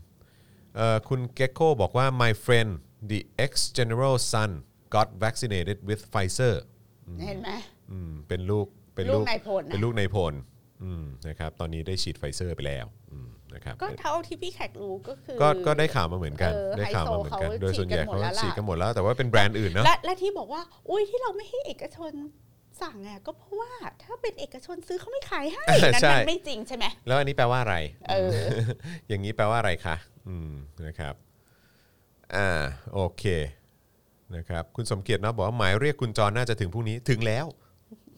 Speaker 2: เอ่อคุณเกคโกบอกว่า my friend the ex general son got vaccinated with Pfizer
Speaker 3: เห็นไหม
Speaker 2: อืมเป็นลูกเป็น
Speaker 3: ลูกนายพลนะ
Speaker 2: เป็นลูกนายพลอืมนะครับตอนนี้ได้ฉีดไฟเซอร์ไปแล้วอืมนะครับ
Speaker 3: ก็เท่าที่พี่แขกรู้ก็คือ
Speaker 2: ก็ก็ได้ข่าวมาเหมือนกัน
Speaker 3: เออ
Speaker 2: ได้ข่าวมาเหมือนกัน
Speaker 3: ไฮโซเขา
Speaker 2: โดยส่วนใหญ่
Speaker 3: ฉีดกันห
Speaker 2: เขา
Speaker 3: มดแล้วล่ะ
Speaker 2: ฉีดกันหมดแล้ว แต่ว่าเป็นแบรนด์อื่นเนาะ
Speaker 3: และและที่บอกว่า อุ้ยที่เราไม่ให้เอกชนสั่งอ่ะก็เพราะว่าถ้าเป็นเอกชนซื้อเขาไม่ขายให้นั่นมันไม่จริงใช่ไหม
Speaker 2: แล้วอันนี้แปลว่าอะไร
Speaker 3: เออ
Speaker 2: อย่างนี้แปลว่าอะไรคะอืมนะครับ อ่า โอเค นะครับ คุณสมเกียรติเนาะบอกว่าหมายเรียกคุณจรน่าจะถึงพรุ่งนี้ ถึงแล้ว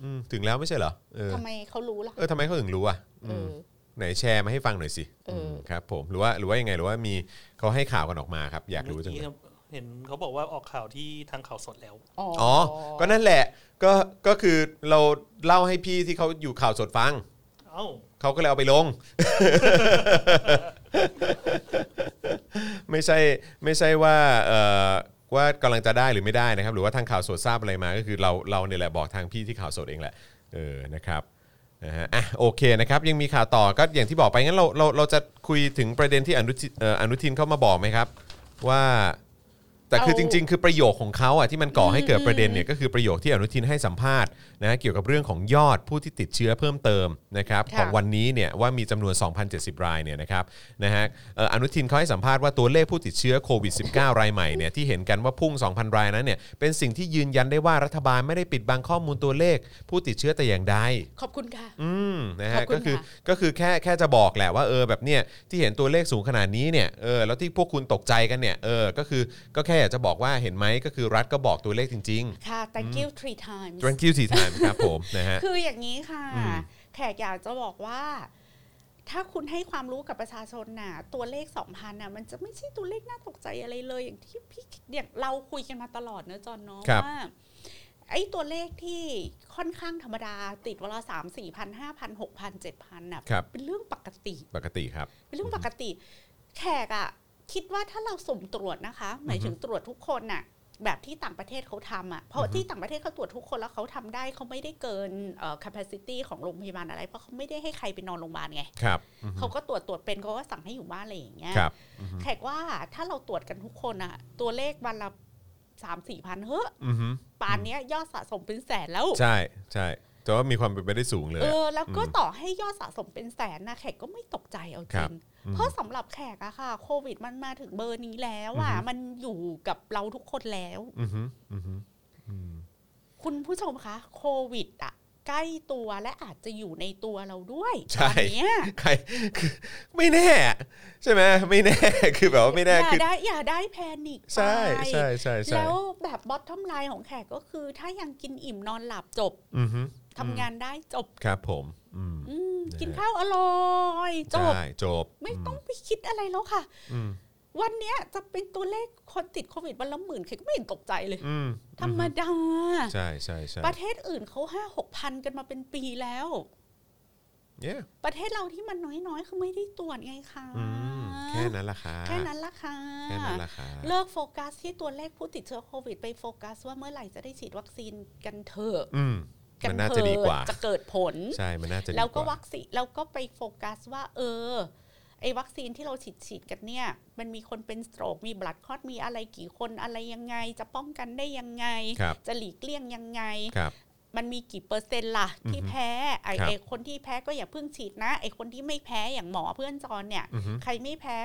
Speaker 2: อืมถึงแล้วไม่ใช่เหรอ เออ
Speaker 3: ทำไมเขารู้ล่ะ
Speaker 2: เออทำไมเขาถึงรู้อ่ะ
Speaker 3: เอ
Speaker 2: อืม
Speaker 3: อ
Speaker 2: ไหนแชร์มาให้ฟังหน่อยสิ
Speaker 3: เอออื
Speaker 2: มครับผม หรือว่าหรือว่ายังไง หรือว่ามีเขาให้ข่าวกันออกมาครับ อยากรู้จังเลย
Speaker 5: เมื่อครับเห็นเขาบอกว่าออกข่าวที่ทางข่าวสดแล้ว
Speaker 3: อ๋ออ
Speaker 2: อ๋อ ก็นั่นแหละ ก็ ก็คือเราเล่าให้พี่ที่เขาอยู่ข่าวสดฟัง
Speaker 5: เอ้า
Speaker 2: เขาก็เลยเอาไปลง ไม่ใช่ไม่ใช่ว่าเอ่อว่ากำลังจะได้หรือไม่ได้นะครับ หรือว่าทางข่าวสดทราบอะไรมา ก็คือเราเราเนี่ยแหละบอกทางพี่ที่ข่าวสดเองแหละเออนะครับนะฮะอ่ะโอเคนะครับ ยังมีข่าวต่อก็อย่างที่บอกไปงั้นเราเราเราจะคุยถึงประเด็นที่อนุทินเอ่ออนุทินเข้ามาบอกไหมครับ ว่าแต่คือจริง ๆ คือประโยคของเขาอ่ะที่มันก่อให้เกิดประเด็นเนี่ยก็คือประโยคที่อนุทินให้สัมภาษณ์นะเกี่ยวกับเรื่องของยอดผู้ที่ติดเชื้อเพิ่มเติมนะครับ
Speaker 3: ค่ะ
Speaker 2: ของวันนี้เนี่ยว่ามีจำนวน 2,070 รายเนี่ยนะครับนะฮะเอ่ออนุทินเขาให้สัมภาษณ์ว่าตัวเลขผู้ติดเชื้อโควิด -19 รายใหม่เนี่ยที่เห็นกันว่าพุ่ง 2,000 รายนั้นเนี่ยเป็นสิ่งที่ยืนยันได้ว่ารัฐบาลไม่ได้ปิดบังข้อมูลตัวเลข ผู้ติดเชื้อแต่อย่างใด
Speaker 3: ขอบคุณค่ะ
Speaker 2: อืมนะฮะ
Speaker 3: ขอบคุณ
Speaker 2: ก็คือ
Speaker 3: ค่ะ
Speaker 2: ก็คือแค่แค่จะบอกแหละว่าเออแบบเนี่ยที่เห็นตัวเลขสูงขนาดนี้เนี่ยเออแล้วที่พวกคุณตกใจกันเนี่ยเออก็คือก็แค่อยากจะบอกว่าเห็นไหมก็คือรัฐก็บอกตัวเลขจริง
Speaker 3: ค่ะ thank you three times
Speaker 2: ๆ thank you สี่ทานครับผมนะฮะ
Speaker 3: คืออย่างนี้ค่ะ
Speaker 2: อืม
Speaker 3: แขกอยากจะบอกว่า ถ้าคุณให้ความรู้กับประชาชนน่ะ ตัวเลขสองพันน่ะ มันจะไม่ใช่ตัวเลขน่าตกใจอะไรเลย อย่างที่พี่อย่างเราคุยกันมาตลอดเนอะจอนเนาะ
Speaker 2: ครับ
Speaker 3: ว่า ไอ้ตัวเลขที่ค่อนข้างธรรมดา ติดวันละสามสี่พันห้าพันหกพันเจ็ดพันน่ะ
Speaker 2: ครับ
Speaker 3: เป็นเรื่องปกติ
Speaker 2: ปกติครับ
Speaker 3: เป็นเรื่องปกติ แขกอะคิดว่าถ้าเราสุ่มตรวจนะคะ หมายถึงตรวจทุกคนน่ะ แบบที่ต่างประเทศเขาทำอะเพ
Speaker 2: อื
Speaker 3: ราะ
Speaker 2: อฮึ
Speaker 3: ที่ต่างประเทศเขาตรวจทุกคนแล้วเขาทำได้เขาไม่ได้เกินเอ่อ capacity ของโรงพยาบาลอะไร เพราะเขาไม่ได้ให้ใครไปนอนโรงพยาบาลไง
Speaker 2: ครับอือฮึ
Speaker 3: เขาก็ตรวจตรวจเป็นเขาก็สั่งให้อยู่บ้านอะไรอย่างเงี้ย
Speaker 2: ครับอือฮึ
Speaker 3: แขกว่าถ้าเราตรวจกันทุกคนอะตัวเลขวันละสามสี่พันเฮ้อะ
Speaker 2: อือฮึ
Speaker 3: ป่านเนี้ยยอดสะสมเป็นแสนแล้ว
Speaker 2: ใช่ใช่แต่ว่ามีความเป็นไปได้สูงเลย
Speaker 3: เอ
Speaker 2: อะ
Speaker 3: อแล้วก็
Speaker 2: อืม
Speaker 3: ต่อให้ยอดสะสมเป็นแสนนะแขกก็ไม่ตกใจเอาจ
Speaker 2: ครั
Speaker 3: ริ
Speaker 2: บ
Speaker 3: ง
Speaker 2: ม
Speaker 3: เพราะสำหรับแขกอะค่ะ โควิดมันมาถึงเบอร์นี้แล้ว
Speaker 2: อื
Speaker 3: อะ
Speaker 2: อฮึ
Speaker 3: มันอยู่กับเราทุกคนแล้ว
Speaker 2: อือฮึอือฮึอืม
Speaker 3: คุณผู้ชมคะโควิดอะใกล้ตัวและอาจจะอยู่ในตัวเราด้วย
Speaker 2: ใช่
Speaker 3: ตอนเนี้ย
Speaker 2: ใคร คือไม่แน่ใช่ไหมไม่ แน่คือแบบว่าไม่
Speaker 3: อ
Speaker 2: แน่
Speaker 3: ย่า
Speaker 2: คือ
Speaker 3: ได้อย่าได้แพนิค
Speaker 2: ใช่
Speaker 3: ไป
Speaker 2: ใช่ใช่ใช่
Speaker 3: แล้วแบบบอททอมไลน์ของแขกก็คือ ถ้ายังกินอิ่มนอนหลับจบ
Speaker 2: อือฮึ
Speaker 3: ทำงานได้จบ
Speaker 2: ครับผมอืม
Speaker 3: อืม
Speaker 2: นะฮะ
Speaker 3: กินข้าวอร่อยจบ
Speaker 2: ใช่จบ
Speaker 3: ไม่ต้องไปคิดอะไรแล้วค่ะ
Speaker 2: อืม
Speaker 3: วันเนี้ยจะเป็นตัวเลขคนติดโควิดวันละหมื่นแขกก็ไม่เห็นตกใจเลย
Speaker 2: อืม
Speaker 3: ธรรมดา
Speaker 2: ใช่ใช่ใช่
Speaker 3: ประเทศอื่นเขาห้าหกพันกันมาเป็นปีแล้ว
Speaker 2: เนี่ย
Speaker 3: ประเทศเราที่มันน้อยๆคือไม่ได้ตรวจไงคะ
Speaker 2: อืมแค่นั้นละค่ะ
Speaker 3: แค่นั้นละค่ะ
Speaker 2: แค่นั้นละค่ะ
Speaker 3: เลิกโฟกัสที่ตัวเลขผู้ติดเชื้อโควิด ไปโฟกัสว่าเมื่อไหร่จะได้ฉีดวัคซีนกันเถอะ
Speaker 2: อืมมันน่า
Speaker 3: เถ
Speaker 2: จะดีกว่า
Speaker 3: จะเกิดผล
Speaker 2: ใช่ มันน่าจะดี
Speaker 3: แล้วก็
Speaker 2: ว่า
Speaker 3: วัคซีนแล้วก็ไปโฟกัสว่า เออไอ้วัคซีนที่เราฉีดฉีดกันเนี่ย มันมีคนเป็นสโตรกมีบลัดคลอดมีอะไรกี่คนอะไรยังไง จะป้องกันได้ยังไง
Speaker 2: ครับ
Speaker 3: จะหลีกเลี่ยงยังไง
Speaker 2: ครับ
Speaker 3: มันมีกี่เปอร์เซ็นต์ล่ะ ที่
Speaker 2: อือฮึ
Speaker 3: แพ้ไอ
Speaker 2: ครับ
Speaker 3: ไอคนที่แพ้ก็อย่าเพิ่งฉีดนะไอคนที่ไม่แพ้อย่างหมอเพื่อนจอนเนี่ย
Speaker 2: อือฮึ
Speaker 3: ใครไม่แพ้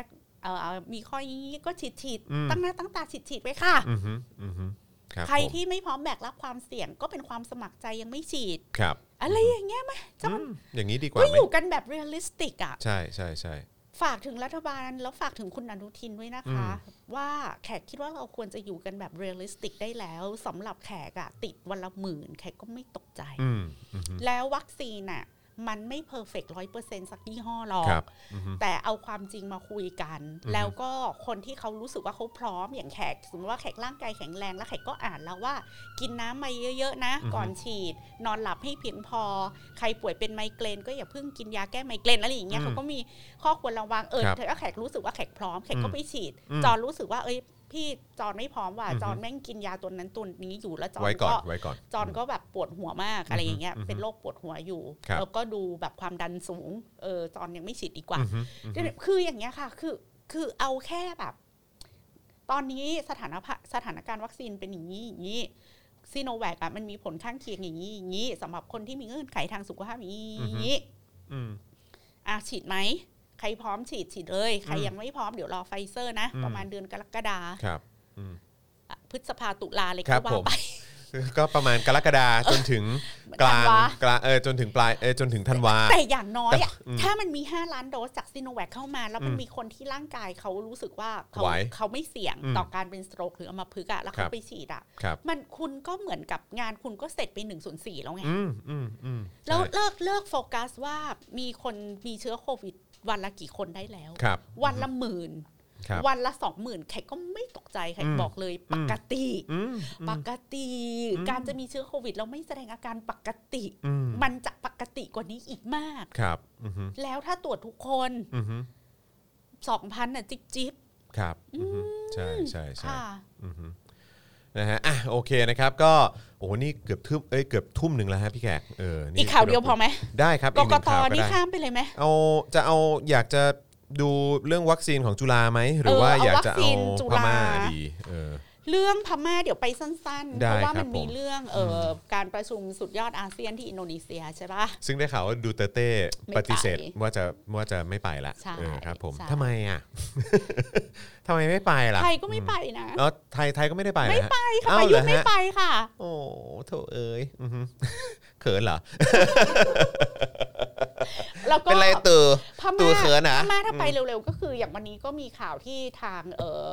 Speaker 3: เอ่อมีข้อนี้ก็ฉีดฉีดๆ
Speaker 2: อืม
Speaker 3: ตั้งหน้าตั้งตาฉีดฉีดๆไว้ค่ะ
Speaker 2: อือฮึอือฮึครับ
Speaker 3: ใคร
Speaker 2: ผม
Speaker 3: ที่ไม่พร้อมแบกรับความเสี่ยงก็เป็นความสมัครใจยังไม่ฉีด
Speaker 2: ครับ
Speaker 3: อะไรอย่างเงี้ยไหมจ
Speaker 2: อื
Speaker 3: อน
Speaker 2: มอย่างนี้ดีกว่า
Speaker 3: ก็
Speaker 2: ไหม
Speaker 3: อยู่กันแบบเรียลลิสติกอ่ะ
Speaker 2: ใช่ใช่ใช่
Speaker 3: ฝากถึงรัฐบาลแล้วฝากถึงคุณอนุทินด้วยนะคะ ว่าแขกคิดว่าเราควรจะอยู่กันแบบเรียลลิสติกได้แล้วสำหรับแขกอะติดวันละหมื่นแขกก็ไม่ตกใจ
Speaker 2: อืมอือฮึ
Speaker 3: แล้ววัคซีนน่ะมันไม่เพอร์เฟกร้อยเปอร์เซ็นต์สักยี่ห้อหรอก
Speaker 2: ครับอือฮึ
Speaker 3: แต่เอาความจริงมาคุยกัน
Speaker 2: อือฮึ
Speaker 3: แล้วก็คนที่เขารู้สึกว่าเขาพร้อมอย่างแขกสมมติว่าแขกร่างกายแข็งแรงแล้วแขกก็อ่านแล้วว่า กินน้ำมาเยอะๆนะ ก่อนฉีด นอนหลับให้เพียงพอ ใครป่วยเป็นไมเกรนก็อย่าเพิ่งกินยาแก้ไมเกรนอะไรอย่างเงี้ยเขาก็มีข้อควรระวังเออ
Speaker 2: ครับ
Speaker 3: ถ้าแขกรู้สึกว่าแขกพร้อมแขกก็ไปฉีด
Speaker 2: อืม
Speaker 3: จอรู้สึกว่าเอ้ย พี่จอนไม่พร้อมว่ะ
Speaker 2: อือฮึ
Speaker 3: จอนแม่งกินยาตัวนั้นตัวนี้อยู่แล้วจอน
Speaker 2: ไว้ก่อน
Speaker 3: ก็
Speaker 2: ไว้ก่อน
Speaker 3: จอนก็แบบปวดหัวมากอะไรอย่างเงี้ย
Speaker 2: อือฮึ
Speaker 3: เป็นโรคปวดหัวอยู่
Speaker 2: ครับ
Speaker 3: แล้วก็ดูแบบความดันสูงเออจอนยังไม่ฉีดดีกว่า
Speaker 2: อือฮึอือฮึ
Speaker 3: คืออย่างเงี้ยค่ะ คือ คือเอาแค่แบบ ตอนนี้สถานภาพสถานการณ์วัคซีนเป็นอย่างนี้อย่างนี้ซีโนแวคอะมันมีผลข้างเคียงอย่างนี้อย่างนี้สำหรับคนที่มีเงื่อนไขทางสุขภาพอย่างนี้
Speaker 2: อือฮึ
Speaker 3: อย่างนี้
Speaker 2: อืม
Speaker 3: อ่ะฉีดไหม ใครพร้อมฉีดฉีดเลย ใคร
Speaker 2: อืม
Speaker 3: ยังไม่พร้อมเดี๋ยวรอไฟเซอร์นะ
Speaker 2: อืม
Speaker 3: ประมาณเดือนกรกฎา
Speaker 2: ครับ
Speaker 3: อ่ะพฤษภาตุลาเลย
Speaker 2: ครั
Speaker 3: ก็
Speaker 2: บ
Speaker 3: ว่า
Speaker 2: ผม
Speaker 3: ไป
Speaker 2: ก็ประมาณกรกฎาจนถึงกลาง
Speaker 3: ธันวา
Speaker 2: กลางเออจนถึงปลายเออจนถึงธันวา
Speaker 3: แต่อย่างน้อยอะ
Speaker 2: แต่อืม
Speaker 3: ถ้ามันมี 5 ล้านโดสจากซีโนแวคเข้ามา แล้วมัน
Speaker 2: อืม
Speaker 3: มีคนที่ร่างกายเขารู้สึกว่าเขา
Speaker 2: ไหว
Speaker 3: เขาไม่เสี่ยง
Speaker 2: อืม
Speaker 3: ต่อการเป็นสโตรกหรืออัมพฤกษ์อะแล้ว
Speaker 2: ค
Speaker 3: เขา
Speaker 2: รับ
Speaker 3: ไปฉีดอะ
Speaker 2: ครับ
Speaker 3: มันคุณก็เหมือนกับงานคุณก็เสร็จไป1นส่วนสแล้วไง
Speaker 2: อืมอืมอืม
Speaker 3: แล้ว
Speaker 2: ใช่
Speaker 3: เลิกเลิกโฟกัสว่ามีคนมีเชื้อโควิด วันละกี่คนได้แล้ว
Speaker 2: ครับ
Speaker 3: วันละหมื่น
Speaker 2: ครับ
Speaker 3: วันละสองหมื่นใครก็ไม่ตกใจใคร
Speaker 2: อืม
Speaker 3: บอกเลยปกติ
Speaker 2: อืม
Speaker 3: ป
Speaker 2: อืม
Speaker 3: กติ
Speaker 2: อืม
Speaker 3: การจะมีเชื้อโควิดเราไม่แสดงอาการปกติ
Speaker 2: อืม
Speaker 3: มันจะปกติกว่านี้อีกมาก
Speaker 2: ครับอืม
Speaker 3: แล้วถ้าตรวจทุกคน
Speaker 2: อืม
Speaker 3: สองพันน่ะจิบจิบ
Speaker 2: ครับอืมใช่ใช่ใช่
Speaker 3: ค่ะ
Speaker 2: อืมนะฮะอ่ะโอเคนะครับ ก็โอ้โหนี่เกือบทุ่มเอ้ยเกือบทุ่มหนึ่งแล้วฮะพี่แขกเออนี่
Speaker 3: อีกข่าวเดียวพอไหม
Speaker 2: ได้ครับ
Speaker 3: ก
Speaker 2: อีห
Speaker 3: ก
Speaker 2: นึ่ง
Speaker 3: ต
Speaker 2: ข่าว
Speaker 3: นี่
Speaker 2: ได้
Speaker 3: ข้ามไปเลยไหม
Speaker 2: เอาจะเอาอยากจะดูเรื่องวัคซีนของจุฬาไหม หรือว่าอยากจะเอาพม่าดีเออ
Speaker 3: เรื่องพม่าเดี๋ยวไปสั้นๆ
Speaker 2: ได้
Speaker 3: เพราะว่า
Speaker 2: ครั
Speaker 3: มั
Speaker 2: บ
Speaker 3: นมี
Speaker 2: ผม
Speaker 3: เรื่องเอ่ออการประชุมสุดยอดอาเซียนที่อินโดนีเซียใช่ปะ
Speaker 2: ซึ่งได้ข่าวว่าดูเตอร์เต้
Speaker 3: ไม่
Speaker 2: ปฏิเสธ
Speaker 3: ไป
Speaker 2: ว่าจะว่าจะไม่ไปละ
Speaker 3: ใช่
Speaker 2: เออครับผม
Speaker 3: ใช่
Speaker 2: ทำไมอ่ะ ทำไมไม่ไปล่ะ
Speaker 3: ไทยก็ไม่ไปนะ
Speaker 2: เออไทยไทยก็ไม่ได้ไป
Speaker 3: ไม่ไปค่ะ
Speaker 2: เอ้า
Speaker 3: ประ
Speaker 2: เห
Speaker 3: ยุ
Speaker 2: ร
Speaker 3: ท
Speaker 2: อ
Speaker 3: ธ์ไม่
Speaker 2: ฮะ
Speaker 3: ไปค่ะ
Speaker 2: โอ้โถเอ้ยอือหือ เขินเหรอ
Speaker 3: แล้วก็
Speaker 2: เป็นไรตัว
Speaker 3: พ
Speaker 2: ตั
Speaker 3: ม่าว
Speaker 2: เขินนะ
Speaker 3: พม่าถ้าไปเร็วๆ ก็คืออย่างวันนี้ก็มีข่าวที่ทางเอ่อ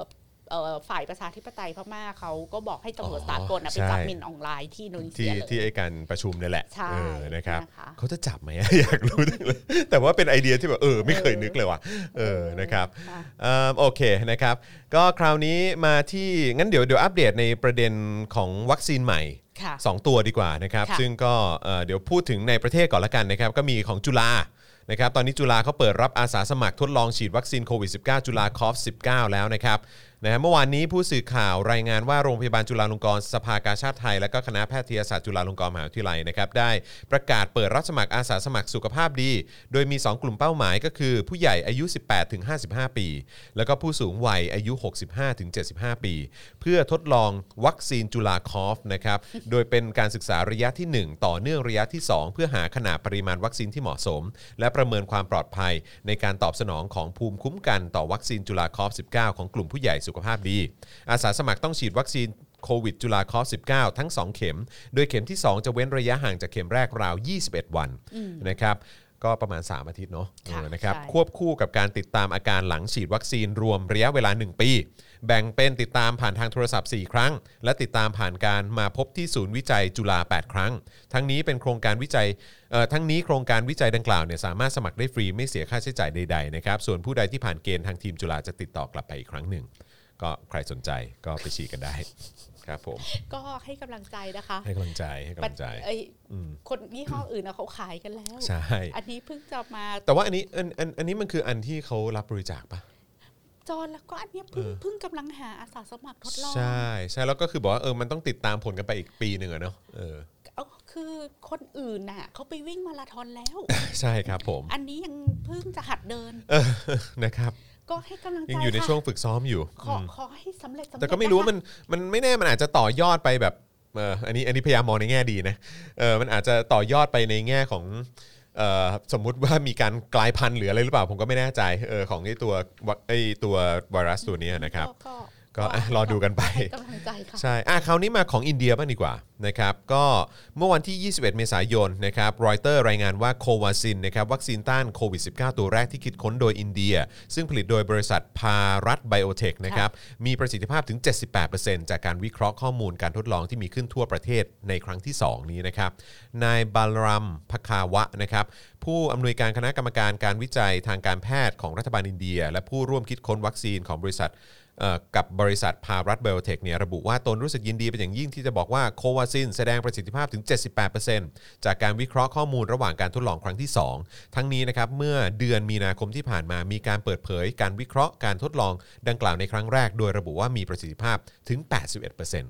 Speaker 3: เอ่อฝ่ายประชาธิปไตยพม่าเขาก็บอกให้ตำรวจสากลน่ะไปจับหมินออนไลน์ที่อินโดนีเซี
Speaker 2: ที่
Speaker 3: ยเลย
Speaker 2: ที่ไอการประชุมเนี่ยแหละ
Speaker 3: ใช่
Speaker 2: เออนะครับ
Speaker 3: นะคะ
Speaker 2: เขาจะ จับไหม อยากรู้จังเลยแต่ว่าเป็นไอเดียที่แบบเออไม่เคยนึกเลยว่ะเออนะครับ
Speaker 3: ค่ะ
Speaker 2: เอิ่มโอเคนะครับ ก็คราวนี้มาที่งั้นเดี๋ยวเดี๋ยวอัปเดตในประเด็นของวัคซีนใหม่
Speaker 3: ค่ะ
Speaker 2: 2 ตัวดีกว่านะครับ
Speaker 3: ค่ะ
Speaker 2: ซึ่งก็เอ่อเดี๋ยวพูดถึงในประเทศก่อนละกันนะครับ ก็มีของจุฬานะครับ ตอนนี้จุฬาเขาเปิดรับอาสาสมัครทดลองฉีดวัคซีนโควิด -19 จุฬาคอฟ19 แล้วนะครับนะฮะเมื่อวานนี้ผู้สื่อข่าวรายงานว่าโรงพยาบาลจุฬาลงกรณ์สภากาชาติไทย และก็คณะแพทยศาสตร์จุฬาลงกรณ์มหาวิทยาลัยนะครับได้ประกาศเปิดรับสมัครอาสาสมัครสุขภาพดี โดยมี 2 กลุ่มเป้าหมายก็คือผู้ใหญ่อายุ 18-55 ปี แล้วก็ผู้สูงวัยอายุ 65-75 ปี เพื่อทดลองวัคซีนจุฬาคอฟ นะครับ โดยเป็นการศึกษาระยะที่ 1 ต่อเนื่องระยะที่ 2 เพื่อหาขนาดปริมาณวัคซีนที่เหมาะสม และประเมินความปลอดภัยในการตอบสนองของภูมิคุ้มกันต่อวัคซีนจุฬาคอฟ 19 ของกลุ่มผู้ใหญ่สุขภาพดี อาสาสมัครต้องฉีดวัคซีนโควิดจุฬาคอฟ 19 ทั้ง 2 เข็ม โดยเข็มที่ 2 จะเว้นระยะห่างจากเข็มแรกราว 21 วันนะครับ ก็ประมาณ 3 อาทิตย์เนาะเอ
Speaker 3: ค่ะ
Speaker 2: อนะครับ
Speaker 3: ใช่
Speaker 2: ควบคู่กับการติดตามอาการหลังฉีดวัคซีนรวมระยะเวลา 1 ปี แบ่งเป็นติดตามผ่านทางโทรศัพท์ 4 ครั้ง และติดตามผ่านการมาพบที่ศูนย์วิจัยจุฬา8 ครั้ง ทั้งนี้เป็นโครงการวิจัยเอ่อทั้งนี้โครงการวิจัยดังกล่าวเนี่ยสามารถสมัครได้ฟรีไม่เสียค่าใช้จ่ายใดๆนะครับส่วนผู้ใดที่ผ่านเกณฑ์ทางทีมจุฬาจะติดต่อกลับไปอีกครั้งหนึ่ง ก็ใครสนใจก็ไปฉีดกันได้ครับผม
Speaker 3: ก็ให้กำลังใจนะคะ
Speaker 2: ให้กำลังใจให้กำลังใจ
Speaker 3: เอ้ย
Speaker 2: อืม
Speaker 3: คนยี่ห้ออื่นนะเขาขายกันแล้ว
Speaker 2: ใช่
Speaker 3: อันนี้เพิ่งจะมา
Speaker 2: แต่ว่าอันนี้อันอันอันนี้มันคืออันที่เขารับบริจาคปะ
Speaker 3: จอนแล้วก็อันเนี้ยเพิ่ง
Speaker 2: เออ
Speaker 3: เพิ่งกำลังหาอาสาสมัครทดลอง
Speaker 2: ใช่ใช่แล้วก็คือบอกว่าเออมันต้องติดตามผลกันไปอีกปีหนึ่งอะเนาะเออ
Speaker 3: เอาคือคนอื่นน่ะเขาไปวิ่งมาราธอน แล้ว
Speaker 2: ใช่ครับ ผม
Speaker 3: อันนี้ยังเพิ่งจะหัดเดิน
Speaker 2: เออนะครับ
Speaker 3: ก็ให้กำลังใจ
Speaker 2: ยังอยู่ใน
Speaker 3: ค่ะ
Speaker 2: ช่วงฝึกซ้อมอยู่
Speaker 3: ขอ
Speaker 2: ม
Speaker 3: ขอให้สำเร็จสำเร็จ
Speaker 2: แต่ก็ไม่รู้ว่า
Speaker 3: นะคะ
Speaker 2: มันมันไม่แน่มันอาจจะต่อยอดไปแบบเอออันนี้อันนี้พยายามมองในแง่ดีนะเออมันอาจจะต่อยอดไปในแง่ของเออสมมุติว่ามีการกลายพันธุ์หรืออะไรหรือเปล่าผมก็ไม่แน่ใจเออของไอตัววัคไอตัวไวรัสตัวเนี้ยนะครับ
Speaker 3: ก็ก็
Speaker 2: ก็อ่ะรอดูกันไป
Speaker 3: ให้กำลังใจค่ะ
Speaker 2: ใช่ อ่ะ คราวนี้มาของอินเดียบ้างดีกว่านะครับ ก็เมื่อวันที่ 21 เมษายนนะครับรอยเตอร์รายงานว่าโควาซินนะครับวัคซีนต้านโควิด -19 ตัวแรกที่คิดค้นโดยอินเดีย ซึ่งผลิตโดยบริษัทพารัตไบโอเทคนะครับ มีประสิทธิภาพถึง 78%จากการวิเคราะห์ข้อมูลการทดลองที่มีขึ้นทั่วประเทศในครั้งที่ 2 นี้นะครับ นายบาลรัมพคาวะนะครับ ผู้อำนวยการคณะกรรมการการวิจัยทางการแพทย์ของรัฐบาลอินเดีย และผู้ร่วมคิดค้นวัคซีนของบริษัท เอ่อกับบริษัทพารัตเบลเทคเนี่ยระบุว่าตนรู้สึกยินดีเป็นอย่างยิ่งที่จะบอกว่าโควาซินแสดงประสิทธิภาพถึง 78%จากการวิเคราะห์ข้อมูลระหว่างการทดลองครั้งที่ 2 ทั้งนี้นะครับเมื่อเดือนมีนาคมที่ผ่านมามีการเปิดเผย การวิเคราะห์การทดลองดังกล่าวในครั้งแรก โดยระบุว่ามีประสิทธิภาพถึง 81%น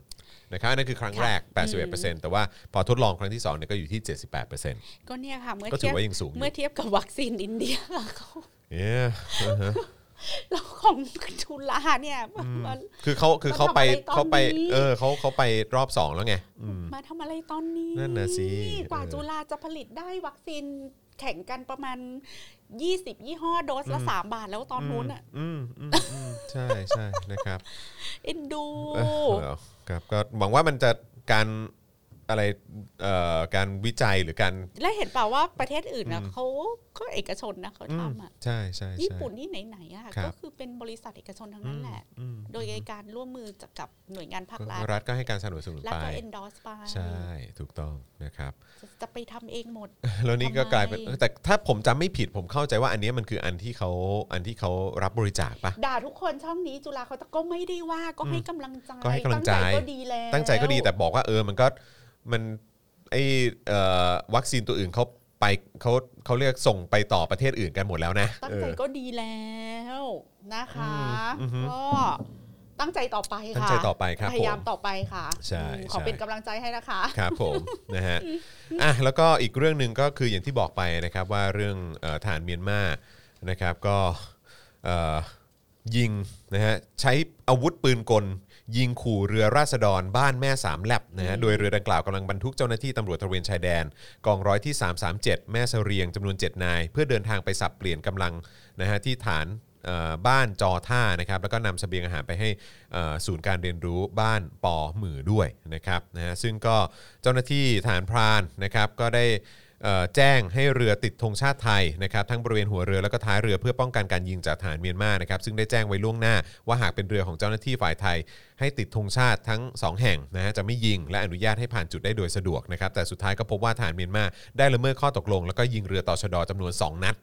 Speaker 2: ะครับอันนั่นคือครั้งแรก 81%แต่ว่าพอทดลองครั้งที่2เนี่ยก็อยู่ที่ 78%
Speaker 3: ก็เนี่ยค่ะ เมื่อ
Speaker 2: ก็ถื
Speaker 3: เที
Speaker 2: อย
Speaker 3: บ
Speaker 2: ว่ายังสูงอ
Speaker 3: เมื่อยู่ เทียบกับวัคซีนอินเดียเขา
Speaker 2: เอ้ยอ่าฮะ
Speaker 3: แล้วของทุลาเนี่ยมัน
Speaker 2: คือเขาคือเขาไป
Speaker 3: มาทำอะ
Speaker 2: เขา
Speaker 3: ไรตอนนี้
Speaker 2: ไปเออเขาเขาไปรอบสองแล้วไงอืม
Speaker 3: มาทำอะไรตอนนี้
Speaker 2: นั่นน่ะสิ
Speaker 3: กว่า
Speaker 2: เออ
Speaker 3: จุฬาจะผลิตได้วัคซีนแข่งกันประมาณ 20 ยี่ห้อโดสละ
Speaker 2: อืม
Speaker 3: สามบาทแล้วตอนนู้นอ่ะ
Speaker 2: มอืมอืมใช่ใช่นะครับ
Speaker 3: เอ็นดู
Speaker 2: เออเอาครับก็หวังว่ามันจะการอะไรเอ่อการวิจัยหรือการ
Speaker 3: และเห็นเปล่าว่าประเทศอื่นนะ
Speaker 2: อืม
Speaker 3: เขาก็เอกชนนะเขา
Speaker 2: อืม
Speaker 3: ทำอ่ะ
Speaker 2: ใช่ใช่ใช่
Speaker 3: ญี่ปุ่นที่ไหนๆอ่ะ
Speaker 2: ครับ
Speaker 3: ก็คือเป็นบริษัทเอกชนทั้งนั้นแหละ
Speaker 2: อืม
Speaker 3: โดยการร่วมมือจากกับหน่วยงานภาค
Speaker 2: ก็
Speaker 3: รัฐ
Speaker 2: รัฐก็ให้การสนับสนุน
Speaker 3: แล้ว
Speaker 2: ไป
Speaker 3: ก็ endorse ไป
Speaker 2: ใช่ถูกต้องนะครับ
Speaker 3: จะจะไปทำเองหมด
Speaker 2: แล้วนี่ก็
Speaker 3: ทำไม
Speaker 2: กลายเป็นแต่ถ้าผมจำไม่ผิดผมเข้าใจว่าอันเนี้ยมันคืออันที่เขาอันที่เขารับบริจาคปะ
Speaker 3: ด่าทุกคนช่องนี้จุฬาเขาก็ไม่ได้ว่าก็ให้กำลังใจ
Speaker 2: ก็ให้กำลังใจ
Speaker 3: ตั้ก็ดีแล้ว
Speaker 2: ตั้งใจก็ดีแต่บอกว่าเออมันก็มันไอเอ่อวัคซีนตัวอื่นเขาไปเขาเขาเรียกส่งไปต่อประเทศอื่นกันหมดแล้วนะ
Speaker 3: ตั้ง
Speaker 2: เอ
Speaker 3: ใจ
Speaker 2: อ
Speaker 3: ก็ดีแล้วนะคะ
Speaker 2: อืมอือฮึ
Speaker 3: ก็ตั้งใจต่อไปค่ะ
Speaker 2: ตั้งใจต่อไปครับ
Speaker 3: พยายาม
Speaker 2: ผม
Speaker 3: ต่อไปค่ะ
Speaker 2: ใช่
Speaker 3: อืมขอ
Speaker 2: ใช่
Speaker 3: เป็นกำลังใจให้นะคะ
Speaker 2: ครับผมนะฮะอ่ะแล้วก็อีกเรื่องหนึ่งก็คืออย่างที่บอกไปนะครับว่าเรื่องเอ่อฐานเมียนมานะครับก็เอ่อยิงนะฮะใช้อาวุธปืนกล ยิงขู่เรือราษฎรบ้านแม่สามแลบนะฮะโดยเรือดังกล่าวกำลังบรรทุกเจ้าหน้าที่ตำรวจตระเวนชายแดน กองร้อยที่ 337 แม่เสรียงจำนวน 7 นาย เพื่อเดินทางไปสับเปลี่ยนกำลังนะฮะที่ฐานเอ่อบ้านจอท่านะครับแล้วก็นำเสบียงอาหารไปให้เอ่อศูนย์การเรียนรู้บ้านปอหมือด้วยนะครับนะฮะซึ่งก็เจ้าหน้าที่ฐานพรานนะครับก็ได้ เอ่อแจ้งให้เรือติดธงชาติไทยนะครับทั้งบริเวณหัวเรือแล้วก็ท้ายเรือเพื่อป้องกันการยิงจากทหารเมียนมานะครับซึ่งได้แจ้งไว้ล่วงหน้า ว่าหากเป็นเรือของเจ้าหน้าที่ฝ่ายไทย ให้ติดธงชาติทั้งสองแห่งนะฮะจะไม่ยิงและอนุญาตให้ผ่านจุดได้โดยสะดวกนะครับแต่สุดท้ายก็พบว่าทหารเมียนมาได้ละเมิดข้อตกลง แล้วก็ยิงเรือต่อชดจำนวนสองนัด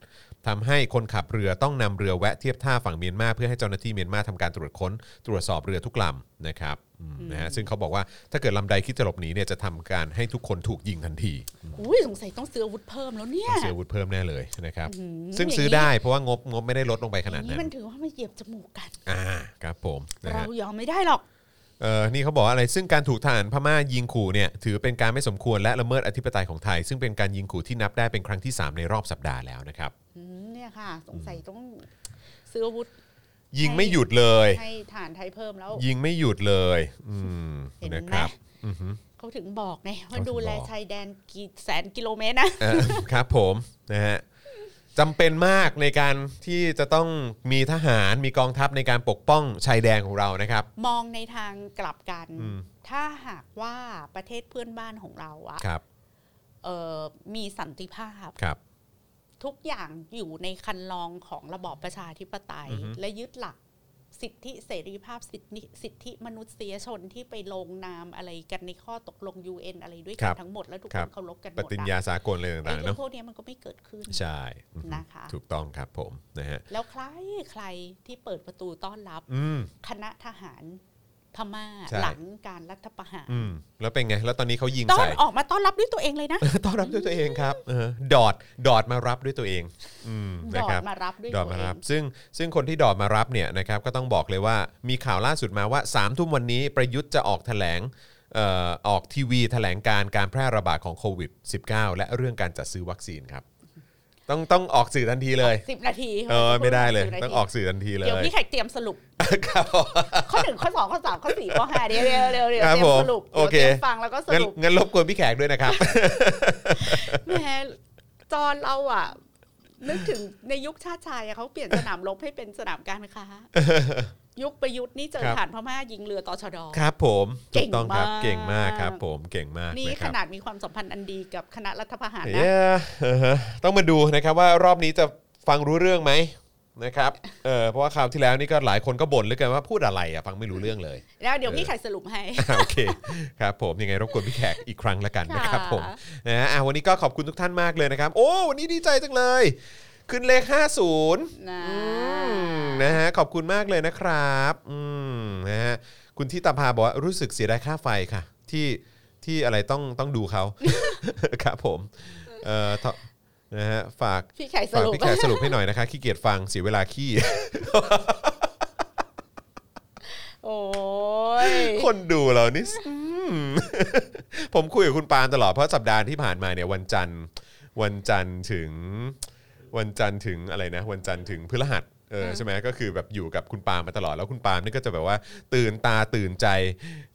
Speaker 2: ทำให้คนขับเรือต้องนำเรือแวะเทียบท่าฝั่งเมียนมาเพื่อให้เจ้าหน้าที่เมียนมาทำการตรวจค้น ตรวจสอบเรือทุกลำนะครับอืมนะฮะซึ่งเขาบอกว่าถ้าเกิดลำใดคิดจะหลบหนีเนี่ยจะทำการให้ทุกคนถูกยิงทันที
Speaker 3: อุ้ยสงสัยต้องซื้ออาวุธเพิ่มแล้วเนี่ย
Speaker 2: ต้องซื้ออาวุธเพิ่มแน่เลยนะครับ
Speaker 3: อื้อหือ
Speaker 2: ซึ่งซื้ออย่าง
Speaker 3: นี้
Speaker 2: ได้เพราะว่างบงบไม่ได้ลดลงไปขนาด
Speaker 3: อย่าง
Speaker 2: นั้
Speaker 3: นี้
Speaker 2: น
Speaker 3: มันถือว่ามาเหยียบจมูกกัน
Speaker 2: อ่าครับผมนะ
Speaker 3: เรา
Speaker 2: ฮะ
Speaker 3: ยอมไม่ได้หรอก
Speaker 2: เออนี่เขาบอกว่าอะไรซึ่งการถูกทหารพม่ายิงขู่เนี่ยถือเป็นการไม่สมควรและละเมิดอธิปไตยของไทย ซึ่งเป็นการยิงขู่ที่นับได้เป็นครั้งที่ 3 ในรอบสัปดาห์แล้วนะครับ
Speaker 3: อืมเนี่ยค่ะ สงสัยต้องซื้ออาวุธ
Speaker 2: ยิงไม่หยุดเลย
Speaker 3: ให้ฐานไทยเพิ่มแล้ว
Speaker 2: ยิงไม่หยุดเลยอืม
Speaker 3: เห็นไหม
Speaker 2: นะครับ อือหือ
Speaker 3: เขาถึงบอกไงว่า
Speaker 2: เขาถึง
Speaker 3: ดูแล
Speaker 2: บอก
Speaker 3: ชายแดนกี่แสนกิโลเมตรนะ
Speaker 2: เอ่อครับผมนะฮะจำเป็นมากในการที่จะต้องมีทหารมีกองทัพในการปกป้องชายแดนของเรานะครับ
Speaker 3: มองในทางกลับกัน
Speaker 2: อืม
Speaker 3: ถ้าหากว่าประเทศเพื่อนบ้านของเราอะ
Speaker 2: ครับ
Speaker 3: เอ่อมีสันติภาพ
Speaker 2: ครับ
Speaker 3: ทุกอย่างอยู่ในคันลองของระบอบประชาธิปไตย
Speaker 2: อือฮึ
Speaker 3: และยึดหลักสิทธิเสรีภาพสิทธิสิทธิมนุษยชนที่ไปลงนามอะไรกันในข้อตกลง UN อะไรด้วย
Speaker 2: ค
Speaker 3: กั
Speaker 2: รั
Speaker 3: น
Speaker 2: บ
Speaker 3: ทั้งหมดแล้วทุก
Speaker 2: ครั
Speaker 3: ค
Speaker 2: บ
Speaker 3: นเคารพกันหม
Speaker 2: ป
Speaker 3: ดอะ
Speaker 2: ฏิญญาสากลอะไร
Speaker 3: ไอ้
Speaker 2: ต่างๆ
Speaker 3: เรื่อ
Speaker 2: เนาะ
Speaker 3: งพวกเนี้ยมันก็ไม่เกิดขึ้น
Speaker 2: ใช่อือฮึ
Speaker 3: นะคะ
Speaker 2: ถูกต้องครับผมนะฮะ
Speaker 3: แล้วใครใครที่เปิดประตูต้อนรับ
Speaker 2: อืม
Speaker 3: คณะทหารพม่า
Speaker 2: ใช่
Speaker 3: หลังการรัฐประหาร
Speaker 2: อืมแล้วเป็นไง แล้วตอนนี้เขายิง
Speaker 3: ต้อ
Speaker 2: ใส่
Speaker 3: น ออกมาต้อนรับด้วยตัวเองเลยนะ
Speaker 2: ต้อนรับด้วยตัวเองครับเออดอดดอดมารับด้วยตัวเองอืม
Speaker 3: ด
Speaker 2: นะ
Speaker 3: อ
Speaker 2: ค
Speaker 3: ด
Speaker 2: รับ
Speaker 3: มารับด้วย
Speaker 2: ดอ
Speaker 3: ตั
Speaker 2: ด
Speaker 3: ว
Speaker 2: มา
Speaker 3: เอ
Speaker 2: รับ
Speaker 3: ง
Speaker 2: ซึ่งซึ่งคนที่ดอดมารับเนี่ยนะครับก็ต้องบอกเลยว่ามีข่าวล่าสุดมาว่า3ามทุ่มวันนี้ประยุทธ์จะออกแถลงเอ่อออกทีวีแถลงการการแพร่ระบาดของโควิด -19 และเรื่องการจัดซื้อวัคซีนครับ ต้องต้องออกสื่อทันทีเลย
Speaker 3: สิบนาที
Speaker 2: เออไม่ได้เลย
Speaker 3: สิบนาที
Speaker 2: ต้องออกสื่อทันทีเลย
Speaker 3: เดี๋ยวพี่แขกเตรียมสรุป
Speaker 2: ครับผม
Speaker 3: ข้อหนึ่งข้อสองข้อสามข้อสี่ข้อห้าเดี๋ยวเดี๋ยวเดี๋ยวเดี๋ยว
Speaker 2: ครับ
Speaker 3: เตรียมสรุป
Speaker 2: ผมโอเค
Speaker 3: ดี๋ยวตรียมฟังแล้วก็ส
Speaker 2: งั้น
Speaker 3: รุป
Speaker 2: งั้นรบกวนพี่แขกด้วยนะครับ
Speaker 3: แหมจอนเราอ่ะ นึกถึงในยุคชาติชายอะเขาเปลี่ยนสนามรบให้เป็นสนามการ ค้ายุคประยุทธ์นี่เจอ
Speaker 2: ครับ
Speaker 3: ฐานพม่ายิงเรือต่อชด
Speaker 2: ครับผม
Speaker 3: เก่
Speaker 2: ถู
Speaker 3: ง
Speaker 2: กต้องครับ
Speaker 3: มาก
Speaker 2: เก่งมากครับ ผมเก่งมาก
Speaker 3: นี่
Speaker 2: ะค
Speaker 3: ข
Speaker 2: รับ
Speaker 3: นาดมีความสัมพันธ์อันดีกับคณะรัฐประหารนะ
Speaker 2: เย้เออฮะต้องมาดูนะครับว่ารอบนี้จะฟังรู้เรื่องไหมนะครับเออเพราะว่าคราวที่แล้วนี่ก็หลายคนก็บ่นเหลือเกินว่าพูดอะไรอ่ะฟังไม่รู้เรื่องเลย
Speaker 3: แล้วเดี๋ยว
Speaker 2: เออ
Speaker 3: พี่ไข่สรุปให้
Speaker 2: อ่ะโอเคครับผมยังไงรบกวนพี่แขกอีกครั้งละกันนะครับ
Speaker 3: ค่ะ
Speaker 2: ผมนะฮะอ่ะวันนี้ก็ขอบคุณทุกท่านมากเลยนะครับ โอ้วันนี้ดีใจจังเลย ขึ้นเลข 50
Speaker 3: นะ
Speaker 2: อืมนะฮะขอบคุณมากเลยนะครับอืม นะฮะคุณที่ตาพาบอกว่ารู้สึกเสียดายค่าไฟค่ะ ที่ที่อะไรต้องต้องดูเขา ครับผมเอ่อต่อนะฮะฝาก
Speaker 3: พี่แขกส
Speaker 2: ฝาก
Speaker 3: รุป
Speaker 2: พี่แข กสรุปให้หน่อยนะคะขี้เกียจฟังเสียเวลาขี้
Speaker 3: โอ้ย
Speaker 2: คนดูเรานี่อืม ผมคุยกับคุณปาล์มตลอดเพราะสัปดาห์ที่ผ่านมาเนี่ยวันจันทร์วันจันทร์ถึง วันจันทร์ถึงอะไรนะ วันจันทร์ถึงพฤหัสเออ
Speaker 3: อ่า
Speaker 2: ใช่ไหมก็คือแบบอยู่กับคุณปาล์มมาตลอดแล้วคุณปาล์มนี่ก็จะแบบว่า ตื่นตาตื่นใจ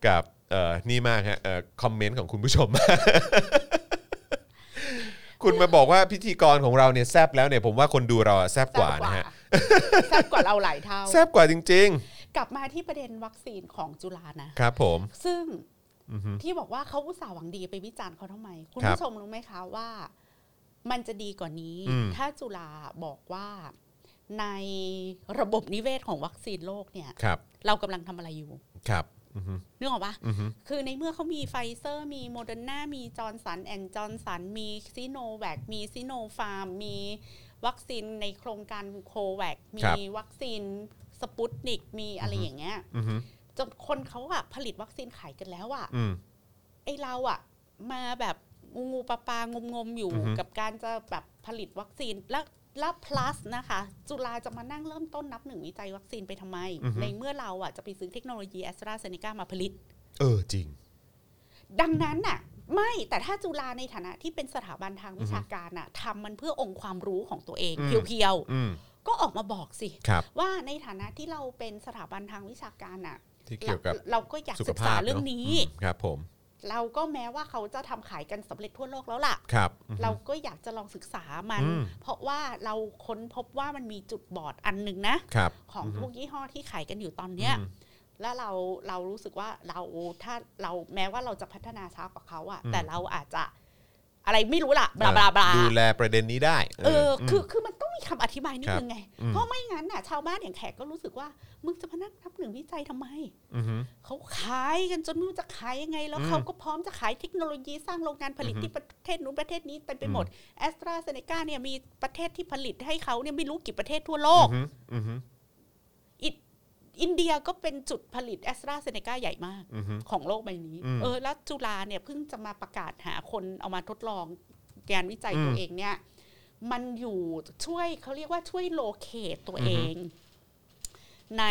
Speaker 2: กับเอ่อนี่มากฮะเอ่อคอมเมนต์ของคุณผู้ชม คุณมาบอกว่าพิธีกรของเราเนี่ยแซบแล้วเนี่ยผมว่าคนดูเราอะแซบกว่านะฮะ
Speaker 3: แซบกว่าเราหลายเท่า
Speaker 2: แซบกว่าจริง
Speaker 3: กลับมาที่ประเด็นวัคซีนของจุฬานะ
Speaker 2: ๆ ครับผม
Speaker 3: ซึ่ง
Speaker 2: อือฮึ
Speaker 3: ที่บอกว่าเขาอุตส่าห์หวังดีไปวิจารณ์เขาทำไม คุณ
Speaker 2: ครับ
Speaker 3: ผู้ชมรู้ไหมคะว่า มันจะดีกว่านี้
Speaker 2: อืม
Speaker 3: ถ้าจุฬาบอกว่าในระบบนิเวศของวัคซีนโลกเนี่ย
Speaker 2: ครับ
Speaker 3: เรากำลังทำอะไรอยู่
Speaker 2: ครับอือฮึ
Speaker 3: นึกออกปะ
Speaker 2: อือฮึ
Speaker 3: คือในเมื่อเขามีไฟเซอร์ มีโมเดอร์นามีจอร์นสันแอนจอร์นสันมีซีโนแวคมีซีโนฟาร์ม มีวัคซีนในโครงการโคแวค
Speaker 2: ครั
Speaker 3: มี
Speaker 2: บ
Speaker 3: วัคซีนสปุตนิกมีอะไรอย่างเงี้ย
Speaker 2: อือฮึ
Speaker 3: จนคนเขาอะผลิตวัคซีนขายกันแล้วอะ
Speaker 2: อืม
Speaker 3: ไอเราอะมาแบบงูงูปลาปลางมงมอยู่
Speaker 2: อือฮึ
Speaker 3: กับการจะแบบผลิตวัคซีนแล้วแล้ว plus นะคะ จุฬาจะมานั่งเริ่มต้นนับหนึ่งวิจัยวัคซีนไปทำไม ในเมื่อเราอะจะไปซื้อเทคโนโลยีแอสตราเซเนกามาผลิต
Speaker 2: เออจริง
Speaker 3: ดังนั้นน่ะ ไม่แต่ถ้าจุฬาในฐานะที่เป็นสถาบันทางวิชาการน่ะทำมันเพื่อองค์ความรู้ของตัวเอง
Speaker 2: อืม
Speaker 3: เพียว
Speaker 2: อืม
Speaker 3: ๆ ก็ออกมาบอกสิ
Speaker 2: ครับ
Speaker 3: ว่าในฐานะที่เราเป็นสถาบันทางวิชาการน่ะ
Speaker 2: ที่เกี่ยวกับ
Speaker 3: เราก็อยาก
Speaker 2: สุข
Speaker 3: ศึก
Speaker 2: ภา
Speaker 3: ษา
Speaker 2: พ
Speaker 3: เรื่อง
Speaker 2: ะ
Speaker 3: นี้
Speaker 2: มครับผม
Speaker 3: เราก็แม้ว่าเขาจะทำขายกันสำเร็จทั่วโลกแล้วล่ะ
Speaker 2: ครับอือฮึ
Speaker 3: เราก็อยากจะลองศึกษามัน
Speaker 2: อืม
Speaker 3: เพราะว่าเราค้นพบว่ามันมีจุดบอดอันหนึ่งนะ
Speaker 2: ครับ
Speaker 3: ของพวกยี่ห้อที่ขายกันอยู่ตอนเนี้ย แล้วเราเรารู้สึกว่าเราถ้าเราแม้ว่าเราจะพัฒนาช้ากว่าเขาอะแต่เราอาจจะอะไรไม่รู้ล่ะบลาบลาบลา
Speaker 2: ดูแลประเด็นนี้ได้
Speaker 3: เออ
Speaker 2: ม
Speaker 3: คือคือมันต้องมีคำอธิบายนิดนึงไง
Speaker 2: อืม
Speaker 3: เพราะไม่งั้นน่ะชาวบ้านอย่างแขกก็รู้สึกว่า มึงจะมานั่งนับหนึ่งวิจัยทำไม
Speaker 2: อฮึ
Speaker 3: เขาขายกันจนไม่รู้จะขายยังไง แล้ว
Speaker 2: อืม
Speaker 3: เขาก็พร้อมจะขายเทคโนโลยีสร้างโรงงานผลิต
Speaker 2: อือฮึ
Speaker 3: ที่ประเทศนู้นประเทศนี้เต็มไปหมดแอสตราเซเนกาเนี่ยมีประเทศที่ผลิตให้เขาเนี่ยไม่รู้กี่ประเทศทั่วโลก
Speaker 2: ือฮึอือฮึ
Speaker 3: อินเดียก็เป็นจุดผลิตแอสตราเซเนกาใหญ่มาก
Speaker 2: อือฮึ
Speaker 3: ของโลกใบนี้
Speaker 2: อืม
Speaker 3: เออแล้วจุฬาเนี่ยเพิ่งจะมาประกาศหาคนเอามาทดลองงานวิจัย
Speaker 2: อืม
Speaker 3: ตัวเองเนี่ย มันอยู่ช่วยเขาเรียกว่าช่วยโลเคตตัว
Speaker 2: อือฮึ
Speaker 3: เอง ใน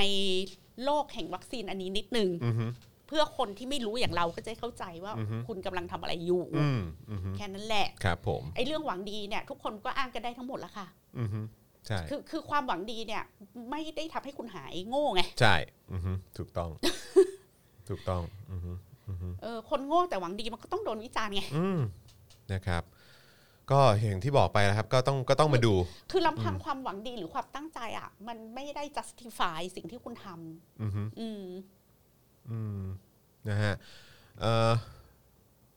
Speaker 3: โลกแห่งวัคซีนอันนี้นิดนึง
Speaker 2: อือฮึ
Speaker 3: เพื่อคนที่ไม่รู้อย่างเราก็จะได้เข้าใจว่า
Speaker 2: อือฮึ
Speaker 3: คุณกำลังทำอะไรอยู่
Speaker 2: อืมอือฮึ
Speaker 3: แค่นั้นแหละ
Speaker 2: ครับผม
Speaker 3: ไอ้เรื่องหวังดีเนี่ย ทุกคนก็อ้างกันได้ทั้งหมดแล้วค่ะ
Speaker 2: อือฮึใช่
Speaker 3: คือคือความหวังดีเนี่ย ไม่ได้ทำให้คุณหายโง่ไง
Speaker 2: ใช่อือฮึถูก ต้อง ถูกต้องอือฮึอือฮึ
Speaker 3: เออคนโง่แต่หวังดีมันก็ต้องโดนวิจารณ์ไง
Speaker 2: อืมนะครับ ก็อย่างที่บอกไปนะครับ ก็ต้องก็ต้องมาดู
Speaker 3: คือลำพังความหวังดีหรือความตั้งใจอ่ะ มันไม่ได้ justify สิ่งที่คุณทำ
Speaker 2: อือฮึ
Speaker 3: อืม
Speaker 2: อืมนะฮะเอ่อ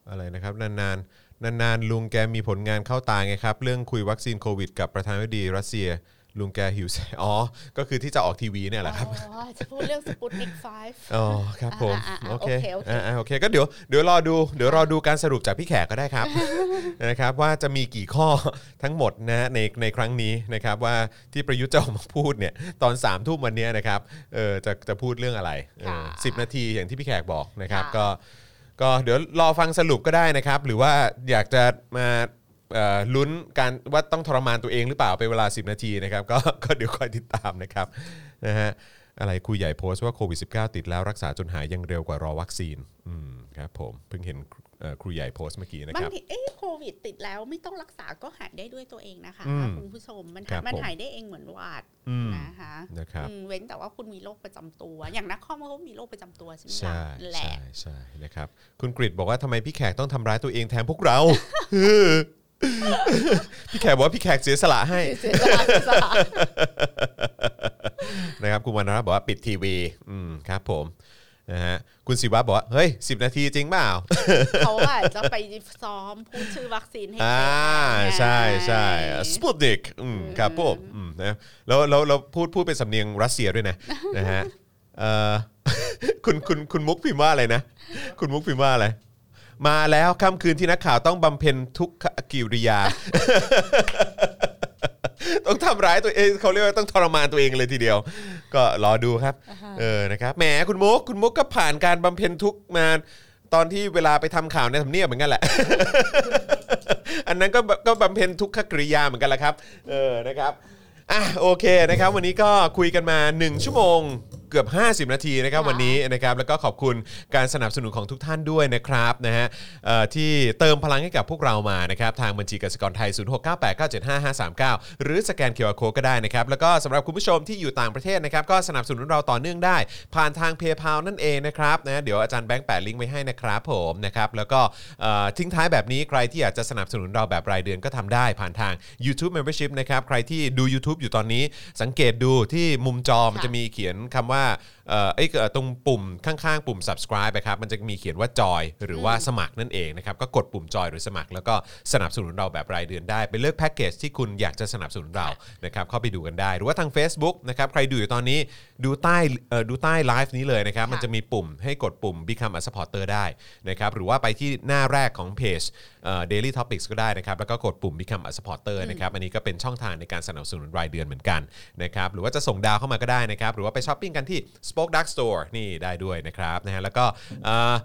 Speaker 2: อะไรนะครับ นานๆ นานๆ ลุงแกมีผลงานเข้าตาไงครับ เรื่องคุยวัคซีนโควิดกับประธานาธิบดีรัสเซีย ลุงแกหิวแสอ๋อ ก็คือที่จะออกทีวีเนี่ยแหละครับ
Speaker 3: อ๋อ จะพูดเรื่องสปุตนิกไฟ
Speaker 2: อ๋อครับผม
Speaker 3: อ่าๆๆ
Speaker 2: โอเค
Speaker 3: โอเคโอเค
Speaker 2: อ่าๆโอเคก็เดี๋ยวเดี๋ยวรอดูเดี๋ยวรอดูการสรุปจากพี่แขกก็ได้ครับ นะครับว่าจะมีกี่ข้อ ทั้งหมดนะในในครั้งนี้นะครับว่าที่ประยุทธ์จะออกมาพูดเนี่ยตอน3ามทุ่มวันเนี้ยนะครับเออจะจะพูดเรื่องอะไร
Speaker 3: ค่ะ
Speaker 2: สิบนาทีอย่างที่พี่แขกบอกนะครับ
Speaker 3: ค่ะ
Speaker 2: ก็ก็เดี๋ยวรอฟังสรุปก็ได้นะครับ หรือว่าอยากจะมาเอ่อลุ้นการว่าต้องทรมานตัวเองหรือเปล่าเป็นเวลา 10 นาทีนะครับก็ ก็เดี๋ยวคอยติดตามนะครับนะฮะ อะไรครูใหญ่โพสต์ว่าโควิด -19 ติดแล้วรักษาจนหายยังเร็วกว่ารอวัคซีน อืมครับผมเพิ่งเห็นเอ่อครูใหญ่โพสต์เมื่อกี้นะ
Speaker 3: บา
Speaker 2: ค
Speaker 3: ง
Speaker 2: รับ
Speaker 3: ทีเอ้โควิดติดแล้วไม่ต้องรักษาก็หายได้ด้วยตัวเองนะคะ
Speaker 2: อืม
Speaker 3: คุณผู้ชมมัน
Speaker 2: ครับ
Speaker 3: มัน
Speaker 2: ผม
Speaker 3: หายได้เองเหมือนหวัด
Speaker 2: อืม
Speaker 3: นะคะ
Speaker 2: นะครับ
Speaker 3: อืมเว้นแต่ว่าคุณมีโรคประจำตัว อย่างนักคอมเขามีโรคประจำตัวใช่ไหมล่ะ
Speaker 2: ใช่
Speaker 3: แห
Speaker 2: ใช่
Speaker 3: ละ
Speaker 2: ใช่นะครับคุณกริดบอกว่าทำไมพี่แขกต้องทำร้ายตัวเองแทนพวกเรา พี่แขกบอกว่าพี่แขกเสียสละให้
Speaker 3: เสียสละเสียสละ
Speaker 2: นะครับคุณวรรณรัตน์บอกว่าปิดทีวีอืมครับผมนะฮะคุณศิวะบอกว่าเฮ้ยสินาทีจริงเปล่า
Speaker 3: เขาอาจจะไปซ้อมพูดชื่อวัคซีนให้
Speaker 2: อ่า
Speaker 3: เด็กๆ
Speaker 2: ใช่ใช่
Speaker 3: ไง
Speaker 2: สปุตนิกครับผมอืมนะแล้วแล้วเราพูดพูดเป็นสำเนียงรัสเซียด้วยนะ นะฮะเอ่ อ คุณคุณคุณมุกพิมพ์ว่าอะไรนะ คุณมุกพิมพ์ว่าอะไร มาแล้ว ค่ำคืนที่นักข่าวต้องบำเพ็ญทุกขกิริยา ต้องทำร้ายตัวเองเขาเรียกว่าต้องทรมานตัวเองเลยทีเดียว ก็รอดูครับ
Speaker 4: อ่าฮะ
Speaker 2: เออนะครับแหมคุณมุกคุณมุกก็ผ่านการบำเพ็ญทุกข์มาตอนที่เวลาไปทำข่าวในทำเนียบเหมือนกันแหละ อันนั้นก็บก็บำเพ็ญทุกขกริยาเหมือนกันแหละครับ เออนะครับอ่ะโอเคนะครับ วันนี้ก็คุยกันมา 1 ชั่วโมงเกือบ 50 นาทีนะครับ วันนี้นะครับแล้วก็ขอบคุณการสนับสนุนของทุกท่านด้วยนะครับนะฮะเอ่อที่เติมพลังให้กับพวกเรามานะครับ ทางบัญชีกสิกรไทย 0698975539 หรือสแกน QR Code ก็ได้นะครับ แล้วก็สำหรับคุณผู้ชมที่อยู่ต่างประเทศนะครับ ก็สนับสนุนเราต่อเนื่องได้ ผ่านทางเพย์พานั่นเองนะครับนะเดี๋ยวอาจารย์แบงค์แปะลิงก์ไว้ให้นะครับผมนะครับแล้วก็เอ่อทิ้งท้ายแบบนี้ใครที่อยากจะสนับสนุนเราแบบรายเดือนก็ทำได้ผ่านทาง YouTube Membership นะครับใครที่ดู YouTube อยู่ตอนนี้สังเกตดูที่มุมจอมันจะมีเขียนคำว่าเอ่อไอ้ยเอ่อตรงปุ่มข้างๆ ปุ่ม subscribe ไปครับมันจะมีเขียนว่าจอยหรือว่าสมัครนั่นเองนะครับก็กดปุ่มจอยหรือสมัคร แล้วก็สนับสนุนเราแบบรายเดือนได้ไปเลือกแพ็กเกจที่คุณอยากจะสนับสนุนเรานะครับเข้าไปดูกันได้ หรือว่าทาง Facebook นะครับใครดูอยู่ตอนนี้ดูใต้เอ่อดูใต้ไลฟ์นี้เลยนะครับ
Speaker 4: ค่ะ
Speaker 2: มันจะมีปุ่มให้กดปุ่ม Become a supporter ได้นะครับ หรือว่าไปที่หน้าแรกของเพจเอ่อ Daily Topics ก็ได้นะครับ แล้วก็กดปุ่ม Become a supporter นะครับ อันนี้ก็เป็นช่องทางในการสนับสนุนรายเดือนเหมือนกันนะครับ หรือว่าจะส่งดาวเข้ามาก็ได้นะครับ หรือว่าไปช้อปปิ้งกันที่ Spoke Dark Store นี่ได้ด้วยนะครับนะฮะแล้วก็เอ่อ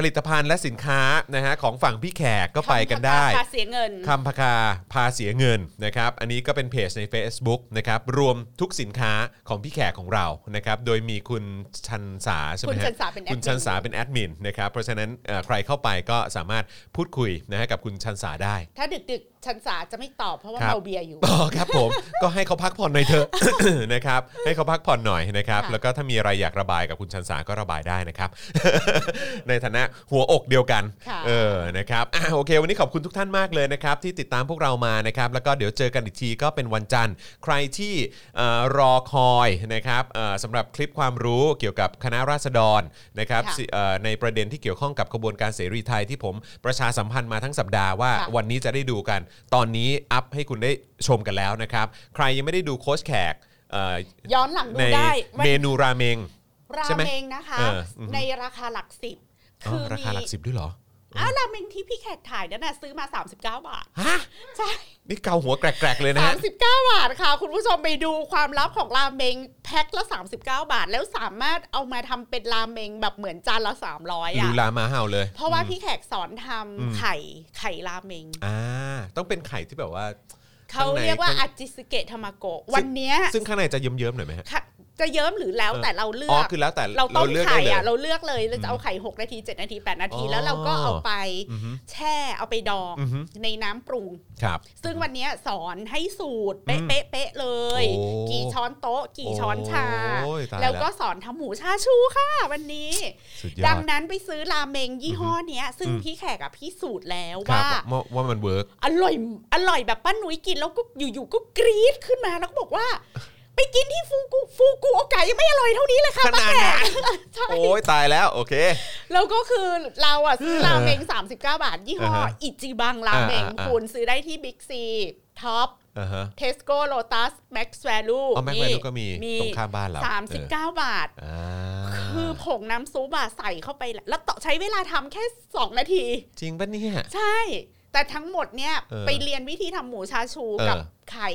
Speaker 2: ผลิตภัณฑ์และสินค้านะฮะของฝั่งพี่แขกก็ไปกันได้
Speaker 3: คำพกาเสียเงิน
Speaker 2: คำพกาพาเสียเงินนะครับ อันนี้ก็เป็นเพจใน Facebook นะครับ รวมทุกสินค้าของพี่แขกของเรานะครับ โดยมีคุณชันสาใช่ไหม
Speaker 3: คุณ
Speaker 2: ฮะ
Speaker 3: ชันสาเป็นแอดมิน
Speaker 2: คุณชันสาเป็นแอดมินนะครับ เพราะฉะนั้นเอ่อใครเข้าไปก็สามารถพูดคุยนะฮะกับคุณชันสาได้
Speaker 3: ถ้าดึกๆชันสาจะไม่ตอบเพราะว่า
Speaker 2: ครับ
Speaker 3: เมาเบียร์อยู่
Speaker 2: อ๋อครับผม ก็ให้เขาพักผ่อนหน่อยเถอะ นะครับ ให้เขาพักผ่อนหน่อยนะครับ
Speaker 3: ค่ะ
Speaker 2: แล้วก็ถ้ามีอะไรอยากระบายกับคุณชันสาก็ระบายได้นะครับ ในฐานะหัวอกเดียวกัน
Speaker 3: ค่ะ
Speaker 2: เออ นะครับ อ่ะโอเค วันนี้ขอบคุณทุกท่านมากเลยนะครับ ที่ติดตามพวกเรามานะครับ แล้วก็เดี๋ยวเจอกันอีกทีก็เป็นวันจันทร์ ใครที่เอ่อรอคอยนะครับเอ่อสำหรับคลิปความรู้เกี่ยวกับคณะราษฎรนะครับ
Speaker 3: ค่ะ
Speaker 2: สิเอ่อในประเด็นที่เกี่ยวข้องกับขบวนการเสรีไทยที่ผมประชาสัมพันธ์มาทั้งสัปดาห์ว่า
Speaker 3: ค่ะ
Speaker 2: วันนี้จะได้ดูกัน ตอนนี้อัพให้คุณได้ชมกันแล้วนะครับ ใครยังไม่ได้ดูโค้ชแขกเอ่อ
Speaker 3: ย้อนหลังดู
Speaker 2: ใน
Speaker 3: ได้วัน
Speaker 2: เมนูราเมง
Speaker 3: รา
Speaker 2: ใช่ไหม
Speaker 3: เมงนะคะ
Speaker 2: เอออือฮึ
Speaker 3: ในราคาหลักสิบ
Speaker 2: อ๋
Speaker 3: คือ
Speaker 2: อรา
Speaker 3: มี
Speaker 2: คาหลักสิบด้วยเหรอ
Speaker 3: อ้าวราเมงที่พี่แขกถ่ายนั่นน่ะซื้อมา 39 บาท
Speaker 2: ฮะ
Speaker 3: ใช่
Speaker 2: นี่เกาหัวแกรกๆเลยนะ
Speaker 3: สา
Speaker 2: ฮะ
Speaker 3: มสิบเก้าบาทค่ะ คุณผู้ชมไปดูความลับของราเมงแพ็คละ 39 บาท แล้วสามารถเอามาทำเป็นราเมงแบบเหมือนจานละ 300
Speaker 2: ลู
Speaker 3: อ่ะ
Speaker 2: ลามาเห่าเลย
Speaker 3: เพราะว่าพี่แขกสอนทำ
Speaker 2: อืม
Speaker 3: ไข่ไข่ราเมง
Speaker 2: อ่า ต้องเป็นไข่ที่แบบว่า
Speaker 3: เขาเรียกว่า
Speaker 2: ข้างใน
Speaker 3: อาจิสเกะทามาโกะวันเนี้ย
Speaker 2: ซึ่งข้างในจะเยิ้มๆหน่อยไหมฮะ
Speaker 3: ค่ะจะเยิ้มหรือแล้วแต่เราเลื
Speaker 2: อ๋
Speaker 3: อ
Speaker 2: อ
Speaker 3: ก
Speaker 2: คือแล้วแต่
Speaker 3: เราต้ม
Speaker 2: ลืก
Speaker 3: ไข่
Speaker 2: ด้ลย
Speaker 3: อ่ะเราเลือกเลยเรา
Speaker 2: อืม
Speaker 3: จะเอาไข่ 6 นาที 7 นาที 8 นาที
Speaker 2: อ๋อ
Speaker 3: แล้วเราก็เอาไป
Speaker 2: อือฮึ
Speaker 3: แช่เอาไปดอง
Speaker 2: อือฮึ
Speaker 3: ในน้ำปรุง
Speaker 2: ครับ
Speaker 3: ซึ่งวันเนี้ยสอนให้สูตร
Speaker 2: อื
Speaker 3: เป๊ะ
Speaker 2: ม
Speaker 3: เป๊ะเป๊ะเลย
Speaker 2: โอ้
Speaker 3: กี่ช้อนโต๊ะ กี่ช้อนชา
Speaker 2: โอ้ยตาย
Speaker 3: แล้วก็สอนทำหมูชาชูค่ะวันนี้
Speaker 2: สุดยอ
Speaker 3: ดั
Speaker 2: ด
Speaker 3: งนั้นไปซื้อราเมงยี่ห้อเนี้ย ซึ่งพี่แขกอ่ะพี่สูตรแล้ว
Speaker 2: ครับ
Speaker 3: ว่า
Speaker 2: ว่าว่ามันเวิร์ก
Speaker 3: อร่อยอร่อยแบบป้าหนุยกินแล้วก็อยู่ๆก็กรี๊ดขึ้นมาแล้วก็บอกว่า ไปกินที่ฟูกุฟูกุโอกะยังไม่อร่อยเท่านี้เลยค่ะ
Speaker 2: ขนาดนั้น
Speaker 3: ป้แขก ใช่
Speaker 2: โอ้ยตายแล้วโอเค
Speaker 3: แล้วก็คือเราอ่ะซื้อราเมง 39 บาท ยี่ห้อ
Speaker 2: อ่าฮะ
Speaker 3: อิจิบังราเม
Speaker 2: อ่า
Speaker 3: ง
Speaker 2: อ่าอ่า
Speaker 3: คุณซื้อได้ที่บิ๊กซีท็อป
Speaker 2: อ่าฮะ
Speaker 3: เทสโก้โลตัสแม็กซ์แวลู
Speaker 2: อ๋อแม็กแวนก็มีตรงข้ามบ้านเรา
Speaker 3: สามสิบเก้าบาท
Speaker 2: เอออ่า
Speaker 3: คือผงน้ำซุปอะใส่เข้าไปแล้วแล้วต่อใช้เวลาทำแค่ 2 นาที
Speaker 2: จริงปะเนี่ย
Speaker 3: ใช่ แต่ทั้งหมดเนี่ย
Speaker 2: เออ
Speaker 3: ไปเรียนวิธีทำหมูชาชู
Speaker 2: เออ
Speaker 3: กับไข่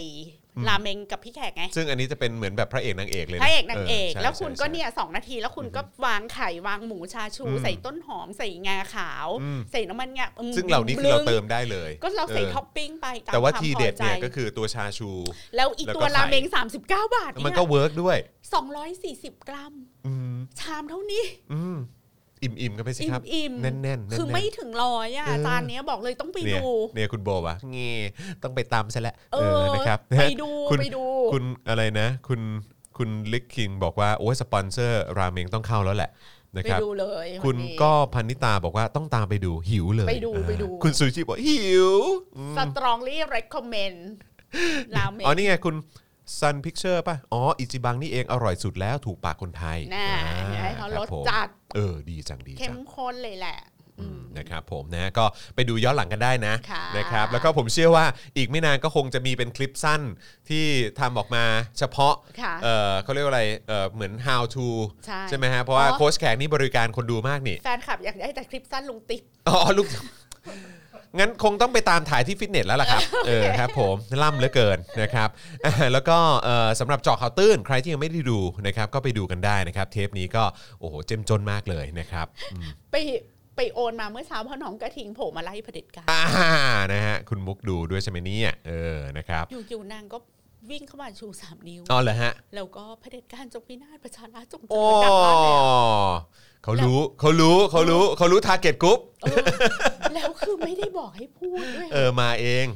Speaker 2: อืม
Speaker 3: ราเมงกับพี่แขกไง
Speaker 2: ซึ่งอันนี้จะเป็นเหมือนแบบพระเอกนางเอกเลย
Speaker 3: พระเอกนางเอก
Speaker 2: ใช่
Speaker 3: แล้วคุณ
Speaker 2: ใช่
Speaker 3: ก็
Speaker 2: ใช่
Speaker 3: เนี่ยสองนาที แล้วคุณก็วางไข่วางหมูชาชู
Speaker 2: อืม
Speaker 3: ใส่ต้นหอมใส่งาขาว
Speaker 2: อืม
Speaker 3: ใส่น้ำมันงาอืม
Speaker 2: ซึ่งเหล่านี้คือเรา
Speaker 3: บลึ้ง
Speaker 2: เติมได้เลย
Speaker 3: ก็เราใส่
Speaker 2: ออ
Speaker 3: ท็อปปิ้งไปตาม
Speaker 2: แต่ว่า
Speaker 3: คม
Speaker 2: ทีเด็ดเนี่ย
Speaker 3: พอใจ
Speaker 2: ก็คือตัวชาชู
Speaker 3: แล้วอีก
Speaker 2: แล้วก็
Speaker 3: ตัวราเมง
Speaker 2: ไข่
Speaker 3: 39 บาท
Speaker 2: มัน
Speaker 3: เนี่ย
Speaker 2: ก็เวิร์กด้วย
Speaker 3: 240 กรัม
Speaker 2: อืม
Speaker 3: ชามเท่านี้
Speaker 2: อืมอิ่มอิ่มๆกันไปสิ
Speaker 3: อิ่
Speaker 2: ครั
Speaker 3: ม
Speaker 2: บ
Speaker 3: อิ่ม
Speaker 2: แน่นๆแน่นๆ
Speaker 3: คือไม่ถึงร้อยอ่ะ
Speaker 2: เออ
Speaker 3: จานเนี้ยบอกเลยต้องไป
Speaker 2: เนี่ย
Speaker 3: ดู
Speaker 2: เนี่ยคุณโบวะเงี้ต้องไปตามซะแล้ว
Speaker 3: เออ
Speaker 2: นะครับ
Speaker 3: ไปดู
Speaker 2: คุณ
Speaker 3: ไปดู
Speaker 2: คุณอะไรนะ คุณคุณลิกคิงบอกว่า โอ้ยสปอนเซอร์ราเมงต้องเข้าแล้วแหละนะ
Speaker 3: ไป
Speaker 2: ครับ
Speaker 3: ดูเลยวันนี้
Speaker 2: คุณก็พันนิตาบอกว่าต้องตามไปดูหิวเลย
Speaker 3: ไปดู
Speaker 2: อ่า
Speaker 3: ไปดู
Speaker 2: คุณซูชิบอกหิวอืม
Speaker 3: สตรองรี่ recommend ราเมง
Speaker 2: อ๋อนี่ไงคุณซันพิกเ u อร์ป่ะ อ๋อ อิจิบังนี่เองอร่อยสุดแล้วถูกปากคนไทย
Speaker 3: น่า
Speaker 2: อ่า
Speaker 3: เห็นไหมเขา
Speaker 2: ค
Speaker 3: ร
Speaker 2: รับ
Speaker 3: ส
Speaker 2: ผม
Speaker 3: จัด
Speaker 2: เออดีจังดี
Speaker 3: เข้
Speaker 2: จั
Speaker 3: ม
Speaker 2: ง
Speaker 3: ข้นเลยแหละ
Speaker 2: อืมนะครับผมนะก็ไปดูย้อนหลังกันได้นะ
Speaker 3: ค่ะ
Speaker 2: นะครับแล้วก็ผมเชื่อว่าอีกไม่นานก็คงจะมีเป็นคลิปสั้นที่ทำออกมาเฉพาะ
Speaker 3: ค่ะ
Speaker 2: เอ่อเขาเรียกว่าอะไรเอ่อเหมือน how to
Speaker 3: ใช่
Speaker 2: ไหมฮะเพราะว่า
Speaker 3: อ๋อ
Speaker 2: โค้ชแขกนี่บริการคนดูมากนี่
Speaker 3: แฟนคลับอยากได้แต่คลิปสั้นลุงติ๊ก
Speaker 2: อ๋อลูก งั้นคงต้องไปตามถ่ายที่ฟิตเนสแล้วล่ะ ครับ เออครับผมล่ำเหลือเกินนะครับ อ่ะแล้วก็เอ่อสำหรับเจาะข่าวตื้นใครที่ยังไม่ได้ดูนะครับก็ไปดูกันได้นะครับ เทปนี้ก็โอ้โหเจ้มจนมากเลยนะครับ อืม
Speaker 3: ไปไปโอนมาเมื่อเช้าเพราะน้องกระทิงโผล่มาไล่เผด็จการ
Speaker 2: อ่านะฮะคุณมุกดูด้วยใช่ไหมเนี่ยเออนะครับ
Speaker 3: อยู่ๆนางก็วิ่งเข้ามาชูสามนิ้ว
Speaker 2: อ๋อเหรอฮะ
Speaker 3: แล้วก็เผด็จการจงพินาศประชาราษฎร์จงเจ
Speaker 2: โอ้
Speaker 3: ริญดังนั้นแล้ว
Speaker 2: เขารู้เขารู้เขารู้เขารู้ทาร์เก็ตกรุ๊ป
Speaker 3: เออแล้วคือไม่ได้บอกให้พูดด้วย
Speaker 2: เออมาเอง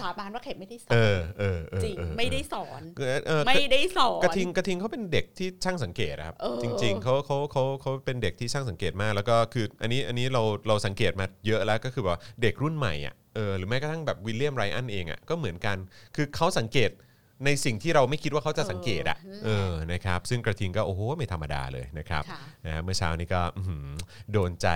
Speaker 3: สาบานว่าเข็มไม่ได้สอ
Speaker 2: เอน อเออเออ
Speaker 3: จริง
Speaker 2: เออ
Speaker 3: ไม่ได้สอน
Speaker 2: เออเออ
Speaker 3: ไม่ได้สอน
Speaker 2: กระทิงกระทิงเขาเป็นเด็กที่ช่างสังเกตนะครับ
Speaker 3: เออ
Speaker 2: จริง ๆเขาเขาเขาเขาเป็นเด็กที่ช่างสังเกตมาก แล้วก็คืออันนี้อันนี้เราเราสังเกตมาเยอะแล้วก็คือแบบว่าเด็กรุ่นใหม่อ่ะเออหรือแม้กระทั่งแบบวิลเลียมไรอันเองอ่ะก็เหมือนกันคือเขาสังเกตในสิ่งที่เราไม่คิดว่าเขาจะสังเกตอ่ะเออนะครับซึ่งกระทิงก็โอ้โหไม่ธรรมดาเลยนะครับ
Speaker 3: ค่ะ
Speaker 2: นะฮะเมื่อเช้านี้ก็อื้อหือโดนใจ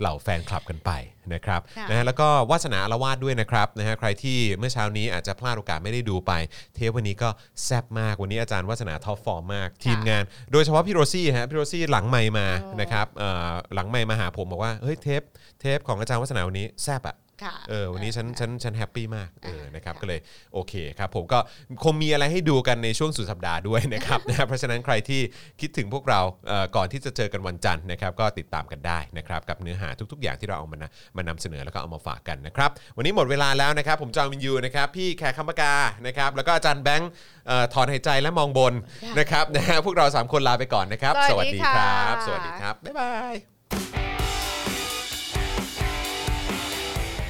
Speaker 2: เหล่าแฟนคลับกันไปนะครับ
Speaker 3: ค่ะ
Speaker 2: นะฮะแล้วก็วาสนาอาละวาดด้วยนะครับนะฮะใครที่เมื่อเช้านี้อาจจะพลาดโอกาสไม่ได้ดูไป เทปวันนี้ก็แซ่บมากวันนี้อาจารย์วาสนาท็อปฟอร์มมาก ทีมงาน โดยเฉพาะพี่โรซี่ฮะพี่โรซี่หลังไมค์มานะครับเอ่อหลังไมค์มาหาผมบอกว่าเฮ้ยเทปเทปของอาจารย์วาสนาวันนี้แซ่บอ่ะ
Speaker 3: ค่ะ
Speaker 2: เออวันนี้ฉันฉันฉันแฮปปี้มากเออ
Speaker 3: อ่าน
Speaker 2: นะครับ
Speaker 3: ค่ะ
Speaker 2: ก็เลยโอเคครับผมก็คงมีอะไรให้ดูกันในช่วงสุดสัปดาห์ด้วยนะครับ นะเพราะฉะนั้นใครที่คิดถึงพวกเราเอ่อก่อนที่จะเจอกันวันจันทร์นะครับก็ติดตามกันได้นะครับกับเนื้อหาทุกๆ อย่างที่เราเอามานำมานำเสนอแล้วก็เอามาฝากกันนะครับวันนี้หมดเวลาแล้วนะครับผมจอห์นวินยูนะครับพี่แขกคำปากานะครับแล้วก็อาจารย์แบงค์เอ่อถอนหายใจและมองบนนะครับนะฮะพวกเราสามคนลาไปก่อนนะครับ
Speaker 3: สวัสดี
Speaker 2: ค
Speaker 3: ค่ะ
Speaker 2: รัสวัสดีครับบ๊ายบาย